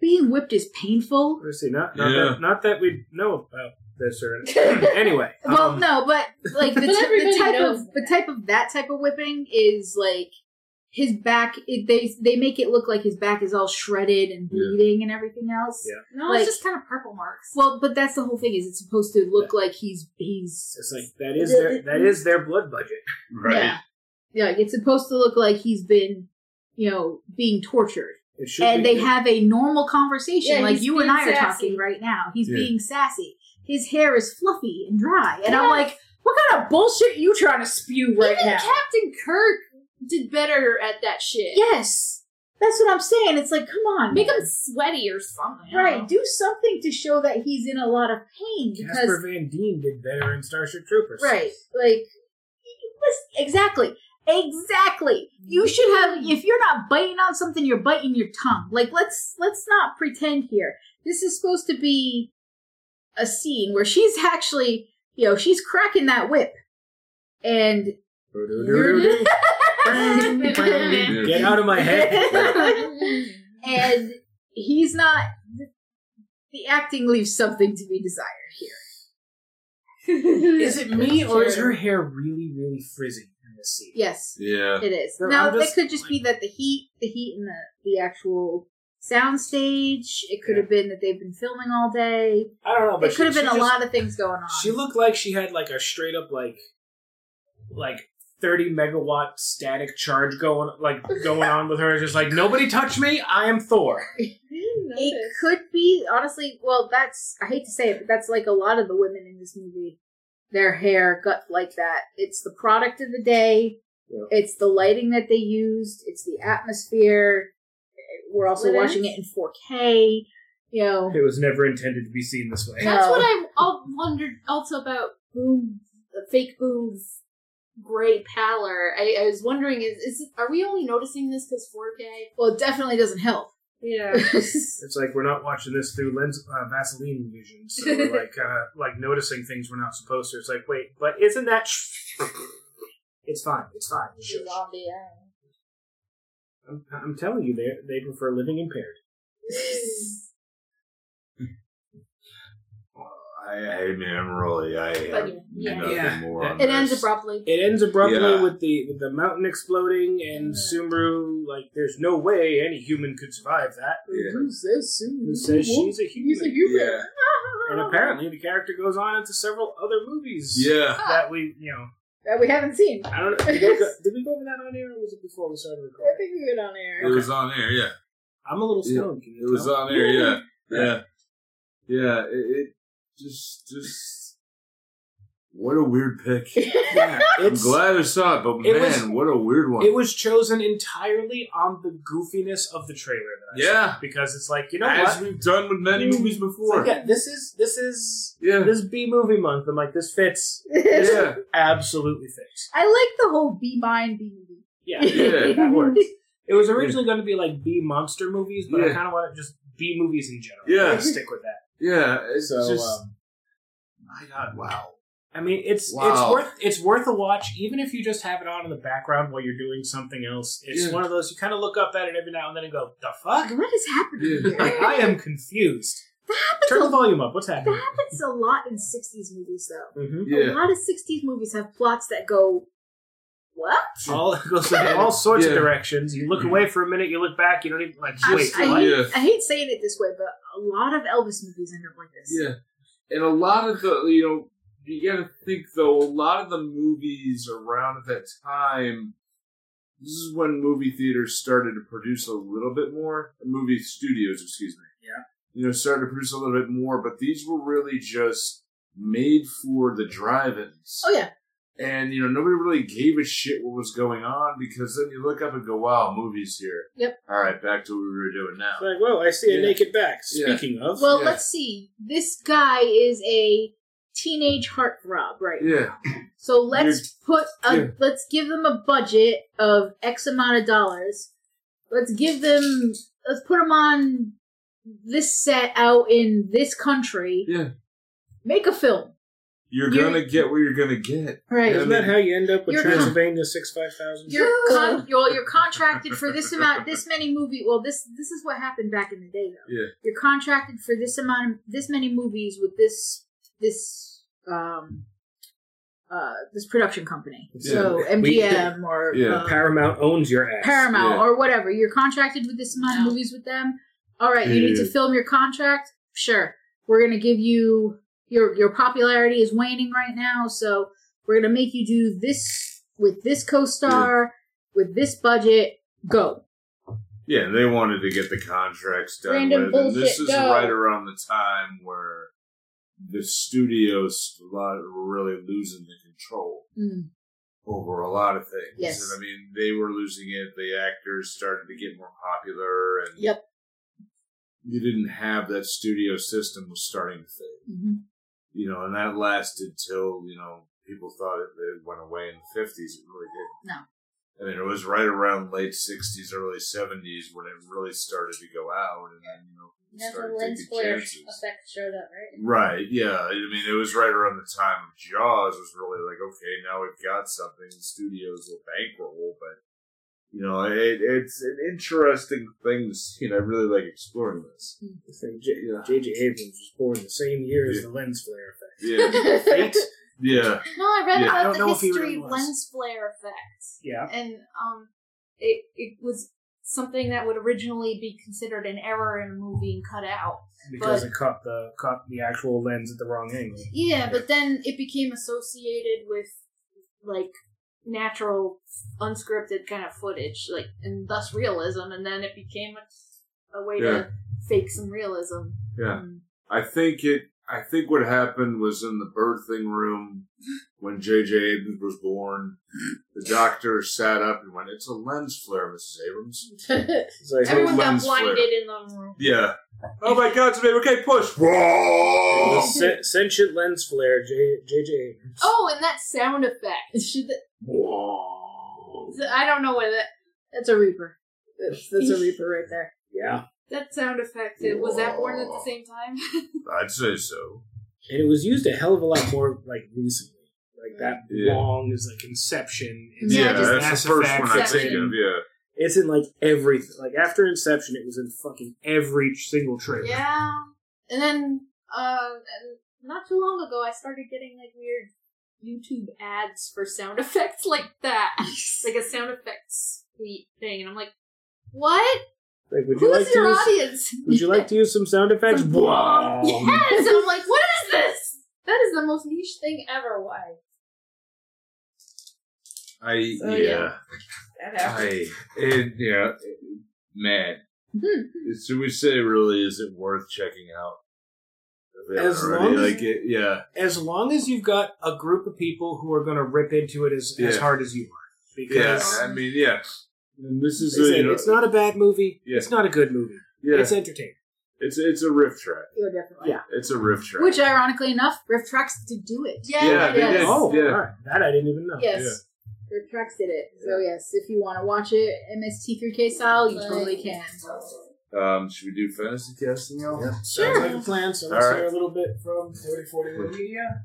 [SPEAKER 4] being whipped is painful.
[SPEAKER 2] Let's see, not not,
[SPEAKER 1] Yeah.
[SPEAKER 2] that, not that we know about this or anyway.
[SPEAKER 4] Well,
[SPEAKER 2] um,
[SPEAKER 4] no, but like the,
[SPEAKER 3] But
[SPEAKER 4] t- the
[SPEAKER 3] everybody
[SPEAKER 4] type
[SPEAKER 3] knows
[SPEAKER 4] of the type of that type of whipping is like his back. It, they they make it look like his back is all shredded and
[SPEAKER 1] Yeah.
[SPEAKER 4] bleeding and everything else.
[SPEAKER 2] Yeah.
[SPEAKER 3] No,
[SPEAKER 4] Like-
[SPEAKER 3] it's just kind of purple marks.
[SPEAKER 4] Well, but that's the whole thing is it's supposed to look like he's he's
[SPEAKER 2] It's like that is their that is their blood budget.
[SPEAKER 1] Right.
[SPEAKER 4] yeah yeah like, it's supposed to look like he's been you know being tortured
[SPEAKER 2] It should
[SPEAKER 4] and
[SPEAKER 2] be,
[SPEAKER 4] they have a normal conversation
[SPEAKER 3] Yeah,
[SPEAKER 4] like
[SPEAKER 3] he's
[SPEAKER 4] you and
[SPEAKER 3] being
[SPEAKER 4] I are
[SPEAKER 3] sassy.
[SPEAKER 4] talking right now. He's
[SPEAKER 1] Yeah.
[SPEAKER 4] being sassy. His hair is fluffy and dry, and I'm like, what kind of bullshit you trying to spew right
[SPEAKER 3] Even
[SPEAKER 4] now?
[SPEAKER 3] Captain Kirk did better at that shit.
[SPEAKER 4] Yes, that's what I'm saying. It's like, come on,
[SPEAKER 3] Make
[SPEAKER 4] man.
[SPEAKER 3] him sweaty or something.
[SPEAKER 4] right. Do something to show that he's in a lot of pain because
[SPEAKER 2] Casper Van Dien did better in Starship Troopers.
[SPEAKER 4] Right. Like, listen- exactly. Exactly. You should have, if you're not biting on something, you're biting your tongue. Like, let's, let's not pretend here. This is supposed to be a scene where she's actually, you know, she's cracking that whip. And
[SPEAKER 1] Yeah.
[SPEAKER 2] Get out of my head.
[SPEAKER 4] and he's not the acting leaves something to be desired here.
[SPEAKER 2] Is it me or is her hair really really frizzy in this scene?
[SPEAKER 4] Yes,
[SPEAKER 1] Yeah.
[SPEAKER 4] it is.
[SPEAKER 2] No,
[SPEAKER 4] now
[SPEAKER 2] I'm
[SPEAKER 4] it
[SPEAKER 2] just-
[SPEAKER 4] could just be that the heat, the heat, and the the actual soundstage. It could have been that they've been filming all day.
[SPEAKER 2] I don't know, but
[SPEAKER 4] it
[SPEAKER 2] she-
[SPEAKER 4] could have
[SPEAKER 2] she
[SPEAKER 4] been a
[SPEAKER 2] just-
[SPEAKER 4] lot of things going on.
[SPEAKER 2] She looked like she had like a straight up like like thirty megawatt static charge going like going on with her. Just like nobody touch me, I am Thor.
[SPEAKER 4] it could be honestly. Well, that's I hate to say it, but that's like a lot of the women in this movie. Their hair got like that. It's the product of the day.
[SPEAKER 2] Yeah.
[SPEAKER 4] It's the lighting that they used. It's the atmosphere. We're also
[SPEAKER 3] What
[SPEAKER 4] watching it in 4K. You know,
[SPEAKER 2] It was never intended to be seen this way.
[SPEAKER 3] That's
[SPEAKER 4] No.
[SPEAKER 3] what I all wondered also about Boom, the fake Boom's gray pallor. I, I was wondering, is, is it, are we only noticing this because 4K?
[SPEAKER 4] well, it definitely doesn't help.
[SPEAKER 3] Yeah.
[SPEAKER 2] It's like we're not watching this through lens uh, Vaseline vision, so we're like uh, like noticing things we're not supposed to. It's like wait, but isn't that? it's fine. It's fine. Shush. I'm, I'm telling you, they they prefer living impaired.
[SPEAKER 1] I, I mean, I'm really. I have
[SPEAKER 3] yeah.
[SPEAKER 1] nothing
[SPEAKER 2] Yeah.
[SPEAKER 1] more. On
[SPEAKER 3] It ends
[SPEAKER 1] this.
[SPEAKER 3] abruptly.
[SPEAKER 2] It ends abruptly
[SPEAKER 1] Yeah.
[SPEAKER 2] with the with the mountain exploding and
[SPEAKER 3] Yeah.
[SPEAKER 2] Sumeru like there's no way any human could survive that.
[SPEAKER 1] Yeah.
[SPEAKER 2] Who says Sumeru? Who says she's a human?
[SPEAKER 1] Yeah.
[SPEAKER 2] And apparently the character goes on into several other movies.
[SPEAKER 1] Yeah.
[SPEAKER 2] That we you know
[SPEAKER 4] that we haven't seen.
[SPEAKER 2] I don't know. Did we go, did we go over that on air or was it before we started recording?
[SPEAKER 4] think we get on air.
[SPEAKER 1] It was on air. Yeah.
[SPEAKER 2] I'm a little
[SPEAKER 1] Yeah,
[SPEAKER 2] stoned. can you
[SPEAKER 1] It was
[SPEAKER 2] tell?
[SPEAKER 1] on air. Yeah. Yeah, yeah. It, it just, just what a weird pick.
[SPEAKER 2] Yeah,
[SPEAKER 1] I'm
[SPEAKER 2] it's,
[SPEAKER 1] glad I saw it, but
[SPEAKER 2] it
[SPEAKER 1] man,
[SPEAKER 2] was-
[SPEAKER 1] what a weird one.
[SPEAKER 2] it was chosen entirely on the goofiness of the trailer. That I saw.
[SPEAKER 1] yeah,
[SPEAKER 2] because it's like you know
[SPEAKER 1] as
[SPEAKER 2] what?
[SPEAKER 1] we've done with many movies
[SPEAKER 2] It's
[SPEAKER 1] before.
[SPEAKER 2] like, yeah, this is this is
[SPEAKER 1] yeah,
[SPEAKER 2] this B movie month. I'm like, this fits. This
[SPEAKER 1] yeah.
[SPEAKER 2] absolutely fits.
[SPEAKER 4] I like the whole be mine, be me.
[SPEAKER 2] Yeah,
[SPEAKER 1] Yeah.
[SPEAKER 2] that works. It was originally going to be like B monster movies, but I
[SPEAKER 1] Yeah.
[SPEAKER 2] kind of want to just B movies in general.
[SPEAKER 1] Yeah.
[SPEAKER 2] Let's stick with that.
[SPEAKER 1] Yeah, it's
[SPEAKER 2] So,
[SPEAKER 1] just
[SPEAKER 2] um,
[SPEAKER 1] my God, wow.
[SPEAKER 2] I mean, it's it's
[SPEAKER 1] Wow.
[SPEAKER 2] worth it's worth a watch, even if you just have it on in the background while you're doing something else. It's
[SPEAKER 1] Yeah.
[SPEAKER 2] one of those you kind of look up at it every now and then and go, "The fuck."
[SPEAKER 4] What is happening?
[SPEAKER 1] Yeah.
[SPEAKER 2] I am confused. Turn the volume up. What's happening?
[SPEAKER 4] That's a lot in 60s movies, though.
[SPEAKER 2] Mm-hmm.
[SPEAKER 1] Yeah,
[SPEAKER 4] A lot of 60s movies have plots that go, what?
[SPEAKER 2] All it goes in all sorts of
[SPEAKER 1] Yeah. Mm-hmm.
[SPEAKER 2] directions. You look away for a minute, you look back, you don't even like wait.
[SPEAKER 4] I,
[SPEAKER 2] what?
[SPEAKER 4] hate,
[SPEAKER 1] Yeah.
[SPEAKER 4] I hate saying it this way, but a lot of Elvis movies end up like this.
[SPEAKER 1] yeah. And a lot of the, you know, you gotta think though, a lot of the movies around at that time, this is when movie theaters started to produce a little bit more. Movie studios, excuse me.
[SPEAKER 2] Yeah.
[SPEAKER 1] You know, started to produce a little bit more, but these were really just made for the drive ins.
[SPEAKER 4] Oh, yeah.
[SPEAKER 1] And, you know, nobody really gave a shit what was going on because then you look up and go, wow, movies here.
[SPEAKER 4] Yep.
[SPEAKER 1] All right, back to what we were doing now.
[SPEAKER 2] It's like, whoa, I see a
[SPEAKER 1] Yeah.
[SPEAKER 2] naked back.
[SPEAKER 1] Yeah.
[SPEAKER 2] Speaking of,
[SPEAKER 4] Well,
[SPEAKER 1] Yeah.
[SPEAKER 4] let's see. This guy is a teenage heartthrob, right?
[SPEAKER 1] Yeah.
[SPEAKER 4] So let's put a
[SPEAKER 1] yeah.
[SPEAKER 4] let's give them a budget of X amount of dollars. Let's give them let's put them on this set out in this country.
[SPEAKER 1] Yeah.
[SPEAKER 4] Make a film,
[SPEAKER 1] You're
[SPEAKER 4] You're-
[SPEAKER 1] gonna get what you're gonna get.
[SPEAKER 4] right?
[SPEAKER 1] Yeah.
[SPEAKER 2] isn't that how you end up with
[SPEAKER 4] You're-
[SPEAKER 2] Transylvania six five thousand?
[SPEAKER 4] You're con- well, you're contracted for this amount, this many movie. Well, this this is what happened back in the day, though.
[SPEAKER 1] Yeah.
[SPEAKER 4] You're contracted for this amount, of, this many movies with this this um uh this production company. So MGM or
[SPEAKER 1] Yeah.
[SPEAKER 4] uh,
[SPEAKER 2] Paramount owns your ass.
[SPEAKER 4] Paramount
[SPEAKER 1] Yeah.
[SPEAKER 4] or whatever. You're contracted with this amount of movies with them. All right, you need to
[SPEAKER 1] Yeah.
[SPEAKER 4] film your contract. Sure, we're gonna give you your your popularity is waning right now, so we're gonna make you do this with this co-star with this budget. Go.
[SPEAKER 1] Yeah, they wanted to get the contracts done
[SPEAKER 4] Random
[SPEAKER 1] with, and this
[SPEAKER 4] bullshit,
[SPEAKER 1] is
[SPEAKER 4] go.
[SPEAKER 1] right around the time where the studios a lot were really losing the control
[SPEAKER 4] Mm.
[SPEAKER 1] over a lot of things.
[SPEAKER 4] Yes.
[SPEAKER 1] And I mean, they were losing it. The actors started to get more popular, and
[SPEAKER 4] Yep.
[SPEAKER 1] you didn't have that studio system was starting to fade. You know, and that lasted till you know people thought it, it went away in the fifties. It really did.
[SPEAKER 4] No.
[SPEAKER 1] I mean, it was right around late sixties, early seventies when it really started to go out, and then you know people started taking chances.
[SPEAKER 4] showed up, right?
[SPEAKER 1] Right? Yeah. I mean, it was right around the time of Jaws was really like, okay, now we've got something. The studios will bankroll, but you know, it, it's an interesting thing to see, and I really like exploring this.
[SPEAKER 2] This thing, J- you know, J.J. Abrams was born the same year as
[SPEAKER 1] Yeah.
[SPEAKER 2] the lens flare effect.
[SPEAKER 1] Yeah.
[SPEAKER 2] Fate?
[SPEAKER 1] yeah.
[SPEAKER 3] No, I read
[SPEAKER 1] Yeah.
[SPEAKER 2] I
[SPEAKER 3] about
[SPEAKER 2] don't know
[SPEAKER 3] the
[SPEAKER 2] if he
[SPEAKER 3] history
[SPEAKER 2] really was.
[SPEAKER 3] lens flare effect,
[SPEAKER 2] yeah.
[SPEAKER 3] and um, it it was something that would originally be considered an error in a movie and cut out.
[SPEAKER 2] Because
[SPEAKER 3] But-
[SPEAKER 2] it caught the caught the actual lens at the wrong angle.
[SPEAKER 3] Yeah, but then it became associated with like natural, unscripted kind of footage, like and thus realism, and then it became a, a way to fake some realism.
[SPEAKER 1] Yeah.
[SPEAKER 3] Mm.
[SPEAKER 1] I think it. I think what happened was in the birthing room when J.J. Abrams was born. The doctor sat up and went, "It's a lens flare, Mrs. Abrams."
[SPEAKER 2] It's like,
[SPEAKER 1] Every-
[SPEAKER 3] Everyone got
[SPEAKER 1] lens flare.
[SPEAKER 3] blinded in the room.
[SPEAKER 1] Yeah. Oh my God, it's a baby. Okay, push.
[SPEAKER 2] the
[SPEAKER 1] Whoa!
[SPEAKER 2] se- sentient lens flare, J- J.J. Abrams.
[SPEAKER 3] Oh, and that sound effect. Should the-
[SPEAKER 1] Whoa.
[SPEAKER 3] I don't know where that
[SPEAKER 4] That's a Reaper. That's, that's a Reaper right there.
[SPEAKER 2] Yeah.
[SPEAKER 3] that sound effect it- was that born at the same time.
[SPEAKER 1] I'd say so.
[SPEAKER 2] and it was used a hell of a lot more like recently. Like that
[SPEAKER 1] Yeah.
[SPEAKER 2] long is like Inception. It's
[SPEAKER 1] Yeah,
[SPEAKER 3] Yeah,
[SPEAKER 2] just
[SPEAKER 1] that's
[SPEAKER 2] Mass
[SPEAKER 1] the first
[SPEAKER 2] Effect.
[SPEAKER 1] one I think
[SPEAKER 3] Inception.
[SPEAKER 1] of. Yeah.
[SPEAKER 2] It's in like everything. Like after Inception, it was in fucking every single trailer.
[SPEAKER 3] yeah, and then uh, and not too long ago, I started getting like weird YouTube ads for sound effects like that, like a sound effects suite thing, and I'm like, what?
[SPEAKER 2] Like, would you
[SPEAKER 3] Who's
[SPEAKER 2] like to
[SPEAKER 3] your
[SPEAKER 2] use,
[SPEAKER 3] audience?
[SPEAKER 2] Would you like to use some sound effects? Wow.
[SPEAKER 3] Yes, I'm like, what is this? That is the most niche thing ever. Why?
[SPEAKER 1] I
[SPEAKER 3] So,
[SPEAKER 1] yeah.
[SPEAKER 3] yeah. That
[SPEAKER 1] I it, yeah. Man, Should we say really? Is it worth checking out? If they
[SPEAKER 2] As
[SPEAKER 1] haven't already,
[SPEAKER 2] long as-
[SPEAKER 1] like it, yeah,
[SPEAKER 2] As long as you've got a group of people who are going to rip into it as, as
[SPEAKER 1] Yeah.
[SPEAKER 2] hard as you are.
[SPEAKER 1] yeah.
[SPEAKER 2] Because
[SPEAKER 1] I mean, yeah. And this is
[SPEAKER 2] they
[SPEAKER 1] a,
[SPEAKER 2] say
[SPEAKER 1] you know,
[SPEAKER 2] it's not a bad movie.
[SPEAKER 1] Yeah.
[SPEAKER 2] It's not a good movie.
[SPEAKER 1] yeah,
[SPEAKER 2] It's entertaining.
[SPEAKER 1] it's it's a riff track.
[SPEAKER 4] Yeah, definitely.
[SPEAKER 2] Yeah.
[SPEAKER 1] It's a riff track.
[SPEAKER 4] Which, ironically enough, Rift Tracks did do it.
[SPEAKER 3] Yeah,
[SPEAKER 1] Yeah, they
[SPEAKER 4] yes.
[SPEAKER 1] did.
[SPEAKER 2] Oh,
[SPEAKER 1] Yeah.
[SPEAKER 2] all right. That I didn't
[SPEAKER 3] Oh,
[SPEAKER 2] even know.
[SPEAKER 4] Yes. Rift Tracks did it. So, yes, if you want to watch it MST3K style, you totally can.
[SPEAKER 1] Um, should we do fantasy casting now?
[SPEAKER 2] Sounds like a plan. So let's
[SPEAKER 1] All right.
[SPEAKER 2] hear a little bit from 4041 Media.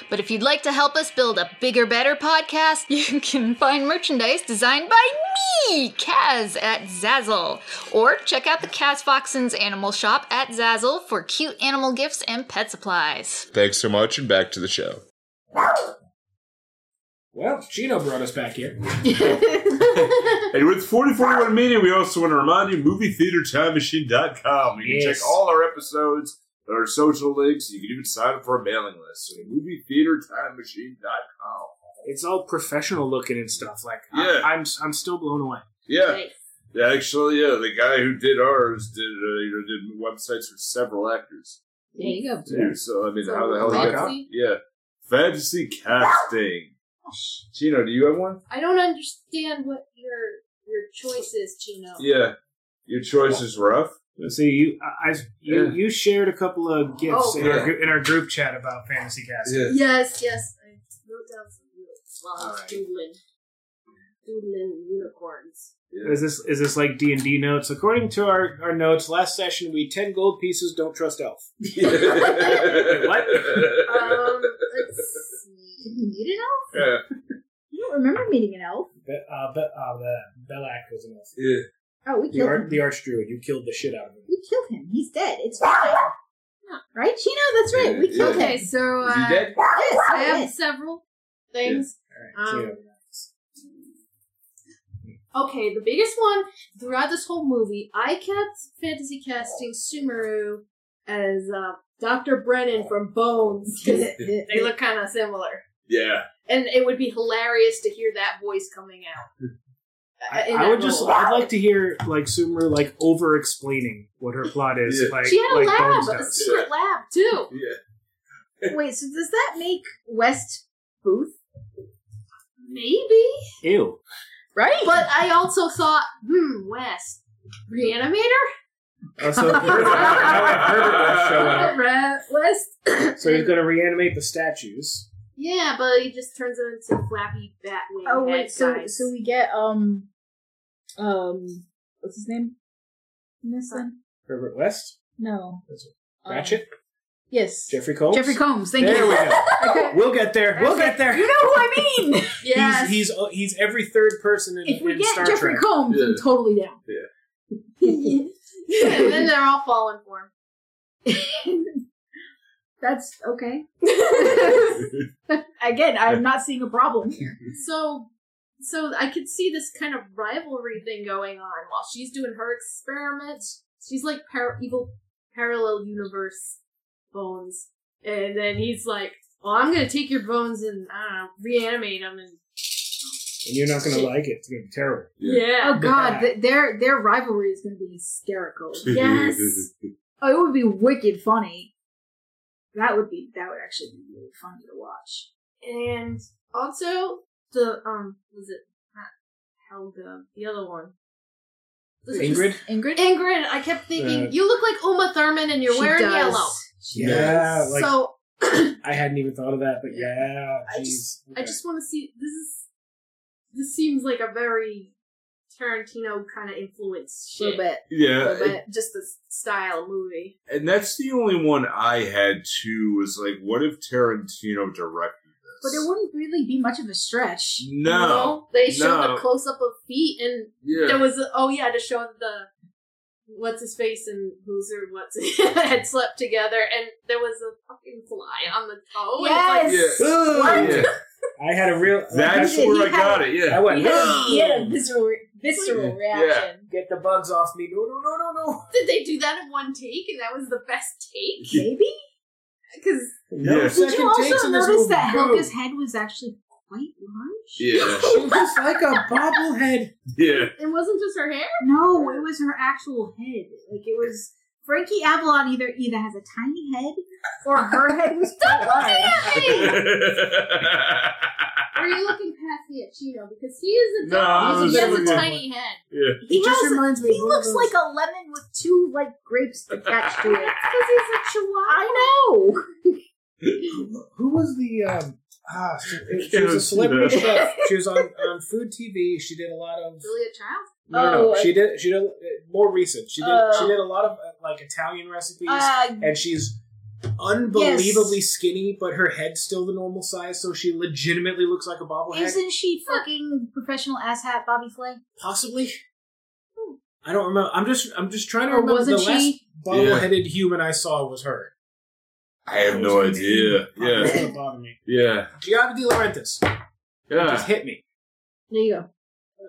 [SPEAKER 8] But if you'd like to help us build a bigger, better podcast, you can find merchandise designed by me, Kaz, at Zazzle. Or check out the Kaz Foxen's Animal Shop at Zazzle for cute animal gifts and pet supplies.
[SPEAKER 9] Thanks so much, and back to the show.
[SPEAKER 2] Well, Chino brought us back here.
[SPEAKER 1] And with 4041 Media, we also want to remind you, movietheatertimemachine.com. You can
[SPEAKER 2] Yes.
[SPEAKER 1] check all our episodes, our social links. You can even sign up for a mailing list. So movietheatertimemachine.com.
[SPEAKER 2] It's all professional looking and stuff. Like,
[SPEAKER 1] Yeah.
[SPEAKER 2] I, I'm, I'm still blown away.
[SPEAKER 1] Yeah.
[SPEAKER 3] Nice.
[SPEAKER 1] Actually, yeah, the guy who did ours did uh, you know, did websites for several actors.
[SPEAKER 4] There you go.
[SPEAKER 1] Too. So I mean, how the hell
[SPEAKER 2] Rock
[SPEAKER 1] did that?
[SPEAKER 2] out.
[SPEAKER 1] Yeah, fantasy casting. Chino, do you have one?
[SPEAKER 3] I don't understand what your your choice is, Chino.
[SPEAKER 1] Yeah, your choice is rough.
[SPEAKER 2] See, you, I, I, you,
[SPEAKER 1] Yeah.
[SPEAKER 2] you shared a couple of gifts
[SPEAKER 3] Oh.
[SPEAKER 2] in, our, gr- in our group chat about fantasy casting.
[SPEAKER 3] Yes, yes. I wrote down some notes while I was
[SPEAKER 2] Alright.
[SPEAKER 3] doodling. Doodling unicorns.
[SPEAKER 1] yeah.
[SPEAKER 2] Is this is this like D and D notes? According to our, our notes, last session we ten gold pieces. Don't trust elf. what?
[SPEAKER 3] Um, let's
[SPEAKER 4] Did
[SPEAKER 3] see.
[SPEAKER 4] you meet an elf?
[SPEAKER 1] Yeah,
[SPEAKER 4] You don't remember meeting an elf.
[SPEAKER 2] Be, uh, be, uh, the Belak was an elf.
[SPEAKER 1] yeah.
[SPEAKER 4] Oh, we
[SPEAKER 2] The,
[SPEAKER 4] killed
[SPEAKER 2] ar-
[SPEAKER 4] him.
[SPEAKER 2] the archdruid. You killed the shit out of him.
[SPEAKER 4] We killed him. He's dead. It's fine. Right, Chino? That's right. We
[SPEAKER 1] Yeah,
[SPEAKER 4] killed
[SPEAKER 1] yeah.
[SPEAKER 4] him.
[SPEAKER 3] Okay, so
[SPEAKER 1] Is he
[SPEAKER 3] uh,
[SPEAKER 1] dead?
[SPEAKER 4] Yes,
[SPEAKER 3] I
[SPEAKER 4] I
[SPEAKER 3] have several things.
[SPEAKER 2] All right,
[SPEAKER 3] Um,
[SPEAKER 2] Chino.
[SPEAKER 3] Okay, the biggest one throughout this whole movie, I kept fantasy casting Sumeru as uh, Dr. Brennan from Bones. 'cause
[SPEAKER 4] did.
[SPEAKER 3] they look kind of similar.
[SPEAKER 1] Yeah.
[SPEAKER 3] And it would be hilarious to hear that voice coming out. uh,
[SPEAKER 2] I,
[SPEAKER 3] in
[SPEAKER 2] I
[SPEAKER 3] that
[SPEAKER 2] would just.
[SPEAKER 3] role.
[SPEAKER 2] I'd like to hear like Sumer like over explaining what her plot is.
[SPEAKER 1] Yeah.
[SPEAKER 2] Like,
[SPEAKER 3] she had a
[SPEAKER 2] like Bones
[SPEAKER 3] lab, a
[SPEAKER 2] does.
[SPEAKER 3] secret lab, too.
[SPEAKER 1] Yeah.
[SPEAKER 4] Wait, so does that make West Booth?
[SPEAKER 3] Maybe.
[SPEAKER 2] Ew.
[SPEAKER 4] Right?
[SPEAKER 3] But I also thought, hmm, Wes, reanimator?
[SPEAKER 2] Also, Uh, Herbert, will show up.
[SPEAKER 4] Ra- West.
[SPEAKER 2] So he's going to reanimate the statues.
[SPEAKER 3] Yeah, but he just turns into flappy bat wing
[SPEAKER 4] Oh
[SPEAKER 3] head
[SPEAKER 4] wait, so
[SPEAKER 3] guys.
[SPEAKER 4] so we get um um what's his name? In this one?
[SPEAKER 2] Herbert West,
[SPEAKER 4] No. Um,
[SPEAKER 2] Ratchet,
[SPEAKER 4] yes.
[SPEAKER 2] Jeffrey Combs.
[SPEAKER 4] Jeffrey Combs. Thank
[SPEAKER 2] There
[SPEAKER 4] you.
[SPEAKER 2] we go.
[SPEAKER 4] Okay.
[SPEAKER 2] We'll get there. We'll get there.
[SPEAKER 4] You know who I mean.
[SPEAKER 3] yes.
[SPEAKER 2] Oh, He's, he's he's every third person in,
[SPEAKER 4] if we
[SPEAKER 2] in
[SPEAKER 4] get
[SPEAKER 2] Star
[SPEAKER 4] Jeffrey
[SPEAKER 2] Trek.
[SPEAKER 4] Combs, I'm
[SPEAKER 1] Yeah.
[SPEAKER 4] totally down.
[SPEAKER 3] and then they're all falling for him.
[SPEAKER 4] That's okay. Again, I'm not seeing a problem here.
[SPEAKER 2] Hmm.
[SPEAKER 3] So, so I could see this kind of rivalry thing going on while she's doing her experiment. She's like par- evil parallel universe bones, and then he's like, "Well, I'm gonna take your bones and I don't know, reanimate them." And
[SPEAKER 2] and you're not going to like it. It's going to be terrible.
[SPEAKER 4] Oh
[SPEAKER 3] yeah,
[SPEAKER 4] god, th- their their rivalry is gonna be hysterical.
[SPEAKER 3] yes,
[SPEAKER 4] Oh, it would be wicked funny. That would be that would actually be really fun to watch.
[SPEAKER 3] and also the um, was it not Helga, the other one? Was it
[SPEAKER 2] Ingrid.
[SPEAKER 4] Ingrid,
[SPEAKER 3] Ingrid, I kept thinking,
[SPEAKER 2] Uh,
[SPEAKER 3] you look like Uma Thurman and you're
[SPEAKER 4] She
[SPEAKER 3] wearing
[SPEAKER 4] does.
[SPEAKER 3] yellow.
[SPEAKER 2] Yeah, like
[SPEAKER 3] so
[SPEAKER 2] I hadn't even thought of that, but yeah.
[SPEAKER 3] I
[SPEAKER 2] jeez.
[SPEAKER 3] just- I
[SPEAKER 2] Okay.
[SPEAKER 3] just want to see this is this seems like a very Tarantino kind of influenced
[SPEAKER 4] a
[SPEAKER 3] shit.
[SPEAKER 4] little bit.
[SPEAKER 1] Yeah.
[SPEAKER 3] Little
[SPEAKER 1] and-
[SPEAKER 3] bit. just the s- style of movie.
[SPEAKER 1] And that's the only one I had too was like, what if Tarantino directed
[SPEAKER 4] But
[SPEAKER 1] this?
[SPEAKER 4] it wouldn't really be much of a stretch.
[SPEAKER 1] No.
[SPEAKER 3] You know? they showed
[SPEAKER 1] no.
[SPEAKER 3] the close up of feet, and
[SPEAKER 1] Yeah.
[SPEAKER 3] there was a, oh yeah, to show the what's his face and loser what's had slept together, and there was a fucking fly on the
[SPEAKER 4] Oh,
[SPEAKER 3] toe. And
[SPEAKER 1] Yeah.
[SPEAKER 3] it's like,
[SPEAKER 1] Yeah.
[SPEAKER 2] I had a real.
[SPEAKER 1] That's
[SPEAKER 4] He
[SPEAKER 1] where I
[SPEAKER 4] had-
[SPEAKER 1] got it.
[SPEAKER 2] I
[SPEAKER 1] Yeah.
[SPEAKER 2] went.
[SPEAKER 4] He had a, he had a visceral, visceral reaction.
[SPEAKER 2] Get the bugs off me! No, no, no, no, no!
[SPEAKER 3] did they do that in one take, and that was the best take?
[SPEAKER 4] Maybe?
[SPEAKER 3] Because
[SPEAKER 2] No
[SPEAKER 1] Yeah.
[SPEAKER 2] second
[SPEAKER 4] Did you also
[SPEAKER 2] takes in this
[SPEAKER 4] notice
[SPEAKER 2] movie.
[SPEAKER 4] that
[SPEAKER 2] Go.
[SPEAKER 4] Helga's head was actually quite large?
[SPEAKER 1] Yeah.
[SPEAKER 2] She was like a bobblehead.
[SPEAKER 1] Yeah.
[SPEAKER 3] it wasn't just her hair.
[SPEAKER 4] No, it was her actual head. Like it was Frankie Avalon either either has a tiny head or her head was quite large.
[SPEAKER 3] Or are you looking past me at Chino because he is a
[SPEAKER 1] No, I
[SPEAKER 3] dog.
[SPEAKER 1] was
[SPEAKER 3] he has a
[SPEAKER 1] looking at-
[SPEAKER 3] tiny head.
[SPEAKER 4] He
[SPEAKER 2] It just
[SPEAKER 4] has-
[SPEAKER 2] reminds me.
[SPEAKER 4] He
[SPEAKER 2] of one of
[SPEAKER 4] looks
[SPEAKER 2] those-
[SPEAKER 4] like a lemon with two like grapes attached to it.
[SPEAKER 3] Because he's a chihuahua.
[SPEAKER 4] I know.
[SPEAKER 2] Who was the um? Ah, she,
[SPEAKER 1] I
[SPEAKER 2] she was a
[SPEAKER 1] can't
[SPEAKER 2] celebrity
[SPEAKER 1] see that.
[SPEAKER 2] chef. She was on, on food TV. She did a lot of
[SPEAKER 3] Really a child?
[SPEAKER 2] no, no, no.
[SPEAKER 4] Oh,
[SPEAKER 2] She did she did uh, more recent. She did she
[SPEAKER 4] Oh.
[SPEAKER 2] did a lot of uh, like Italian recipes,
[SPEAKER 4] Uh,
[SPEAKER 2] and she's unbelievably skinny, but her head's still the normal size, so she legitimately looks like a bobblehead.
[SPEAKER 4] isn't she fucking professional asshat Bobby Flay?
[SPEAKER 2] Possibly. I don't remember. I'm just I'm just trying to
[SPEAKER 4] Or
[SPEAKER 2] remember.
[SPEAKER 4] wasn't
[SPEAKER 2] the last
[SPEAKER 4] she?
[SPEAKER 2] bobbleheaded human I saw was her.
[SPEAKER 1] I have no idea. Yeah.
[SPEAKER 2] That's what bothered me.
[SPEAKER 1] Yeah.
[SPEAKER 2] Giada De Laurentiis It just
[SPEAKER 1] Yeah.
[SPEAKER 2] hit me.
[SPEAKER 4] There you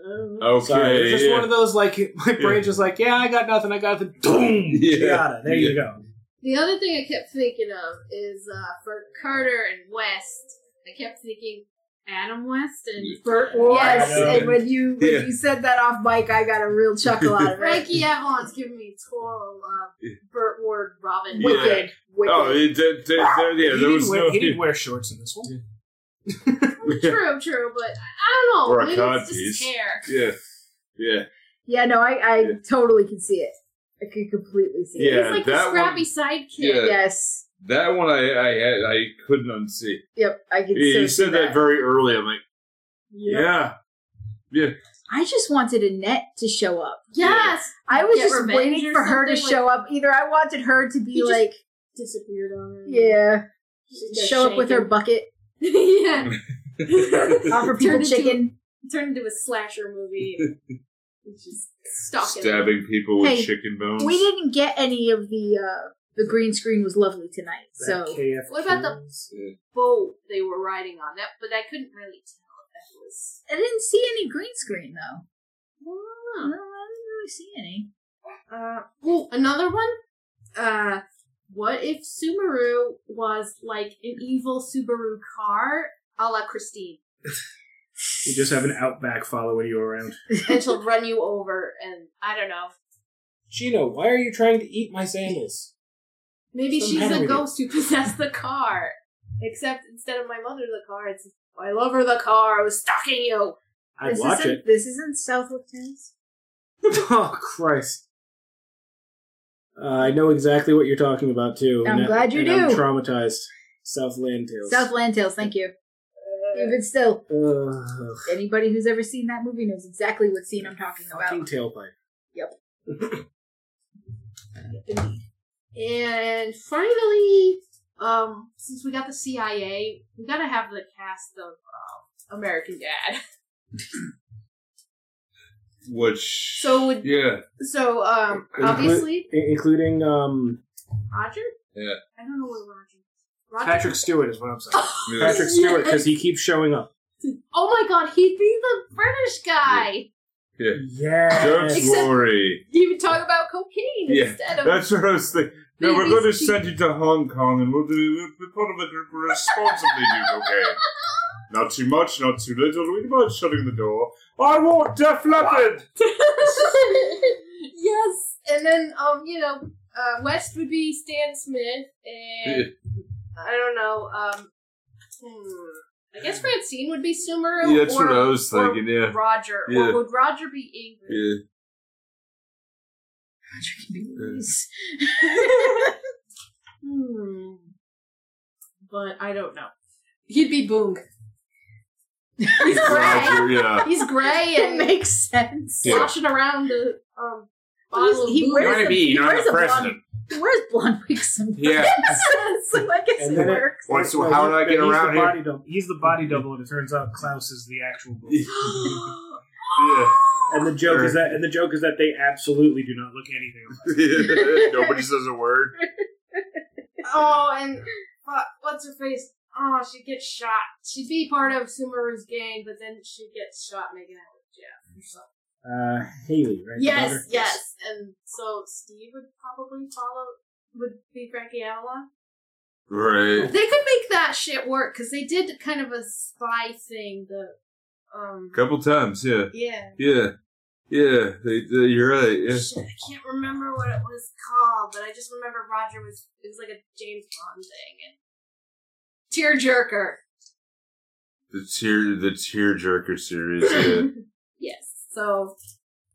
[SPEAKER 4] go.
[SPEAKER 1] Okay.
[SPEAKER 2] Sorry, it's just
[SPEAKER 1] yeah.
[SPEAKER 2] one of those like my brain's just like, yeah, I got nothing, I got nothing. Boom,
[SPEAKER 1] Yeah.
[SPEAKER 2] Giada, there you
[SPEAKER 1] Yeah.
[SPEAKER 2] go.
[SPEAKER 3] The other thing I kept thinking of is uh, for Carter and West. I kept thinking Adam West and
[SPEAKER 4] Burt Ward. Yes,
[SPEAKER 2] Yeah.
[SPEAKER 4] and when you when
[SPEAKER 1] Yeah.
[SPEAKER 4] you said that off mic, I got a real chuckle out of it.
[SPEAKER 3] Frankie Avalon's giving me total uh,
[SPEAKER 1] Yeah.
[SPEAKER 3] Burt Ward Robin.
[SPEAKER 1] Yeah.
[SPEAKER 4] Wicked, wicked.
[SPEAKER 1] Oh, it, it, it, there, yeah,
[SPEAKER 2] he,
[SPEAKER 1] there
[SPEAKER 2] didn't
[SPEAKER 1] was
[SPEAKER 2] wear,
[SPEAKER 1] no.
[SPEAKER 2] he didn't wear shorts in this one.
[SPEAKER 3] True, true, but I don't know.
[SPEAKER 1] Or a
[SPEAKER 3] Maybe
[SPEAKER 1] cod
[SPEAKER 3] it's just
[SPEAKER 1] piece.
[SPEAKER 3] hair.
[SPEAKER 1] yeah. Yeah.
[SPEAKER 4] Yeah, no, I, I
[SPEAKER 1] Yeah.
[SPEAKER 4] totally can see it. I can completely see it.
[SPEAKER 1] Yeah,
[SPEAKER 3] He's like
[SPEAKER 1] that
[SPEAKER 3] the scrappy
[SPEAKER 1] one-
[SPEAKER 3] sidekick.
[SPEAKER 1] yeah.
[SPEAKER 4] Yes.
[SPEAKER 1] That one I, I had I couldn't unsee.
[SPEAKER 4] Yep, I can.
[SPEAKER 1] He
[SPEAKER 4] so
[SPEAKER 1] he
[SPEAKER 4] see
[SPEAKER 1] said that. very early. I'm like, yeah.
[SPEAKER 4] I just wanted Annette to show up.
[SPEAKER 3] Yes,
[SPEAKER 4] I was
[SPEAKER 3] Get
[SPEAKER 4] just
[SPEAKER 3] revenge
[SPEAKER 4] waiting
[SPEAKER 3] or
[SPEAKER 4] for her to
[SPEAKER 3] something,
[SPEAKER 4] show up. Either I wanted her to be
[SPEAKER 3] You just-
[SPEAKER 4] like,
[SPEAKER 3] disappeared on her.
[SPEAKER 4] yeah,
[SPEAKER 3] She's got
[SPEAKER 4] show up with her
[SPEAKER 3] shaken.
[SPEAKER 4] bucket,
[SPEAKER 3] yeah,
[SPEAKER 4] offer
[SPEAKER 3] Turned
[SPEAKER 4] people
[SPEAKER 3] into-
[SPEAKER 4] chicken.
[SPEAKER 3] turned into a slasher movie. It's just stalking.
[SPEAKER 1] Stabbing people with
[SPEAKER 4] Hey,
[SPEAKER 1] chicken bones.
[SPEAKER 4] We didn't get any of the. uh The green screen was lovely tonight. So
[SPEAKER 2] That KF
[SPEAKER 3] What about the-
[SPEAKER 1] Yeah.
[SPEAKER 3] boat they were riding on. That, but I couldn't really tell if that was.
[SPEAKER 4] I didn't see any green screen though. No, I
[SPEAKER 3] Hmm.
[SPEAKER 4] didn't really see any.
[SPEAKER 3] Uh, oh, another one. Uh, what if Subaru was like an evil Subaru car, a la Christine,
[SPEAKER 2] You just have an outback following you around.
[SPEAKER 3] and she'll run you over, and I don't know.
[SPEAKER 2] Chino, why are you trying to eat my sandals?
[SPEAKER 3] Maybe
[SPEAKER 2] Some
[SPEAKER 3] she's
[SPEAKER 2] kind of
[SPEAKER 3] a
[SPEAKER 2] idiot.
[SPEAKER 3] ghost who possessed the car. Except instead of my mother the car, it's my lover the car I was stalking you.
[SPEAKER 2] I'd
[SPEAKER 4] this
[SPEAKER 2] watch
[SPEAKER 4] isn't
[SPEAKER 2] it.
[SPEAKER 4] this isn't Southwick Towns.
[SPEAKER 2] oh Christ! Uh, I know exactly what you're talking about too.
[SPEAKER 4] I'm
[SPEAKER 2] and I-
[SPEAKER 4] glad you
[SPEAKER 2] and I'm
[SPEAKER 4] do.
[SPEAKER 2] traumatized. Southland Tales.
[SPEAKER 4] South Landtales, thank you. Even still,
[SPEAKER 2] Ugh,
[SPEAKER 4] anybody who's ever seen that movie knows exactly what scene I'm talking
[SPEAKER 2] fucking
[SPEAKER 4] about.
[SPEAKER 2] tailpipe.
[SPEAKER 3] And finally, um, since we got the CIA, we gotta have the cast of uh, American Dad.
[SPEAKER 1] Which.
[SPEAKER 3] So would
[SPEAKER 1] yeah.
[SPEAKER 3] so um
[SPEAKER 2] Inclu-
[SPEAKER 3] obviously
[SPEAKER 2] I- including um,
[SPEAKER 3] Roger.
[SPEAKER 1] Yeah.
[SPEAKER 3] I don't know where Roger. is. Roger.
[SPEAKER 2] Patrick Stewart is what I'm saying.
[SPEAKER 1] yeah.
[SPEAKER 2] Patrick Stewart because he keeps showing up.
[SPEAKER 3] Oh my God, he'd be the British guy.
[SPEAKER 2] Yeah.
[SPEAKER 1] Don't
[SPEAKER 3] Except-
[SPEAKER 1] worry.
[SPEAKER 3] He would talk about cocaine
[SPEAKER 1] Yeah,
[SPEAKER 3] instead of
[SPEAKER 1] That's what I was thinking. No, we're
[SPEAKER 3] Maybe
[SPEAKER 1] going to
[SPEAKER 3] she-
[SPEAKER 1] send you to Hong Kong and we'll do we'll put them in responsibly do okay. Not too much, not too little. We mind shutting the door. I want Def Leppard!
[SPEAKER 3] yes, and then um, you know, uh, West would be Stan Smith, and I don't know. Um, hmm, I guess Francine would be Sumeru.
[SPEAKER 1] Yeah, that's
[SPEAKER 3] or,
[SPEAKER 1] what I was
[SPEAKER 3] or
[SPEAKER 1] thinking, yeah.
[SPEAKER 3] Roger,
[SPEAKER 1] Yeah.
[SPEAKER 3] or would Roger be Ingrid?
[SPEAKER 1] Yeah.
[SPEAKER 3] Hmm. But I don't know. He'd be Boong. He's gray.
[SPEAKER 1] Roger, yeah.
[SPEAKER 3] He's gray
[SPEAKER 4] It
[SPEAKER 3] and
[SPEAKER 4] makes sense.
[SPEAKER 1] Yeah.
[SPEAKER 3] sloshing around the um.
[SPEAKER 4] He's-
[SPEAKER 3] Bottle of
[SPEAKER 4] he
[SPEAKER 3] booze.
[SPEAKER 4] wears the-
[SPEAKER 1] be,
[SPEAKER 4] I'm where's the the president. Where's blonde wigs?
[SPEAKER 1] Yeah.
[SPEAKER 4] so I guess
[SPEAKER 2] And
[SPEAKER 4] it
[SPEAKER 2] then it-
[SPEAKER 4] works.
[SPEAKER 1] What, so how do I
[SPEAKER 2] but
[SPEAKER 1] get
[SPEAKER 2] he's
[SPEAKER 1] around
[SPEAKER 2] the
[SPEAKER 1] here?
[SPEAKER 2] Body double. He's the body double, and it turns out Klaus is the actual.
[SPEAKER 1] Yeah.
[SPEAKER 2] Boogeyman.
[SPEAKER 3] oh
[SPEAKER 1] Yeah.
[SPEAKER 2] And the joke is that and the joke is that they absolutely do not look anything alike.
[SPEAKER 1] Nobody says a word.
[SPEAKER 3] Oh, and uh, what's her face? Oh, she gets shot. She'd be part of Sumaru's gang, but then she gets shot making out with Jeff or something.
[SPEAKER 2] Uh, Haley, right? the daughter?
[SPEAKER 3] Yes, yes. And so Steve would probably follow, would be Frankie Avalon.
[SPEAKER 1] Right.
[SPEAKER 3] They could make that shit work because they did kind of a spy thing. The um,
[SPEAKER 1] Couple times, yeah.
[SPEAKER 3] yeah.
[SPEAKER 1] Yeah. Yeah. They, they- you're right. Yeah.
[SPEAKER 3] Shit, I can't remember what it was called, but I just remember Roger was it was like a James Bond thing and Tearjerker.
[SPEAKER 1] The tear the tearjerker series, yeah.
[SPEAKER 3] Yes. So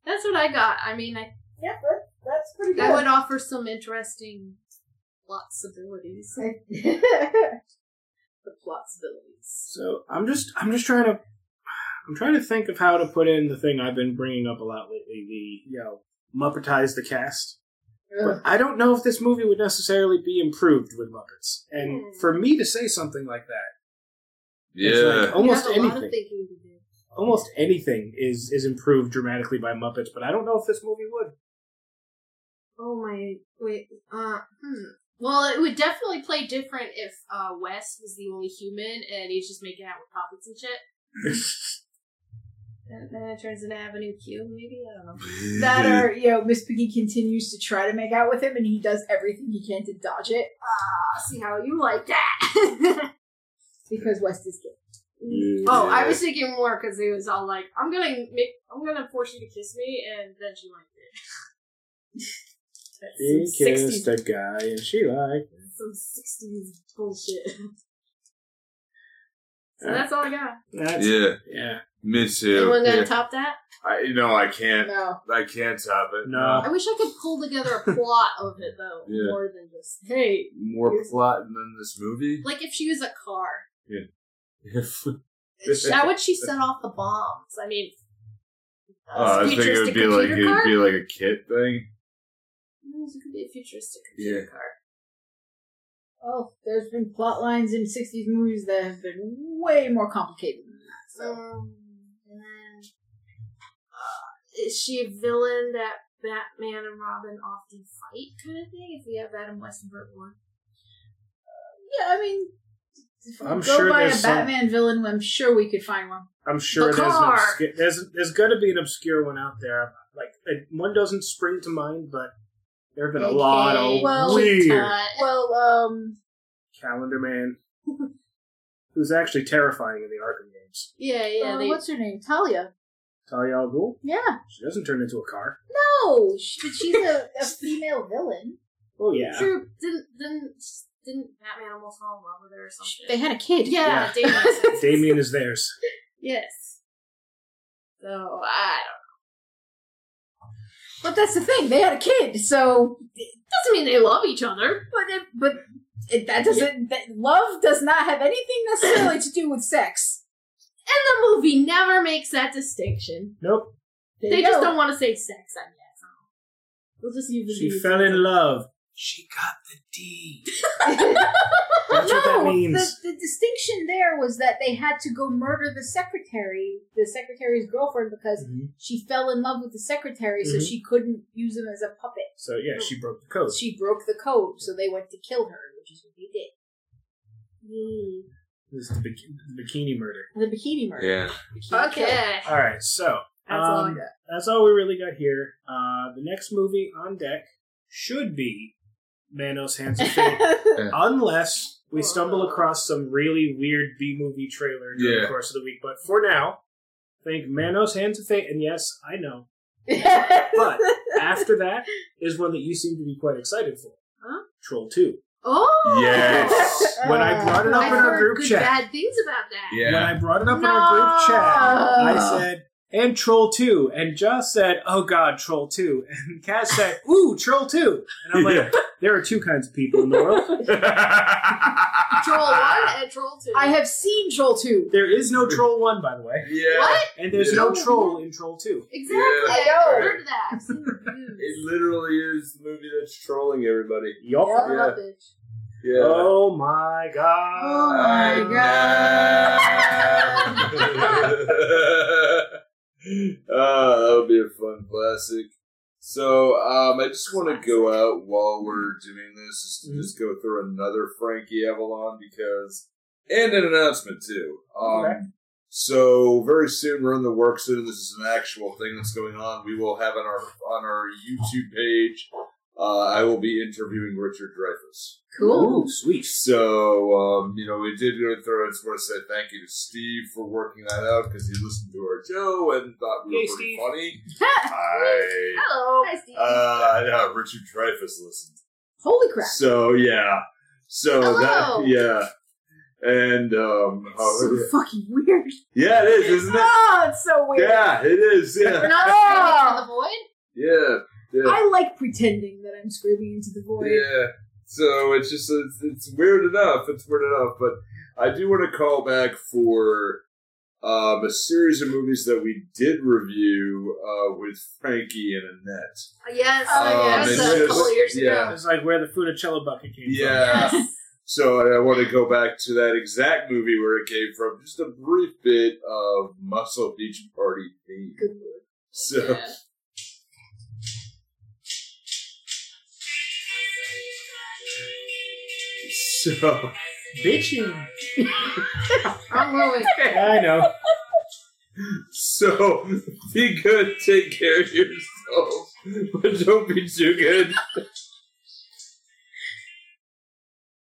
[SPEAKER 3] that's what I got. I mean, I
[SPEAKER 4] Yeah, that, that's pretty
[SPEAKER 3] that would offer some interesting plausibilities. the plausibilities.
[SPEAKER 2] So I'm just I'm just trying to I'm trying to think of how to put in the thing I've been bringing up a lot lately. The you know Muppetize the cast. But I don't know if this movie would necessarily be improved with Muppets. And
[SPEAKER 3] Hmm.
[SPEAKER 2] for me to say something like that, it's
[SPEAKER 1] Yeah.
[SPEAKER 2] like almost
[SPEAKER 3] you have a lot of
[SPEAKER 2] anything,
[SPEAKER 3] thinking to do.
[SPEAKER 2] almost anything is is improved dramatically by Muppets. But I don't know if this movie would.
[SPEAKER 3] Oh my wait. Uh, hmm. Well, it would definitely play different if uh, Wes was the only human and he's just making out with puppets and shit. and then it turns into Avenue Q, maybe I don't know.
[SPEAKER 4] That or you know, Miss Piggy continues to try to make out with him, and he does everything he can to dodge it
[SPEAKER 3] Ah, see how you like that.
[SPEAKER 4] because West is gay.
[SPEAKER 1] Yeah.
[SPEAKER 3] oh, I was thinking more because it was all like, "I'm gonna make, I'm gonna force you to kiss me," and then she liked
[SPEAKER 2] He
[SPEAKER 3] it. That's some
[SPEAKER 2] kissed
[SPEAKER 3] 60s,
[SPEAKER 2] a guy and she liked.
[SPEAKER 3] some 60s bullshit. so
[SPEAKER 2] Alright.
[SPEAKER 3] that's all I got.
[SPEAKER 2] That's, yeah.
[SPEAKER 1] Yeah. Me too.
[SPEAKER 3] Anyone gonna
[SPEAKER 1] Yeah.
[SPEAKER 3] top that?
[SPEAKER 1] I no, I can't
[SPEAKER 4] No,
[SPEAKER 1] I can't top it.
[SPEAKER 2] No.
[SPEAKER 3] I wish I could pull together a plot of it though,
[SPEAKER 1] Yeah.
[SPEAKER 3] more than just hey,
[SPEAKER 1] More plot than this movie?
[SPEAKER 3] like if she was a car,
[SPEAKER 1] oh,
[SPEAKER 3] how would she set off the bombs? I mean, a
[SPEAKER 1] Oh, I think it would
[SPEAKER 3] futuristic
[SPEAKER 1] be like
[SPEAKER 3] computer
[SPEAKER 1] it would
[SPEAKER 3] car.
[SPEAKER 1] be like a kit thing.
[SPEAKER 3] Mm, It could be a futuristic
[SPEAKER 1] Yeah.
[SPEAKER 3] computer car.
[SPEAKER 4] oh, there's been plot lines in '60s movies that have been way more complicated than that. So
[SPEAKER 3] Um, and then, uh, is she a villain that Batman and Robin often fight, kind of thing? If we have Adam West and Burt Ward,
[SPEAKER 4] yeah, I mean, if we
[SPEAKER 2] I'm
[SPEAKER 4] go
[SPEAKER 2] sure
[SPEAKER 4] by a
[SPEAKER 2] there's some-
[SPEAKER 4] Batman villain, I'm sure we could find one.
[SPEAKER 2] I'm sure
[SPEAKER 3] The
[SPEAKER 2] there's an
[SPEAKER 3] car.
[SPEAKER 2] obscu- there's there's got to be an obscure one out there. Like it, one doesn't spring to mind, but there have been a lot of
[SPEAKER 3] AKA
[SPEAKER 4] well,
[SPEAKER 2] weird
[SPEAKER 3] uh,
[SPEAKER 4] Well, um,
[SPEAKER 2] Calendar Man, who's actually terrifying in the Arkham games.
[SPEAKER 3] yeah, yeah,
[SPEAKER 4] uh,
[SPEAKER 3] they,
[SPEAKER 4] what's her name? Talia.
[SPEAKER 2] Talia al Ghul,
[SPEAKER 4] Yeah.
[SPEAKER 2] she doesn't turn into a car.
[SPEAKER 4] No, she, but she's a, a female villain.
[SPEAKER 2] Oh yeah,
[SPEAKER 3] true. Didn't didn't didn't Batman almost fall in love with her or something?
[SPEAKER 4] They had a kid.
[SPEAKER 3] Yeah, Damien.
[SPEAKER 2] Damien is theirs.
[SPEAKER 3] yes. So I
[SPEAKER 4] But that's the thing. They had a kid, so
[SPEAKER 3] don't. Doesn't mean they love each other.
[SPEAKER 4] but it, but it, that doesn't. That, love does not have anything necessarily to do with sex.
[SPEAKER 3] And the movie never makes that distinction.
[SPEAKER 2] Nope,
[SPEAKER 4] There
[SPEAKER 3] They
[SPEAKER 4] you
[SPEAKER 3] just
[SPEAKER 4] go.
[SPEAKER 3] don't want to say sex. I guess. We'll just use the
[SPEAKER 2] she
[SPEAKER 3] movie.
[SPEAKER 2] fell in love. She got the D. That's what that
[SPEAKER 4] no,
[SPEAKER 2] means.
[SPEAKER 4] The, the distinction there was that they had to go murder the secretary, the secretary's girlfriend, because
[SPEAKER 2] Mhm.
[SPEAKER 4] she fell in love with the secretary, so
[SPEAKER 2] Mhm.
[SPEAKER 4] she couldn't use him as a puppet.
[SPEAKER 2] So yeah, she broke the code.
[SPEAKER 4] She broke the code, so they went to kill her, which is what they did.
[SPEAKER 3] Mm.
[SPEAKER 2] This is the bik- bikini murder.
[SPEAKER 4] The bikini murder.
[SPEAKER 1] Yeah.
[SPEAKER 4] Bikini killer.
[SPEAKER 3] Okay.
[SPEAKER 2] All right, so
[SPEAKER 4] That's all I
[SPEAKER 2] um,
[SPEAKER 4] got.
[SPEAKER 2] that's all we really got here. Uh, the next movie on deck should be Manos Hands of Fate, unless we stumble across some really weird B movie trailer during
[SPEAKER 1] Yeah.
[SPEAKER 2] the course of the week. But for now, think Manos Hands of Fate, and yes, I know. But after that is one that you seem to be quite excited for.
[SPEAKER 3] Huh?
[SPEAKER 2] Troll Two.
[SPEAKER 3] Oh.
[SPEAKER 1] Yes.
[SPEAKER 2] When I brought it up
[SPEAKER 3] I've
[SPEAKER 2] in our
[SPEAKER 3] heard
[SPEAKER 2] group
[SPEAKER 3] good
[SPEAKER 2] chat,
[SPEAKER 3] bad things about that.
[SPEAKER 2] when
[SPEAKER 1] Yeah.
[SPEAKER 2] I brought it up in our group chat,
[SPEAKER 4] Oh.
[SPEAKER 2] I said, and Troll 2. And Josh said, oh god, Troll 2. And Cass said, ooh, Troll 2. And I'm like,
[SPEAKER 1] Yeah.
[SPEAKER 2] there are two kinds of people in the world.
[SPEAKER 3] Troll one and troll two.
[SPEAKER 4] I have seen Joel 2.
[SPEAKER 2] There is no Troll 1, by the way.
[SPEAKER 1] yeah.
[SPEAKER 3] what
[SPEAKER 2] And there's no troll in Troll 2.
[SPEAKER 3] exactly.
[SPEAKER 1] I
[SPEAKER 3] I
[SPEAKER 1] know.
[SPEAKER 3] heard that. I've seen
[SPEAKER 1] It literally is the movie that's trolling everybody.
[SPEAKER 2] Yup.
[SPEAKER 1] Yeah. Yeah.
[SPEAKER 2] Oh my god.
[SPEAKER 4] Oh my
[SPEAKER 1] god. Uh, that'll be a fun classic. So, um, I just want to go out while we're doing this, just to just go through another Frankie Avalon because, and an announcement too. Um,
[SPEAKER 2] Okay.
[SPEAKER 1] So very soon we're in the works. of This is an actual thing that's going on. We will have on our on our YouTube page. Uh, I will be interviewing Richard Dreyfuss.
[SPEAKER 2] Cool. sweet.
[SPEAKER 1] So, um, you know, we did go through. I just want to say thank you to Steve for working that out because he listened to our show and thought we were
[SPEAKER 2] Hey,
[SPEAKER 1] pretty
[SPEAKER 2] Steve.
[SPEAKER 1] funny. I,
[SPEAKER 4] Hello.
[SPEAKER 1] uh, yeah, Richard Dreyfuss listened.
[SPEAKER 4] Holy crap.
[SPEAKER 1] So, yeah. So,
[SPEAKER 3] Hello.
[SPEAKER 1] that, yeah. And, um,
[SPEAKER 4] so
[SPEAKER 1] oh,
[SPEAKER 4] fucking weird.
[SPEAKER 1] yeah, it is, isn't it?
[SPEAKER 4] Oh, it's so weird.
[SPEAKER 1] Yeah, it is. Yeah.
[SPEAKER 4] No.
[SPEAKER 3] Screaming into
[SPEAKER 4] Ah.
[SPEAKER 3] the void?
[SPEAKER 1] Yeah. Yeah.
[SPEAKER 4] I like pretending that I'm screaming into the void.
[SPEAKER 1] Yeah. So it's just it's, it's weird enough. It's weird enough, but I do want to call back for um, a series of movies that we did review uh, with Frankie and Annette.
[SPEAKER 3] Yes,
[SPEAKER 1] Um,
[SPEAKER 3] that was
[SPEAKER 1] it's
[SPEAKER 3] Oh, a
[SPEAKER 1] just-
[SPEAKER 3] couple years
[SPEAKER 1] yeah.
[SPEAKER 3] ago.
[SPEAKER 2] It's like where the funicello bucket came
[SPEAKER 1] Yeah. So I want to go back to that exact movie where it came from. Just a brief bit of Muscle Beach Party theme. So.
[SPEAKER 3] Yeah.
[SPEAKER 1] So
[SPEAKER 2] from. Bitchy.
[SPEAKER 3] Wrong road.
[SPEAKER 2] I know.
[SPEAKER 1] So be good, take care of yourself, but don't be too good.